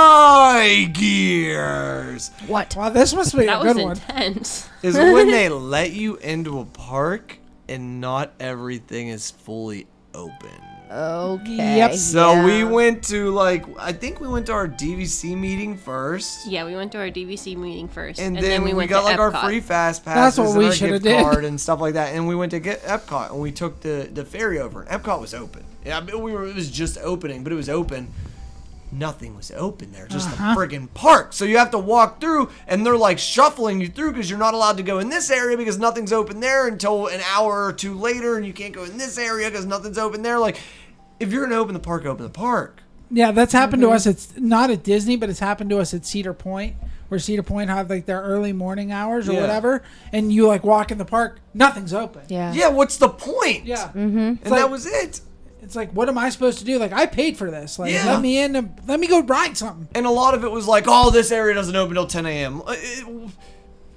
S9: my gears
S7: What?
S6: Wow, this must be
S8: That
S6: a
S8: was
S6: good one.
S8: intense.
S9: is when they let you into a park and not everything is fully open.
S7: Okay.
S6: Yep.
S9: So we
S7: yeah.
S9: went to like I think we went to our DVC meeting first,
S8: Yeah, we went to our DVC meeting first,
S9: and, then, we,
S8: went
S9: got
S8: to
S9: like our
S8: Epcot.
S9: free fast
S6: That's
S9: passes
S6: what
S9: and
S6: we
S9: our
S6: shoulda
S9: gift
S6: did.
S9: card and stuff like that. And we went to get Epcot and we took the the ferry over. Epcot was open. Yeah, I mean, we were it was just opening, but it was open. Nothing was open there, just
S6: Uh-huh.
S9: the friggin' park. So you have to walk through, and they're like shuffling you through because you're not allowed to go in this area because nothing's open there until an hour or two later, and you can't go in this area because nothing's open there. Like, if you're gonna open the park, open the park.
S8: Mm-hmm.
S6: Yeah, that's happened to us. It's not at Disney, but it's happened to us at Cedar Point where Cedar Point have like their early morning hours or
S9: Yeah.
S6: whatever, and you like walk in the park, nothing's open.
S7: Yeah.
S9: Yeah, what's the point?
S6: Yeah.
S8: Mm-hmm.
S9: And that was it.
S6: It's like, what am I supposed to do? Like, I paid for this. Like,
S9: Yeah.
S6: let me in. and- Let me go ride something.
S9: And a lot of it was like, oh, this area doesn't open till 10 a.m. Uh, it-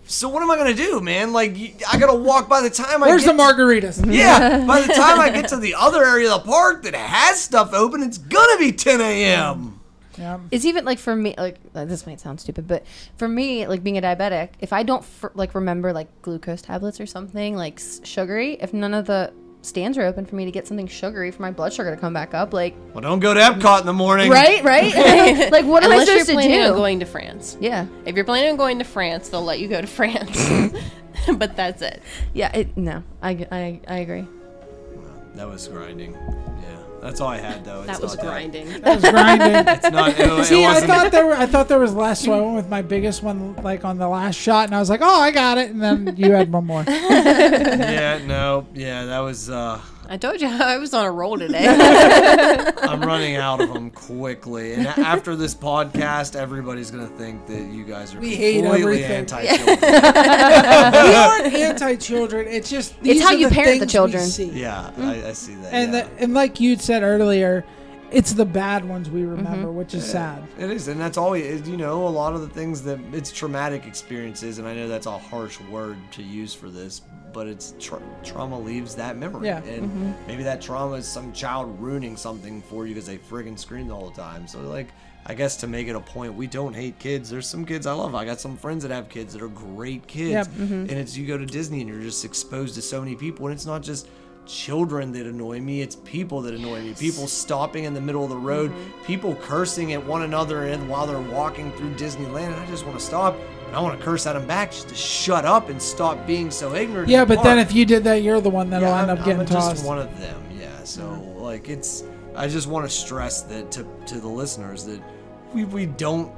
S9: So what am I gonna do, man? Like, y- I gotta walk by the time I.
S6: Where's
S9: get Mm-hmm.
S6: the margaritas?
S9: Yeah, by the time I get to the other area of the park that has stuff open, it's gonna be 10 a.m.
S6: Yeah.
S7: It's even like for me, like uh, this might sound stupid, but for me, like being a diabetic, if I don't fr- like remember like glucose tablets or something like s- sugary, if none of the stands are open for me to get something sugary for my blood sugar to come back up, like
S9: Well, don't go to Epcot in the morning.
S7: right, right, like what am I
S8: Unless you're
S7: supposed to
S8: planning
S7: do?
S8: on going to France.
S7: yeah,
S8: If you're planning on going to France, they'll let you go to France. but that's it.
S7: yeah, it, no, I, g- I, I agree.
S9: That was grinding. Yeah, that's all I had though.
S8: That was grinding.
S6: I was grinding.
S9: It's not. It, it
S6: See, I
S9: wasn't-
S6: thought there were, I thought there was less, so I went with my biggest one, like on the last shot, and I was like, "Oh, I got it," and then you had one more.
S9: Yeah, no. Yeah, that was. uh
S8: I told you I was on a roll today.
S9: I'm running out of them quickly. And a- after this podcast, everybody's gonna think that you guys are
S6: We hate
S9: completely
S6: everything.
S9: anti-children.
S6: we aren't anti-children. It's just these
S7: how
S6: are
S7: you
S6: the
S7: parent the
S6: things we
S7: children.
S6: see.
S9: Yeah, I, I see that.
S6: and
S9: yeah.
S6: the, and like you said earlier, it's the bad ones we remember,
S7: Mm-hmm.
S6: which is sad.
S9: It is, and that's always you know a lot of the things that it's traumatic experiences, and I know that's a harsh word to use for this, but it's tra- trauma leaves that memory,
S6: Yeah.
S9: and
S6: Mm-hmm.
S9: maybe that trauma is some child ruining something for you because they friggin' scream the whole time. So like, I guess to make it a point, we don't hate kids. There's some kids I love. I got some friends that have kids that are great kids,
S6: Yeah.
S9: and it's you go to Disney and you're just exposed to so many people, and it's not just children that annoy me it's people that annoy me people stopping in the middle of the road
S6: Mm-hmm.
S9: people cursing at one another and while they're walking through disneyland and i just want to stop and i want to curse at them back just to shut up and stop being so ignorant in
S6: Yeah,
S9: the
S6: but then
S9: park.
S6: if you did that, you're the one that'll
S9: Yeah,
S6: end
S9: I'm-
S6: up getting
S9: I'm
S6: tossed. Hmm.
S9: just one of them yeah so like it's i just want to stress that to, to the listeners that we, we don't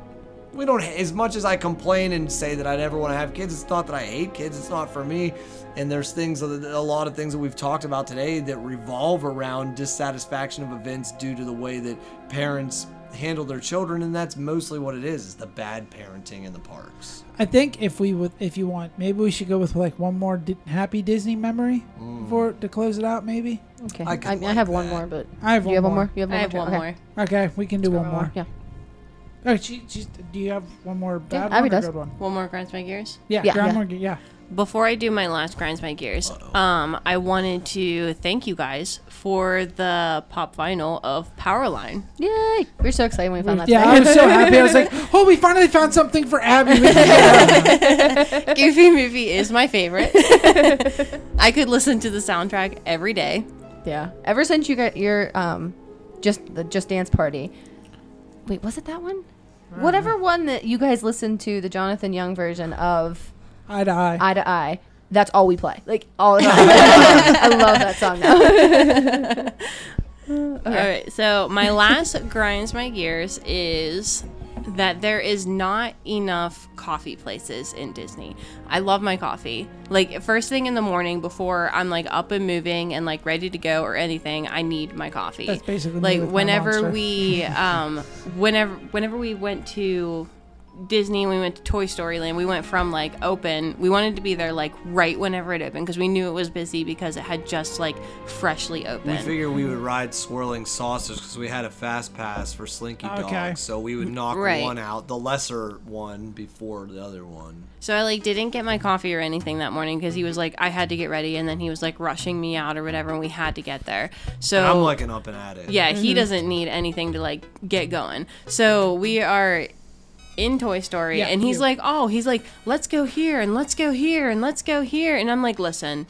S9: we don't as much as i complain and say that i never want to have kids it's not that i hate kids it's not for me and there's things a lot of things that we've talked about today that revolve around dissatisfaction of events due to the way that parents handle their children and that's mostly what it is is the bad parenting in the parks
S6: I think if we would, if you want, maybe we should go with like one more di- happy Disney memory
S9: Mm.
S6: for to close it out. Maybe.
S7: Okay,
S9: I
S7: I,
S9: could
S7: I,
S9: like
S7: have one
S9: that.
S7: more, but
S6: I have
S7: you
S6: one
S7: have one
S6: more.
S7: more. You have
S8: I
S7: one
S8: have
S7: too?
S8: one
S7: Okay.
S8: more.
S6: Okay, we can do one more.
S7: Yeah.
S6: All right, she, she's, do you have one more bad
S7: Abby
S6: one or
S7: does.
S6: good one?
S8: One more grinds my gears.
S6: Yeah,
S7: Yeah.
S6: Graham
S7: Yeah.
S6: Morgan, yeah.
S8: Before I do my last grinds my gears, um, I wanted to thank you guys for the pop vinyl of Powerline.
S7: Yay! We were so excited when we found that.
S6: Yeah,
S7: today.
S6: I was so happy. I was like, oh, we finally found something for Abby. We can do it."
S8: Goofy movie is my favorite. I could listen to the soundtrack every day.
S7: Yeah. Ever since you got your um, just the just dance party. Wait, was it that one? Whatever one that you guys listened to the Jonathan Young version of
S6: Eye to eye.
S7: Eye to Eye. That's all we play, like all the time. I love that song. Now.
S8: All right. So my last grinds my gears is that there is not enough coffee places in Disney. I love my coffee. Like first thing in the morning before I'm like up and moving and like ready to go or anything, I need my coffee.
S6: That's basically me
S8: like
S6: with my
S8: whenever
S6: monster.
S8: we um whenever whenever we went to Disney, we went to Toy Story Land. We went from like open. We wanted to be there like right whenever it opened because we knew it was busy because it had just like freshly
S9: We
S8: opened.
S9: figured we would ride swirling saucers because we had a fast pass for Slinky Dog,
S6: Okay.
S9: so we would knock
S8: Right.
S9: one out, the lesser one before the other one.
S8: So I like didn't get my coffee or anything that morning because he was like I had to get ready and then he was like rushing me out or whatever and we had to get there. So
S9: I'm like an up and at it.
S8: yeah,
S6: Mm-hmm.
S8: he doesn't need anything to like get going. So we are in Toy Story
S6: Yeah,
S8: and he's
S6: you.
S8: like, "Oh, he's like, let's go here and let's go here and let's go here." And I'm like, "Listen,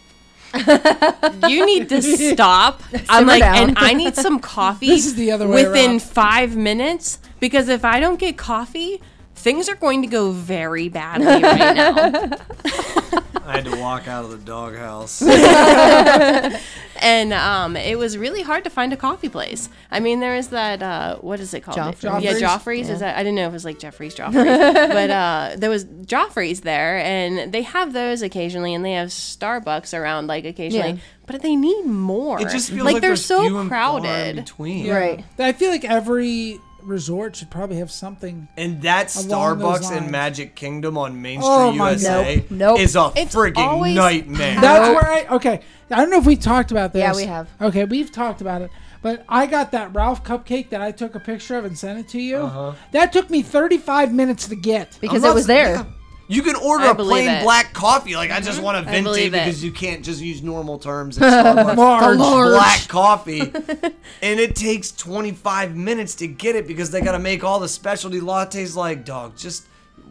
S8: you need to stop." I'm
S7: Simmer
S8: like,
S7: down.
S8: "And I need some coffee
S6: This is the other way
S8: within
S6: around.
S8: 5 minutes because if I don't get coffee, things are going to go very badly right now."
S9: I had to walk out of the doghouse.
S8: and um, it was really hard to find a coffee place. I mean, there is that uh, what is it called?
S7: Joffrey's.
S8: Yeah, Joffrey's. Is that, I didn't know if it was like Jeffrey's Joffrey's, but uh, there was Joffrey's there, and they have those occasionally, and they have Starbucks around like occasionally,
S7: Yeah.
S8: but they need more.
S9: It just feels
S8: like, they're
S9: there's few
S8: so
S9: and far in
S8: crowded.
S9: between.
S7: Right.
S6: I feel like every resort should probably have something.
S9: And that
S6: Along those
S9: Starbucks
S6: lines.
S9: in Magic Kingdom on Main Street,
S6: Oh my-
S9: USA,
S7: Nope, nope.
S9: is a
S10: It's
S9: freaking
S10: always
S9: nightmare.
S6: That's where I okay. I don't know if we talked about this.
S7: Yeah, we have.
S6: Okay, we've talked about it. But I got that Ralph cupcake that I took a picture of and sent it to you. That took me 35 minutes to get.
S7: because
S9: I'm
S7: it
S9: not-
S7: was there.
S9: yeah. You can order
S10: I
S9: a
S10: believe
S9: plain
S10: it.
S9: black coffee. Like I just want a venti
S10: believe it.
S9: because you can't just use normal terms at Starbucks. large,
S7: large.
S9: black coffee, and it takes 25 minutes to get it because they got to make all the specialty lattes. Like dog, just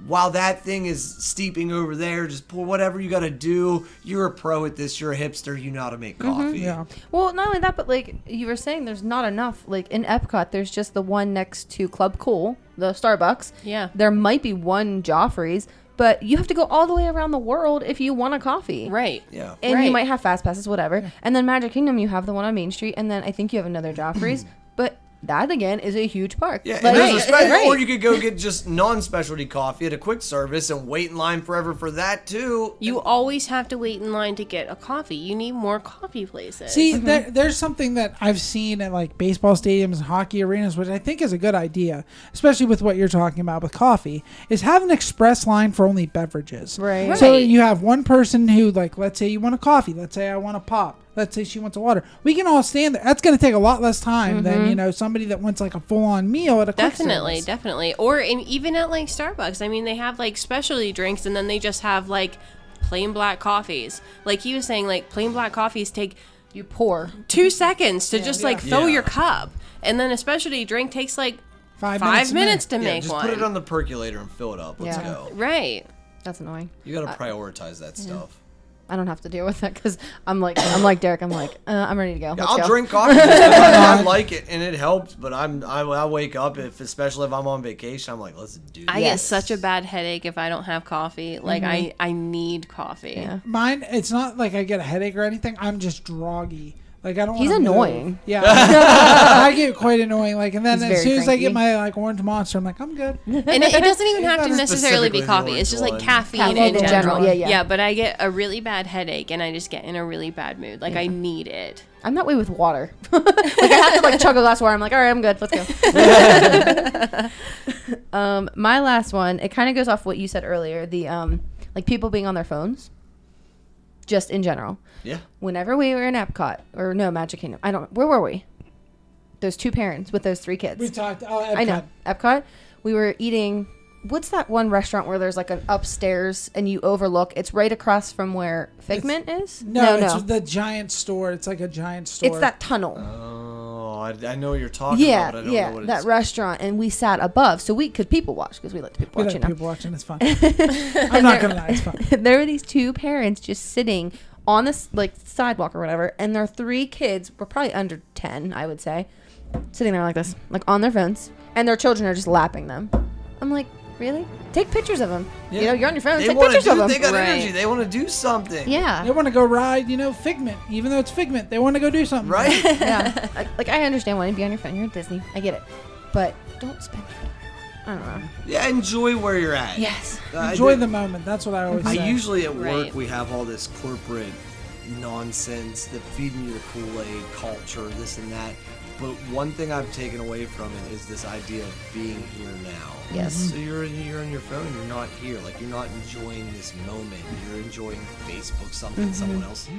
S9: while that thing is steeping over there, just pour whatever you got to do. You're a pro at this. You're a hipster. You know how to make
S10: Mm-hmm.
S9: coffee.
S6: Yeah.
S7: Well, not only that, but like you were saying, there's not enough. Like in Epcot, there's just the one next to Club Cool, the Starbucks.
S10: Yeah.
S7: There might be one Joffrey's, but you have to go all the way around the world if you want a coffee.
S10: Right.
S9: Yeah.
S7: And you
S10: Right.
S7: might have fast passes, whatever. And then Magic Kingdom, you have the one on Main Street, and then I think you have another Joffrey's. but that again is a huge park.
S9: Yeah, and
S7: Like-
S9: there's a special,
S7: right.
S9: or you could go get just non-specialty coffee at a quick service and wait in line forever for that too.
S10: You always have to wait in line to get a coffee. You need more coffee places.
S6: See, there, there's something that I've seen at like baseball stadiums and hockey arenas, which I think is a good idea, especially with what you're talking about with coffee, is have an express line for only beverages.
S7: Right.
S6: So
S10: Right.
S6: you have one person who, like, let's say you want a coffee, let's say I want a pop, let's say she wants a water. We can all stand there. That's going to take a lot less time than you know somebody that wants like a full-on meal at a quick
S10: Mm-hmm. Definitely,
S6: service.
S10: definitely. Or in, even at like Starbucks, I mean, they have like specialty drinks and then they just have like plain black coffees. Like he was saying, like plain black coffees take
S7: you pour.
S10: two seconds to just like fill
S9: Yeah.
S10: your cup. And then a specialty drink takes like
S6: Five,
S10: five
S6: a
S10: minutes to
S9: Yeah,
S10: make
S9: just
S10: one.
S9: put it on the percolator and fill it up. Let's
S7: Yeah.
S9: go.
S10: right.
S7: That's annoying.
S9: You gotta prioritize that stuff.
S7: I don't have to deal with that because I'm like I'm like Derek. I'm like uh, I'm ready to go. Let's
S9: I'll
S7: go.
S9: drink coffee. just 'cause I, I like it and it helps, but I'm I, I wake up if especially if I'm on vacation. I'm like, let's do.
S10: I get
S7: Yes.
S10: such a bad headache if I don't have coffee. Like I, I need coffee.
S6: Mine, it's not like I get a headache or anything. I'm just droggy. Like I don't.
S7: He's
S6: wanna move.
S7: annoying.
S6: Yeah, I get quite annoying. Like, and then
S7: He's
S6: as
S7: very
S6: soon as I get
S7: cranky.
S6: my like orange monster, I'm like, I'm good.
S10: and it, it doesn't even have to
S9: Not
S10: necessarily
S9: specifically
S10: be
S9: the
S10: coffee.
S9: orange
S10: It's just like
S9: one.
S10: caffeine,
S7: Caffeine
S10: in,
S7: in
S10: general.
S7: general, yeah, yeah.
S10: but I get a really bad headache, and I just get in a really bad mood. Like I need it.
S7: I'm that way with water. like I have to like chug a glass of water. I'm like, all right, I'm good. Let's go. um, my last one. It kind of goes off what you said earlier. The um, like people being on their phones, just in general.
S9: Yeah.
S7: Whenever we were in Epcot or no Magic Kingdom, I don't. Where were we? Those two parents with those three kids.
S6: We talked. Oh,
S7: I know Epcot. We were eating. What's that one restaurant where there's like an upstairs and you overlook? It's right across from where Figment is.
S6: No, it's the giant store. It's like a giant store.
S7: it's that tunnel.
S9: Oh, I, I know what you're talking
S7: Yeah,
S9: about. But I don't
S7: yeah,
S9: know what
S7: that
S9: it's.
S7: restaurant, and we sat above, so we could people watch because we like to people
S6: We
S7: watch. You
S6: like
S7: know,
S6: people watching. It's fun. I'm not gonna lie, it's fun.
S7: there were these two parents just sitting on this like sidewalk or whatever, and their three kids were probably under ten, I would say, sitting there like this, like on their phones, and their children are just lapping them. I'm like, really? Take pictures of them. You know, you're on your phone.
S9: They
S7: take
S9: want to
S7: pictures of
S9: do.
S7: them.
S9: They got
S10: Right.
S9: energy. They want to do something.
S7: yeah.
S6: They want to go ride, you know, Figment. Even though it's Figment, they want to go do something.
S9: Right.
S7: yeah. Like, like, I understand wanting to be on your phone. You're at Disney. I get it, but don't spend. I don't know.
S9: yeah. Enjoy where you're at. Uh,
S7: Yes.
S9: I
S6: Enjoy
S9: do-
S6: the moment. That's what I always
S9: I
S6: say.
S9: usually at work
S10: Right.
S9: we have all this corporate nonsense that feeding you the Kool Aid culture, this and that. But one thing I've taken away from it is this idea of being here now.
S7: Yes.
S9: So you're you're on your phone. You're not here. Like you're not enjoying this moment. You're enjoying Facebook, something someone else.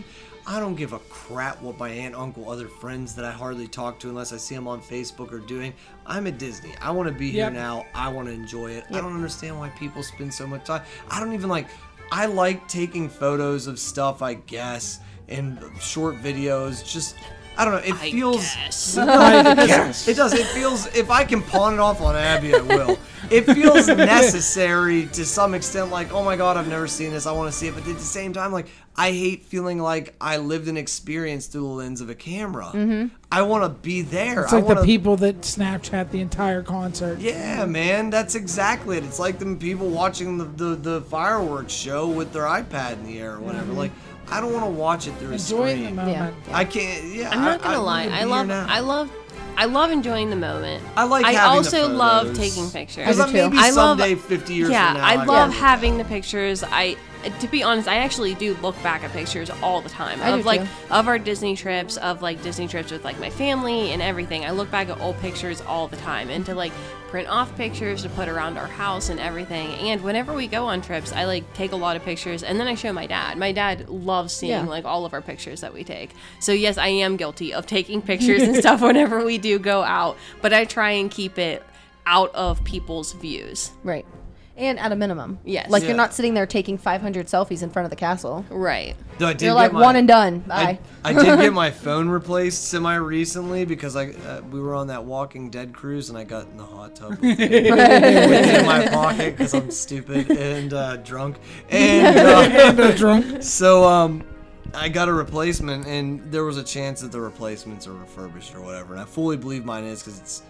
S9: I don't give a crap what my aunt, uncle, other friends that I hardly talk to unless I see them on Facebook are doing. I'm at Disney. I want to be here
S6: Yep.
S9: now now. I want to enjoy it. I don't understand why people spend so much time. I don't even like. I like taking photos of stuff, I guess, and short videos. Just I don't know. It feels. It does. It feels. If I can pawn it off on Abby, I will. It feels necessary to some extent. Like, oh my god, I've never seen this. I want to see it. But at the same time, like, I hate feeling like I lived an experience through the lens of a camera.
S10: Mm-hmm.
S9: I want to be there.
S6: It's
S9: I
S6: like
S9: wanna,
S6: the people that Snapchat the entire concert.
S9: yeah, man, that's exactly it. It's like them people watching the, the, the fireworks show with their iPad in the air or whatever.
S10: Mm-hmm.
S9: Like, I don't want to watch it through a
S6: Enjoying
S9: screen.
S6: the moment.
S7: Yeah.
S9: I can't. Yeah,
S10: I'm not
S9: I,
S10: gonna lie. I love, I love, I love enjoying the moment.
S9: I like
S10: I
S9: having the
S10: also love
S9: photos.
S10: taking
S9: Because
S10: pictures.
S7: do
S9: maybe
S7: too.
S10: I love-
S9: someday, 50 years
S10: yeah,
S9: from now,
S10: I
S9: I'd
S10: love
S9: be-
S10: having the pictures. I to be honest, I actually do look back at pictures all the time
S7: I do
S10: of like
S7: too.
S10: of our Disney trips, of like Disney trips with like my family and everything. I look back at old pictures all the time and to like print off pictures to put around our house and everything. And whenever we go on trips, I like take a lot of pictures and then I show my dad. My dad loves seeing
S7: Yeah.
S10: like all of our pictures that we take. So yes, I am guilty of taking pictures and stuff whenever we do go out, but I try and keep it out of people's views.
S7: Right. And at a minimum.
S10: Yes.
S7: Like
S9: Yeah.
S7: you're not sitting there taking 500 selfies in front of the castle.
S10: Right.
S9: Though I did
S7: You're
S9: get
S7: like
S9: my-
S7: one and done.
S9: I,
S7: Bye.
S9: I did get my phone replaced semi recently because I uh, we were on that Walking Dead cruise and I got in the hot tub with it in my pocket because I'm stupid and uh, drunk and uh,
S6: They're drunk.
S9: so um I got a replacement and there was a chance that the replacements are refurbished or whatever and I fully believe mine is because it's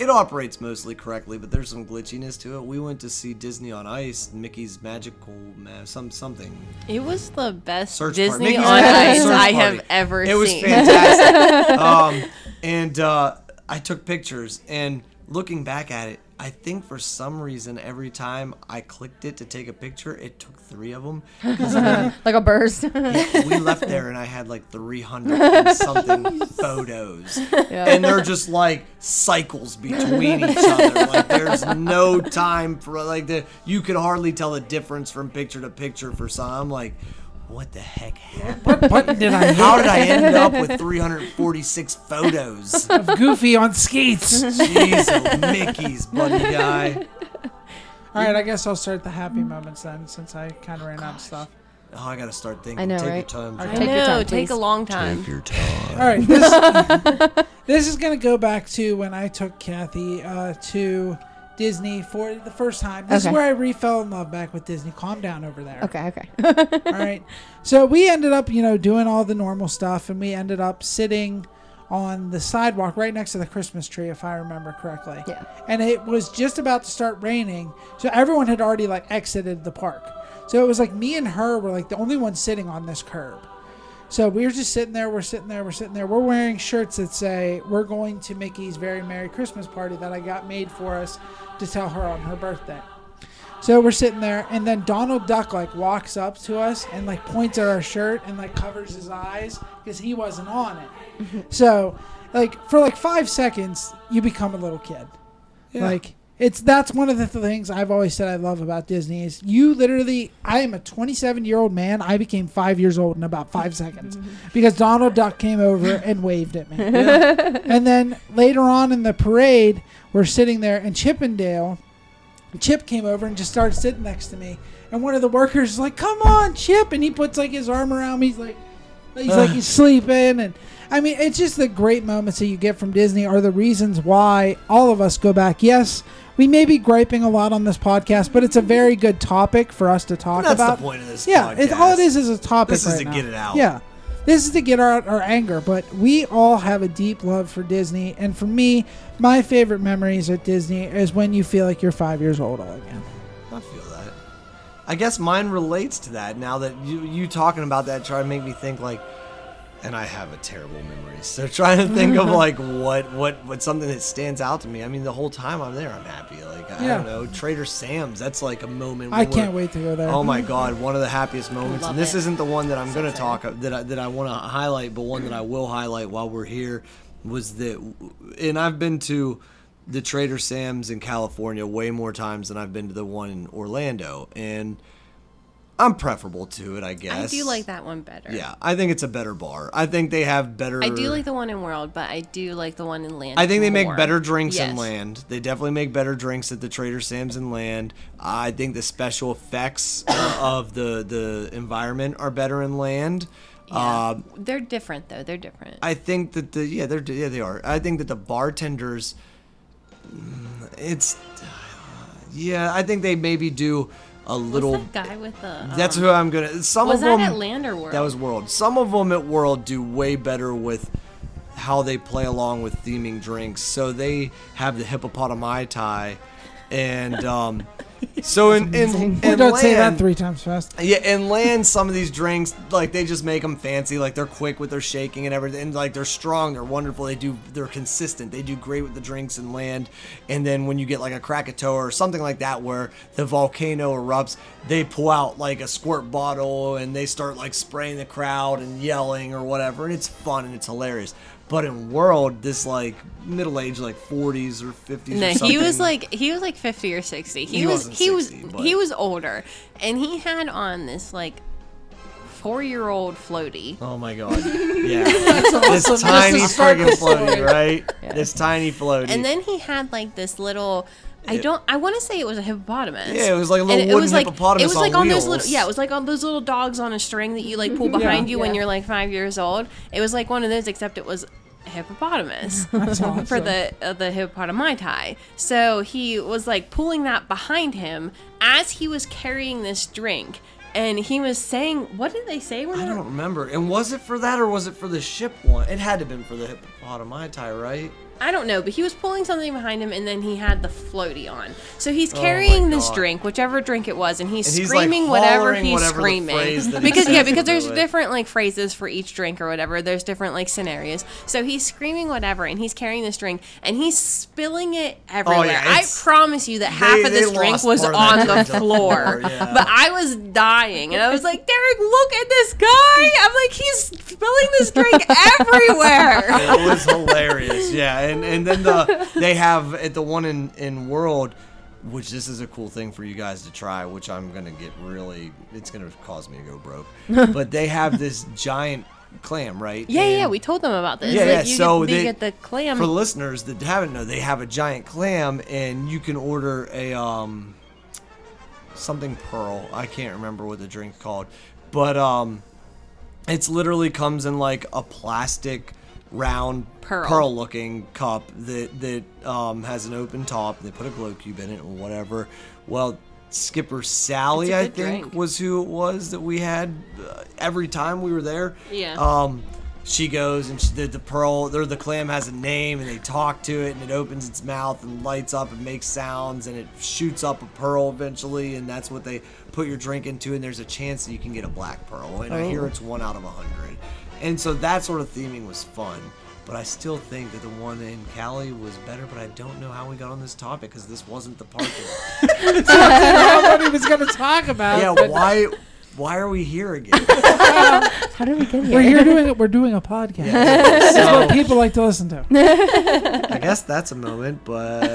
S9: it operates mostly correctly but there's some glitchiness to it. We went to see Disney on Ice, Mickey's Magical Ma- some something
S10: It was the best
S9: Search
S10: Disney
S9: party.
S10: on
S9: Mickey's
S10: Ice
S9: Search
S10: I
S9: party.
S10: have ever
S9: It was
S10: seen.
S9: fantastic. um, and uh, I took pictures, and looking back at it, I think for some reason every time I clicked it to take a picture, it took three of them.
S7: like a burst.
S9: we left there, and I had like 300 and something photos, and they're just like cycles between each other. Like there's no time for like the you could hardly tell the difference from picture to picture for some. I'm like, what the heck happened?
S6: What did I
S9: How did I end up with 346 photos?
S6: have? Goofy on skates. All
S9: Jeez, oh, Mickey's buddy guy.
S6: right, I guess I'll start the happy moments then, since I kind of ran out of stuff.
S9: Oh, I gotta start thinking.
S7: I know,
S9: Take
S7: right?
S9: your time.
S7: I
S9: John.
S10: I
S7: Take your
S10: know,
S7: time,
S10: take a
S7: please.
S10: long time.
S9: your time.
S6: All right, this this is gonna go back to when I took Kathy uh, to Disney for the first time. This
S7: Okay.
S6: is where I refell in love back with Disney. Calm down over there.
S7: okay, okay.
S6: All right. So we ended up, you know, doing all the normal stuff, and we ended up sitting on the sidewalk right next to the Christmas tree, if I remember correctly.
S7: Yeah.
S6: And it was just about to start raining, so everyone had already like exited the park. So it was like me and her were like the only ones sitting on this curb. So we were just sitting there, we're sitting there, we're sitting there. We're wearing shirts that say, We're going to Mickey's Very Merry Christmas Party that I got made for us to tell her on her birthday. So we're sitting there, and then Donald Duck like walks up to us and like points at our shirt and like covers his eyes because he wasn't on it. so, like for like five seconds, you become a little kid. Like it's that's one of the th- things I've always said I love about Disney is you literally. I am a 27 year old man. I became five years old in about five seconds because Donald Duck came over and waved at me. And then later on in the parade, we're sitting there, and Chippendale. Chip came over and just started sitting next to me. And one of the workers is like, "Come on, Chip!" And he puts like his arm around me. He's like, he's like he's sleeping. And I mean, it's just the great moments that you get from Disney are the reasons why all of us go back. Yes, we may be griping a lot on this podcast, but it's a very good topic for us to talk
S9: That's
S6: about.
S9: the point of this.
S6: yeah,
S9: podcast.
S6: it, all it is is a topic.
S9: This is
S6: right
S9: to
S6: now.
S9: get it out.
S6: Yeah. This is to get out our anger, but we all have a deep love for Disney. And for me, my favorite memories at Disney is when you feel like you're five years old all again.
S9: I feel that. I guess mine relates to that. Now that you you talking about that, try to make me think like. And I have a terrible memory, so trying to think of like what what what something that stands out to me. I mean, the whole time I'm there, I'm happy. Like I
S6: Yeah.
S9: don't know, Trader Sam's. That's like a moment.
S6: I
S9: where-
S6: can't wait to go there.
S9: Oh my god, one of the happiest moments.
S10: Love
S9: And this
S10: it.
S9: is isn't the one that I'm going to talk that I, that I want to highlight, but one that I will highlight while we're here was that, and I've been to the Trader Sam's in California way more times than I've been to the one in Orlando, and I'm preferable to it, I
S10: I
S9: guess.
S10: do like that one better.
S9: Yeah, I think it's a better bar. I think they have better.
S10: I do like the one in World, but I do like the one in Land.
S9: I think they make
S10: more.
S9: better drinks in
S10: Yes.
S9: land. They definitely make better drinks at the Trader Sam's in land. I think the special effects uh, of the the environment are better in land.
S10: Yeah.
S9: Um,
S10: They're different though. They're different.
S9: I think that the yeah they're yeah they are. I think that the bartenders, mm, it's yeah I think they maybe do a
S10: What's
S9: little.
S10: that guy with the? Um,
S9: That's who I'm gonna. Some
S10: was
S9: of
S10: that
S9: them
S10: at Land or World?
S9: that was World. Some of them at World do way better with how they play along with theming drinks. So they have the hippopotami tie, and um, So in in,
S6: We
S9: in
S6: don't say that
S9: land,
S6: three times fast.
S9: yeah, in land, some of these drinks like they just make them fancy. Like they're quick with their shaking and everything. and, Like they're strong, they're wonderful. They do, they're consistent. They do great with the drinks in land. And then when you get like a Krakatoa or something like that, where the volcano erupts, they pull out like a squirt bottle and they start like spraying the crowd and yelling or whatever. And it's fun and it's hilarious. But in world, this like middle age, like 40s or 50s. or
S8: No, he was
S9: something-
S8: like he was like 50 or 60. He,
S9: He
S8: was
S9: wasn't
S8: he
S9: 60,
S8: was
S9: but-
S8: he was older and he had on this like 4-year-old floaty.
S9: Oh my god. Yeah. This tiny friggin' floaty, right? This tiny floaty.
S8: And then he had like this little I don't I want to say it was a hippopotamus.
S9: Yeah, it was like a
S8: And
S9: little
S8: it
S9: wooden
S8: was like,
S9: hippopotamus
S8: It was
S9: on
S8: like on those
S9: wheels.
S8: little yeah, it was like on those little dogs on a string that you like pull behind you when you're like 5 years old. It was like one of those except it was a hippopotamus. for the uh, the hippopotami So he was like pulling that behind him as he was carrying this drink, and he was saying, "What did they say?" When
S9: I
S8: they-
S9: don't remember. And was it for that or was it for the ship one? It had to have been for the hippopotami tie, right?
S8: I don't know, but he was pulling something behind him, and then he had the floaty on. So he's carrying this
S9: Oh God.
S8: drink, whichever drink it was, and he's
S9: And he's, like,
S8: screaming whatever
S9: hollering
S8: he's
S9: whatever the
S8: screaming.
S9: phrase that he
S8: because yeah,
S9: says
S8: because
S9: into
S8: there's
S9: it.
S8: different like phrases for each drink or whatever. There's different like scenarios. So he's screaming whatever, and he's carrying this drink, and he's spilling it everywhere. I
S9: Oh, it's-
S8: promise you that half of
S9: they
S8: this drink
S9: lost
S8: was
S9: part of that
S8: on the
S9: drink to the
S8: floor.
S9: floor, yeah.
S8: But I was dying, and I was like, Derek, look at this guy. I'm like, he's spilling this drink everywhere.
S9: It was hilarious. Yeah. And and then the they have at the one in in world which this is a cool thing for you guys to try, which I'm gonna get really it's gonna cause me to go broke. but they have this giant clam, right?
S8: Yeah, yeah,
S9: And-
S8: we told them about this.
S9: Yeah,
S8: Like,
S9: yeah,
S8: You
S9: so
S8: get, you
S9: they-
S8: get the clam.
S9: for listeners that haven't know, they have a giant clam, and you can order a um something pearl. I can't remember what the drink's called, but um, it's literally comes in like a plastic round
S8: Pearl.
S9: looking cup that that um, has an open top. They put a glow cube in it and whatever. Well. Skipper Sally,
S8: It's a
S9: I
S8: good
S9: think,
S8: drink.
S9: was who it was that we had uh, every time we were there.
S8: Yeah.
S9: Um, she goes and she, the, the pearl, or the clam has a name, and they talk to it, and it opens its mouth and lights up and makes sounds, and it shoots up a pearl eventually, and that's what they put your drink into, and there's a chance that you can get a black pearl, and I hear it's one out of a hundred, and so that sort of theming was fun. But I still think that the one in Cali was better, but I don't know how we got on this topic because this wasn't the part. that-
S6: what he was going to talk about.
S9: yeah, why? Why are we here again?
S7: How did we get
S6: We're
S7: here?
S6: here doing we're doing a podcast. That's what people like to listen to.
S9: I guess that's a moment, but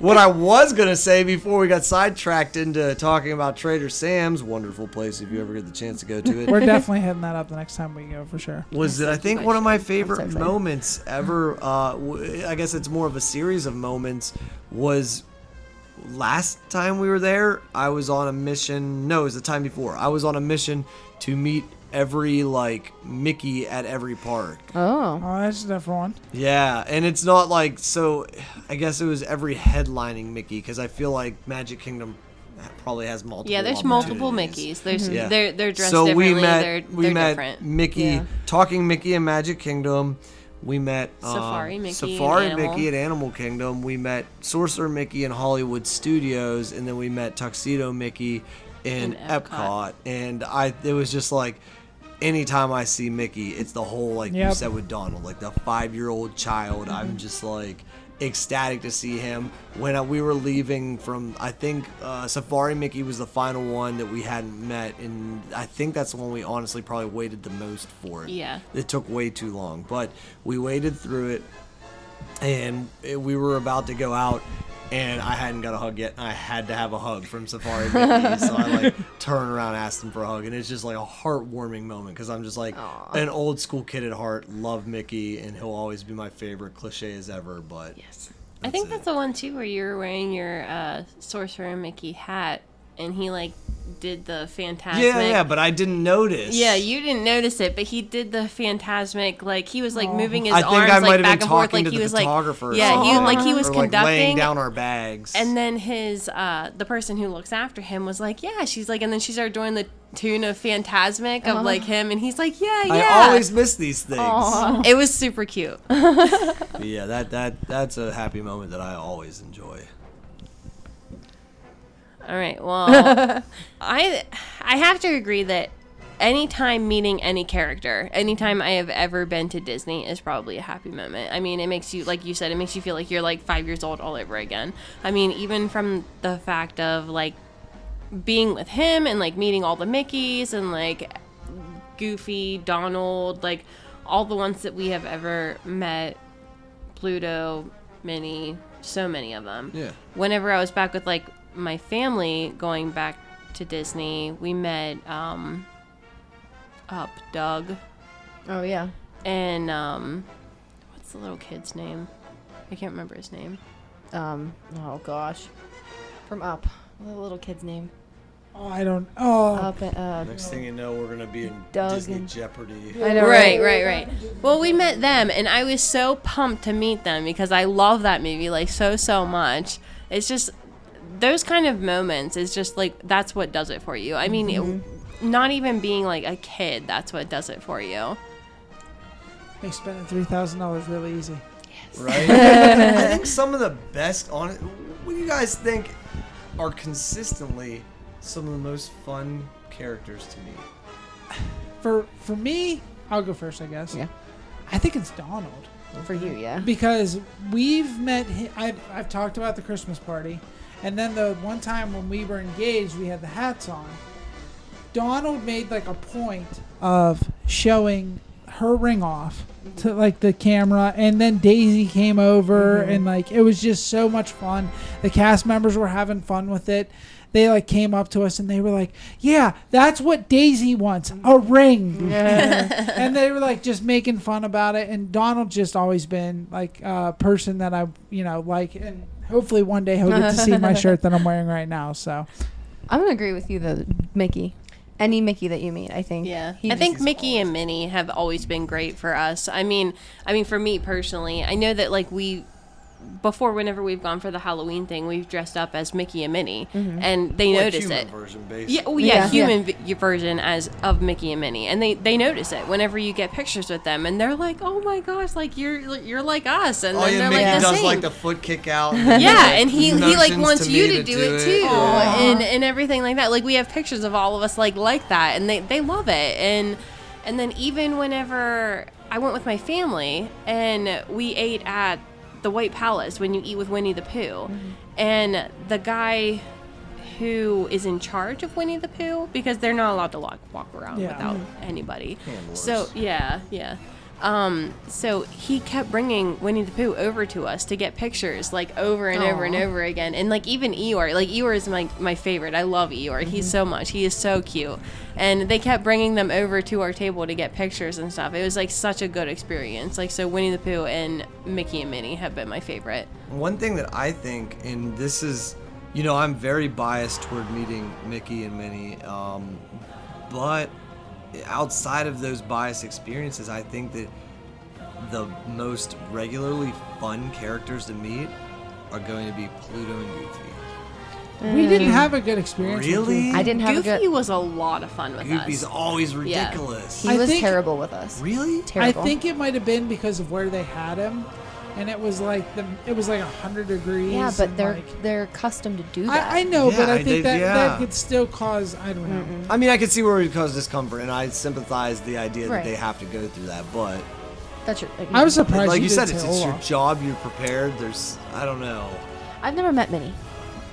S9: what I was gonna say before we got sidetracked into talking about Trader Sam's wonderful place, if you ever get the chance to go to it,
S6: We're definitely heading that up the next time we go for sure.
S9: was that I think one of my favorite moments ever. Uh, w- I guess it's more of a series of moments. Was last time we were there, I was on a mission. No, it was the time before. I was on a mission to meet every like Mickey at every park.
S11: Oh.
S6: Oh, that's a different one.
S9: Yeah, and it's not like so. I guess it was every headlining Mickey because I feel like Magic Kingdom probably has multiple.
S8: yeah, there's multiple
S9: opportunities.
S8: Mickeys. There's
S9: Yeah.
S8: they're they're dressed
S9: so
S8: differently.
S9: we met
S8: they're
S9: we
S8: they're
S9: met
S8: different.
S9: Mickey
S11: Yeah.
S9: talking Mickey in Magic Kingdom. We met um,
S8: Safari Mickey in
S9: Safari
S8: Animal.
S9: Mickey at Animal Kingdom. We met Sorcerer Mickey in Hollywood Studios, and then we met Tuxedo Mickey in,
S8: In Epcot.
S9: Epcot. And I, it was just like. Anytime I see Mickey, it's the whole like you
S6: Yep.
S9: said with Donald, like the five-year-old child. I'm just like ecstatic to see him. When I, we were leaving from, I think uh, Safari Mickey was the final one that we hadn't met, and I think that's the one we honestly probably waited the most for. It.
S8: Yeah.
S9: it took way too long, but we waited through it, and it- we were about to go out. And I hadn't got a hug yet, and I had to have a hug from Safari Mickey. so I like turn around, asked him for a hug, and it's just like a heartwarming moment because I'm just like an old school kid at heart. Love Mickey, and he'll always be my favorite cliche as ever. But
S8: I think
S9: it.
S8: that's the one too where you were wearing your uh, Sorcerer Mickey hat and he like did the phantasmic.
S9: Yeah, yeah, but I didn't notice.
S8: Yeah, you didn't notice it, but he did the phantasmic. Like he was like moving his
S9: Oh. I think
S8: arms
S9: I might
S8: like
S9: have been
S8: back and forth,
S9: talking
S8: like
S9: to
S8: he
S9: the
S8: was like
S9: photographer. or
S8: yeah, he
S9: something,
S8: like he was
S9: or, like, laying
S8: conducting,
S9: down our bags.
S8: And then his uh the person who looks after him was like, Yeah, she's like and then she started doing the tune of Phantasmic of like him and he's like, Yeah, yeah.
S9: I always miss these things.
S8: it was super cute.
S9: But yeah, that that that's a happy moment that I always enjoy.
S8: All right. Well, I I have to agree that anytime meeting any character, anytime I have ever been to Disney is probably a happy moment. I mean, it makes you like you said, it makes you feel like you're like 5 years old all over again. I mean, even from the fact of like being with him and like meeting all the Mickeys and like Goofy, Donald, like all the ones that we have ever met, Pluto, Minnie, so many of them.
S12: Yeah.
S8: Whenever I was back with like my family going back to Disney, we met um up Doug.
S7: Oh yeah.
S8: And um what's the little kid's name? I can't remember his name.
S7: Um oh gosh. From Up. The little kid's name.
S6: Oh, I don't. Oh.
S7: Up and uh,
S9: Next thing you know, we're gonna be in
S7: Doug
S9: Disney
S7: and-
S9: Jeopardy.
S7: I know,
S8: right,
S7: right?
S8: right, right. Well, we met them, and I was so pumped to meet them because I love that movie like so so much. It's just those kind of moments is just like that's what does it for you. I mean, it-
S6: Mhm.
S8: not even being like a kid, that's what does it for you.
S6: Makes spending three thousand dollars really easy.
S9: Right? I think some of the best on What do you guys think are consistently some of the most fun characters to meet?
S6: For for me, I'll go first, I guess. Yeah. I think it's Donald.
S7: For you, yeah.
S6: Because we've met. hi- I've I've talked about the Christmas party, and then the one time when we were engaged, we had the hats on. Donald made like a point of showing her ring off to like the camera and then Daisy came over and like it was just so much fun. The cast members were having fun with it. They like came up to us and they were like, "Yeah, that's what Daisy wants, a ring." and they were like just making fun about it and Donald just always been like a person that I, you know, like and hopefully one day he'll get to see my shirt that I'm wearing right now, so.
S7: I'm gonna agree with you though, Mickey. Any Mickey that you meet, I think.
S8: Yeah,
S7: He
S8: I
S7: just
S8: think
S7: is
S8: Mickey and Minnie have always been great for us. I mean, I mean for me personally, I know that like we before whenever we've gone for the Halloween thing, we've dressed up as Mickey and Minnie, and they
S9: Like
S8: notice
S9: human
S8: it.
S9: version, basically.
S8: yeah, oh, yeah,
S7: Mm-hmm. Yeah.
S8: human v- version as of Mickey and Minnie, and they they notice it whenever you get pictures with them, and they're like, "Oh my gosh, like you're you're like us," and
S9: Oh
S8: then
S9: yeah,
S8: they're
S9: Mickey
S8: like the
S9: does
S8: same.
S9: like the foot kick out.
S8: Yeah, and he, he like
S9: motions
S8: wants
S9: to
S8: you
S9: me
S8: to do, it too,
S9: Yeah.
S8: and and everything like that. Like we have pictures of all of us like like that, and they they love it. And and then even whenever I went with my family and we ate at the White Palace when you eat with Winnie the Pooh, and the guy who is in charge of Winnie the Pooh because they're not allowed to walk, walk around
S6: Yeah.
S8: without
S6: Mhm.
S7: Mm-hmm.
S8: anybody. So yeah, yeah. Um, so he kept bringing Winnie the Pooh over to us to get pictures, like over and over and
S7: Aw.
S8: over again, and like even Eeyore, like Eeyore is my my favorite. I love Eeyore.
S7: Mm-hmm.
S8: He's so much. He is so cute, and they kept bringing them over to our table to get pictures and stuff. It was like such a good experience. Like so, Winnie the Pooh and Mickey and Minnie have been my favorite.
S9: One thing that I think, and this is, you know, I'm very biased toward meeting Mickey and Minnie, um, but outside of those biased experiences, I think that the most regularly fun characters to meet are going to be Pluto and Goofy.
S6: We
S7: Mm.
S6: didn't have a good experience. with
S9: Really?
S6: Goofy.
S7: I didn't have
S8: Goofy
S7: a good.
S8: was a lot of fun with
S9: Goofy's
S8: us.
S9: always
S8: Yeah.
S9: ridiculous.
S7: He
S6: I
S7: was
S6: think-
S7: terrible with us.
S9: Really?
S7: Terrible.
S6: I think it might have been because of where they had him, and it was like the it was like hundred degrees.
S7: Yeah, but
S6: and,
S7: they're
S6: like-
S7: they're accustomed to do that.
S6: I, I know, but
S9: Yeah,
S6: I
S9: I
S6: think
S9: did-
S6: that
S9: yeah.
S6: that could still cause I don't know.
S9: I mean, I can see where it would cause discomfort, and I sympathize the idea that
S7: Right.
S9: they have to go through that, but
S7: That's your. Like,
S6: I was surprised.
S9: like
S6: you,
S9: you
S6: didn't
S9: said, it's,
S6: say
S9: it's your
S6: Olaf.
S9: job, you're prepared, there's, I don't know.
S7: I've never met Minnie.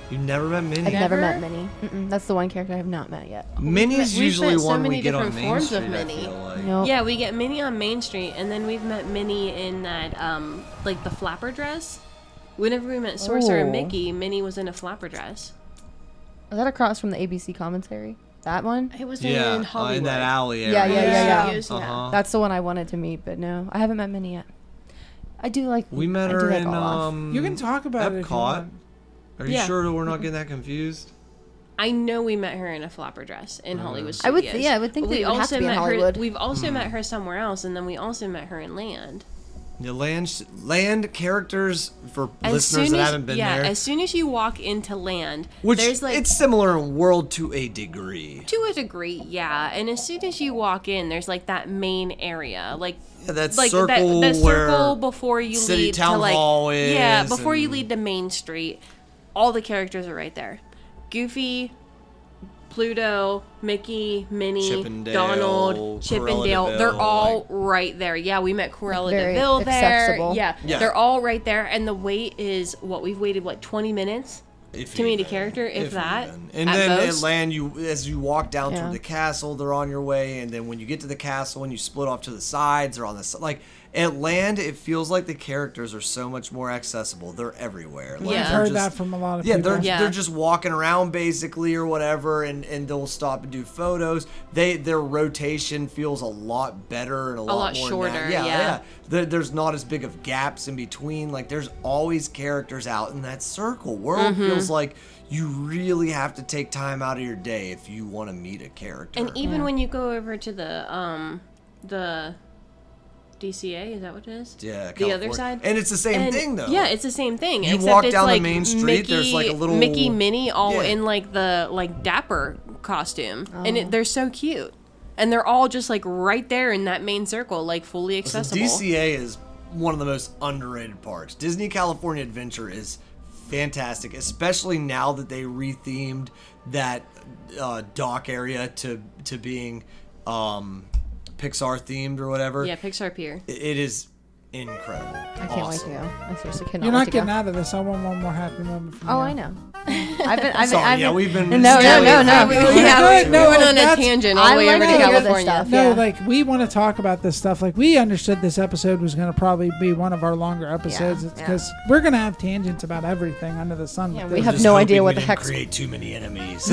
S9: You never met Minnie?
S7: I've never,
S8: Never?
S7: met Minnie. Mm-mm, that's the one character I have not met yet.
S9: Minnie's
S8: We've met-
S9: usually
S8: we've met so
S9: one we
S8: many
S9: get on
S8: different
S9: Main
S8: forms of
S9: Street, I
S8: Minnie.
S9: feel like.
S7: No.
S8: Yeah, we get Minnie on Main Street, and then we've met Minnie in that, um, like the flapper dress. Whenever we met Sorcerer and
S7: Oh.
S8: Mickey, Minnie was in a flapper dress.
S7: Is that across from the ABC commentary? That one?
S8: It was
S9: Yeah,
S8: in
S9: uh,
S8: Hollywood.
S9: in that alley
S7: Yeah,
S9: area.
S7: yeah, yeah, yeah.
S8: Studios,
S9: Uh-huh.
S7: That's the one I wanted to meet, but no, I haven't met Minnie yet. I do like.
S9: We met
S7: I do
S9: her
S7: like
S9: in,
S7: Olaf.
S9: um...
S6: You can talk about it. If you
S9: Epcot.
S6: want.
S9: Are you
S8: Yeah.
S9: sure we're not getting that confused?
S8: I know we met her in a flapper dress
S9: Mm.
S8: in Hollywood.
S7: I would-
S8: Studios.
S7: yeah, I would think
S8: But
S7: that it would have to be in
S8: met
S7: Hollywood.
S8: Her, we've also met her somewhere else, and then we also met her in Land.
S9: Yeah, land, land characters for
S8: As
S9: listeners
S8: soon
S9: that
S8: as-
S9: haven't been
S8: yeah,
S9: there.
S8: as soon as you walk into Land,
S9: which
S8: there's like
S9: it's similar in world to a degree.
S8: to a degree, yeah. And as soon as you walk in, there's like that main area, like
S9: Yeah, that
S8: like
S9: circle
S8: that, the
S9: where
S8: circle before you
S9: City
S8: lead
S9: Town
S8: to like
S9: Hall
S8: yeah
S9: is
S8: before you
S9: and-
S8: lead to Main Street, all the characters are right there. Goofy, Pluto, Mickey, Minnie,
S9: Chippendale,
S8: Donald, Chippendale.
S13: Corella
S8: They're
S13: Deville,
S8: all right there. Yeah, we met Corella
S13: Very
S8: Deville
S13: accessible.
S8: there. Yeah,
S13: Yeah.
S8: they're all right there. And the wait is what we've waited what twenty minutes
S9: If
S8: to meet a character, if,
S9: If
S8: that.
S9: And
S8: at
S9: then
S8: most.
S9: it land you as you walk down
S8: Yeah.
S9: toward the castle. They're on your way, and then when you get to the castle and you split off to the sides, they're on the si- like at land. It feels like the characters are so much more accessible. They're everywhere. Like,
S6: Yeah. I've
S9: they're
S6: heard that from a lot of
S9: yeah,
S6: people.
S9: They're,
S6: Yeah.
S9: they're just walking around basically or whatever, and and they'll stop and do photos. They their rotation feels a lot better and a,
S8: lot
S9: more
S8: shorter,
S9: nat-
S8: yeah.
S9: yeah. There, there's not as big of gaps in between. Like there's always characters out in that circle. World
S8: Mhm.
S9: feels like you really have to take time out of your day if you want to meet a character.
S8: And e even when you go over to the um the DCA, is that what it is?
S9: Yeah,
S8: the other
S9: California.
S8: side.
S9: And it's the same
S8: And-
S9: thing, though.
S8: Yeah, it's the same thing.
S9: You
S8: except
S9: walk
S8: it's
S9: down the
S8: like
S9: main street, there's, like, a
S8: Mickey-
S9: little-
S8: Mickey Minnie all
S9: Yeah.
S8: in like the like dapper costume, and
S9: Oh.
S8: it, they're so cute, and they're all just like right there in that main circle, like fully
S9: Listen,
S8: accessible.
S9: DCA is one of the most underrated parks. Disney California Adventure is fantastic, especially now that they rethemed that uh, dock area to to being um, Pixar themed or whatever.
S8: yeah, Pixar Pier.
S9: I- It is incredible.
S7: I can't wait to go. I seriously cannot.
S6: You're
S7: wait
S6: not
S7: to
S6: getting
S7: go.
S6: out of this. I want one more happy moment from
S7: Oh,
S6: you.
S7: I know. I've been. I've been.
S6: Sorry,
S7: I've
S6: yeah,
S7: been
S6: we've been
S7: No, no,
S6: stealing
S7: no,
S6: from
S7: no.
S6: you. We're
S7: Yeah,
S6: good. No, that's- No,
S7: yeah.
S6: like we want to talk about this stuff. Like we understood this episode was going to probably be one of our longer episodes
S7: yeah.
S6: because we're going to have tangents about everything under the sun.
S7: Yeah,
S6: with
S7: we
S6: this.
S7: have no idea what the heck.
S9: create too many enemies.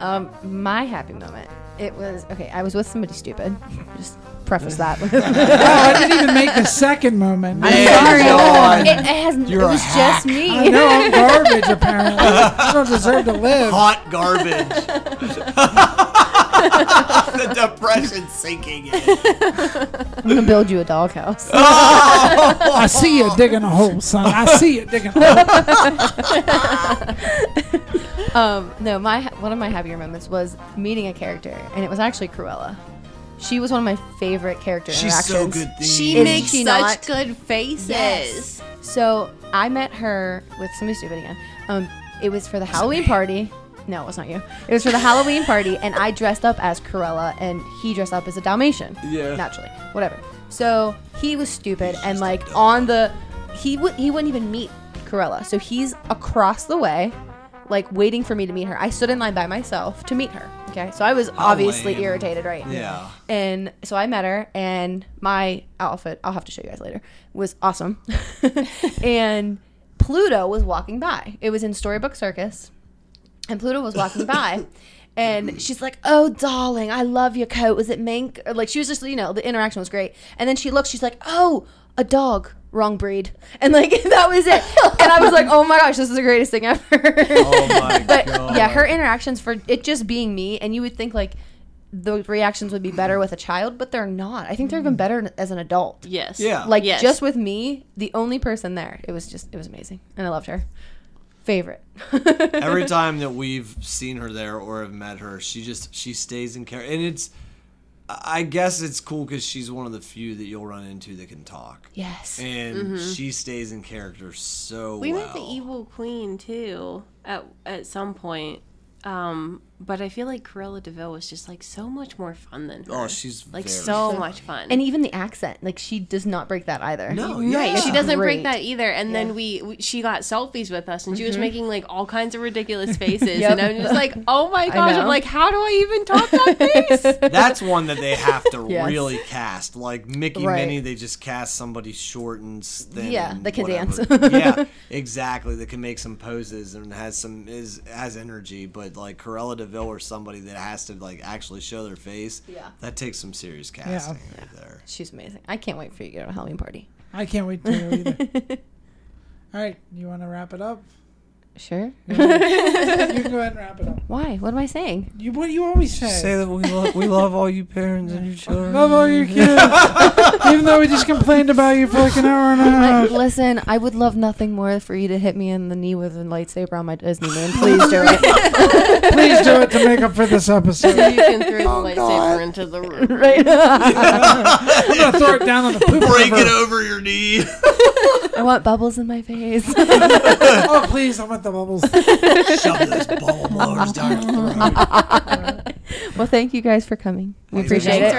S7: um, my happy moment. It was okay. I was with somebody stupid. Just preface that. with-
S6: Oh, I didn't even make the second moment.
S7: I'm sorry. It, it has.
S6: You're
S7: it
S6: a
S7: was
S6: hack.
S7: just me.
S6: I know I'm garbage. Apparently, I don't deserve to live.
S9: Hot garbage. the depression sinking in.
S7: I'm gonna build you a doghouse.
S6: I see you digging a hole, son. I see you digging a hole.
S7: um, no, my one of my happier moments was meeting a character, and it was actually Cruella. She was one of my favorite character
S8: She's so
S7: interactions.
S8: good thing. She
S7: Is
S8: makes such
S7: good
S8: faces.
S7: So I met her with somebody stupid again. Um, it was for the Halloween party. No, it was not you. It was for the Halloween party, and I dressed up as Cruella, and he dressed up as a Dalmatian.
S14: Yeah.
S7: naturally, whatever. So he was stupid, and like on the, he would he wouldn't even meet Cruella. So he's across the way, like waiting for me to meet her. I stood in line by myself to meet her. Okay, so I was obviously
S14: lame.
S7: irritated, right?
S14: Yeah.
S7: And so I met her, and my outfit, I'll have to show you guys later, was awesome. and Pluto was walking by. It was in Storybook Circus, and Pluto was walking by. And she's like, "Oh, darling, I love your coat. Was it mink?" Or, like she was just, you know, the interaction was great. And then she looks, she's like, "Oh, a dog, wrong breed," and like that was it. And I was like, "Oh my gosh, this is the greatest thing ever." Oh my but, Yeah, her interactions for it just being me, and you would think like those reactions would be better with a child, but they're not. I think they're even better as an adult.
S8: Yes.
S14: Yeah.
S7: Like
S14: Yes.
S7: just with me, the only person there. It was just it was amazing. And I loved her. Favorite.
S9: every time that we've seen her there or have met her, she just she stays in character, and it's. I guess it's cool because she's one of the few that you'll run into that can talk.
S7: Yes.
S9: and
S8: Mhm.
S9: she stays in character so
S8: we
S9: well.
S8: met the E evil queen too at at some point. Um, but I feel like Corella Deville was just like so much more fun than her.
S9: Oh, she's
S8: like
S9: very
S8: so
S7: fun.
S8: much fun.
S7: And even the accent, like she does not break that either.
S8: No, right. She doesn't break that either. And
S7: Yeah.
S8: then we, we she got selfies with us, and she was
S7: Mhm.
S8: making like all kinds of ridiculous faces.
S7: Yep.
S8: And I'm just like, oh my
S7: I
S8: gosh! I'm
S7: know.
S8: like, how do I even talk that face?
S9: That's one that they have to
S8: Yes.
S9: really cast. Like Mickey
S7: Right.
S9: Minnie, they just cast somebody short and thin.
S7: Yeah,
S9: and
S7: that can
S9: whatever.
S7: dance.
S9: yeah, exactly. That can make some poses and has some is has energy. But like Corella Deville or somebody that has to like actually show their face.
S7: Yeah.
S9: that takes some serious casting right there.
S7: She's amazing. I can't wait for you to go to a Halloween party.
S6: I can't wait to go either. All right, you want to wrap it up?
S7: Sure.
S6: you can go ahead and wrap it up.
S7: Why? What am I saying?
S6: You what do you always say?
S9: all you parents and your children.
S6: Love all your kids. Even though we just complained about you for like an hour and a half.
S7: Like, listen, I would love nothing more for you to hit me in the knee with a lightsaber on my Disney man. Please do it.
S6: Please do it to make up for this episode.
S8: you can throw the lightsaber into the room.
S7: Oh, Right.
S6: I'm gonna throw it down on the poop
S9: Break
S6: river.
S9: it over your knee.
S7: I want bubbles in my face.
S6: oh please, I want the bubbles.
S7: Shove
S9: those bubble blowers down
S7: well, thank you guys for coming. We appreciate it.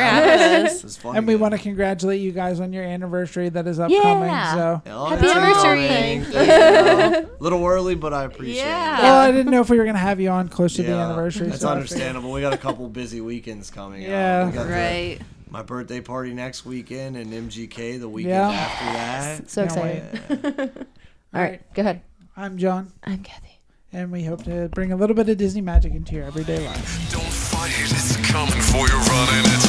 S6: and we want to congratulate you guys on your anniversary that is upcoming.
S7: Yeah.
S6: So
S9: Oh,
S7: Happy
S9: that's
S7: anniversary.
S9: amazing.
S7: Thank you.
S9: Little early, but I appreciate it.
S6: Well, I didn't know if we were gonna have you on close to the anniversary.
S9: That's
S6: so I figured-
S9: understandable. We got a couple busy weekends coming up.
S6: Yeah.
S9: We got the-
S6: Right.
S9: my birthday party next weekend and MGK the weekend
S6: Yeah.
S9: after that.
S6: So
S9: Can't wait.
S6: All right,
S7: go ahead.
S6: I'm John.
S7: I'm Kathy.
S6: And we hope to bring a little bit of Disney magic into your everyday life.
S2: Fight it, it's coming for you, running. It's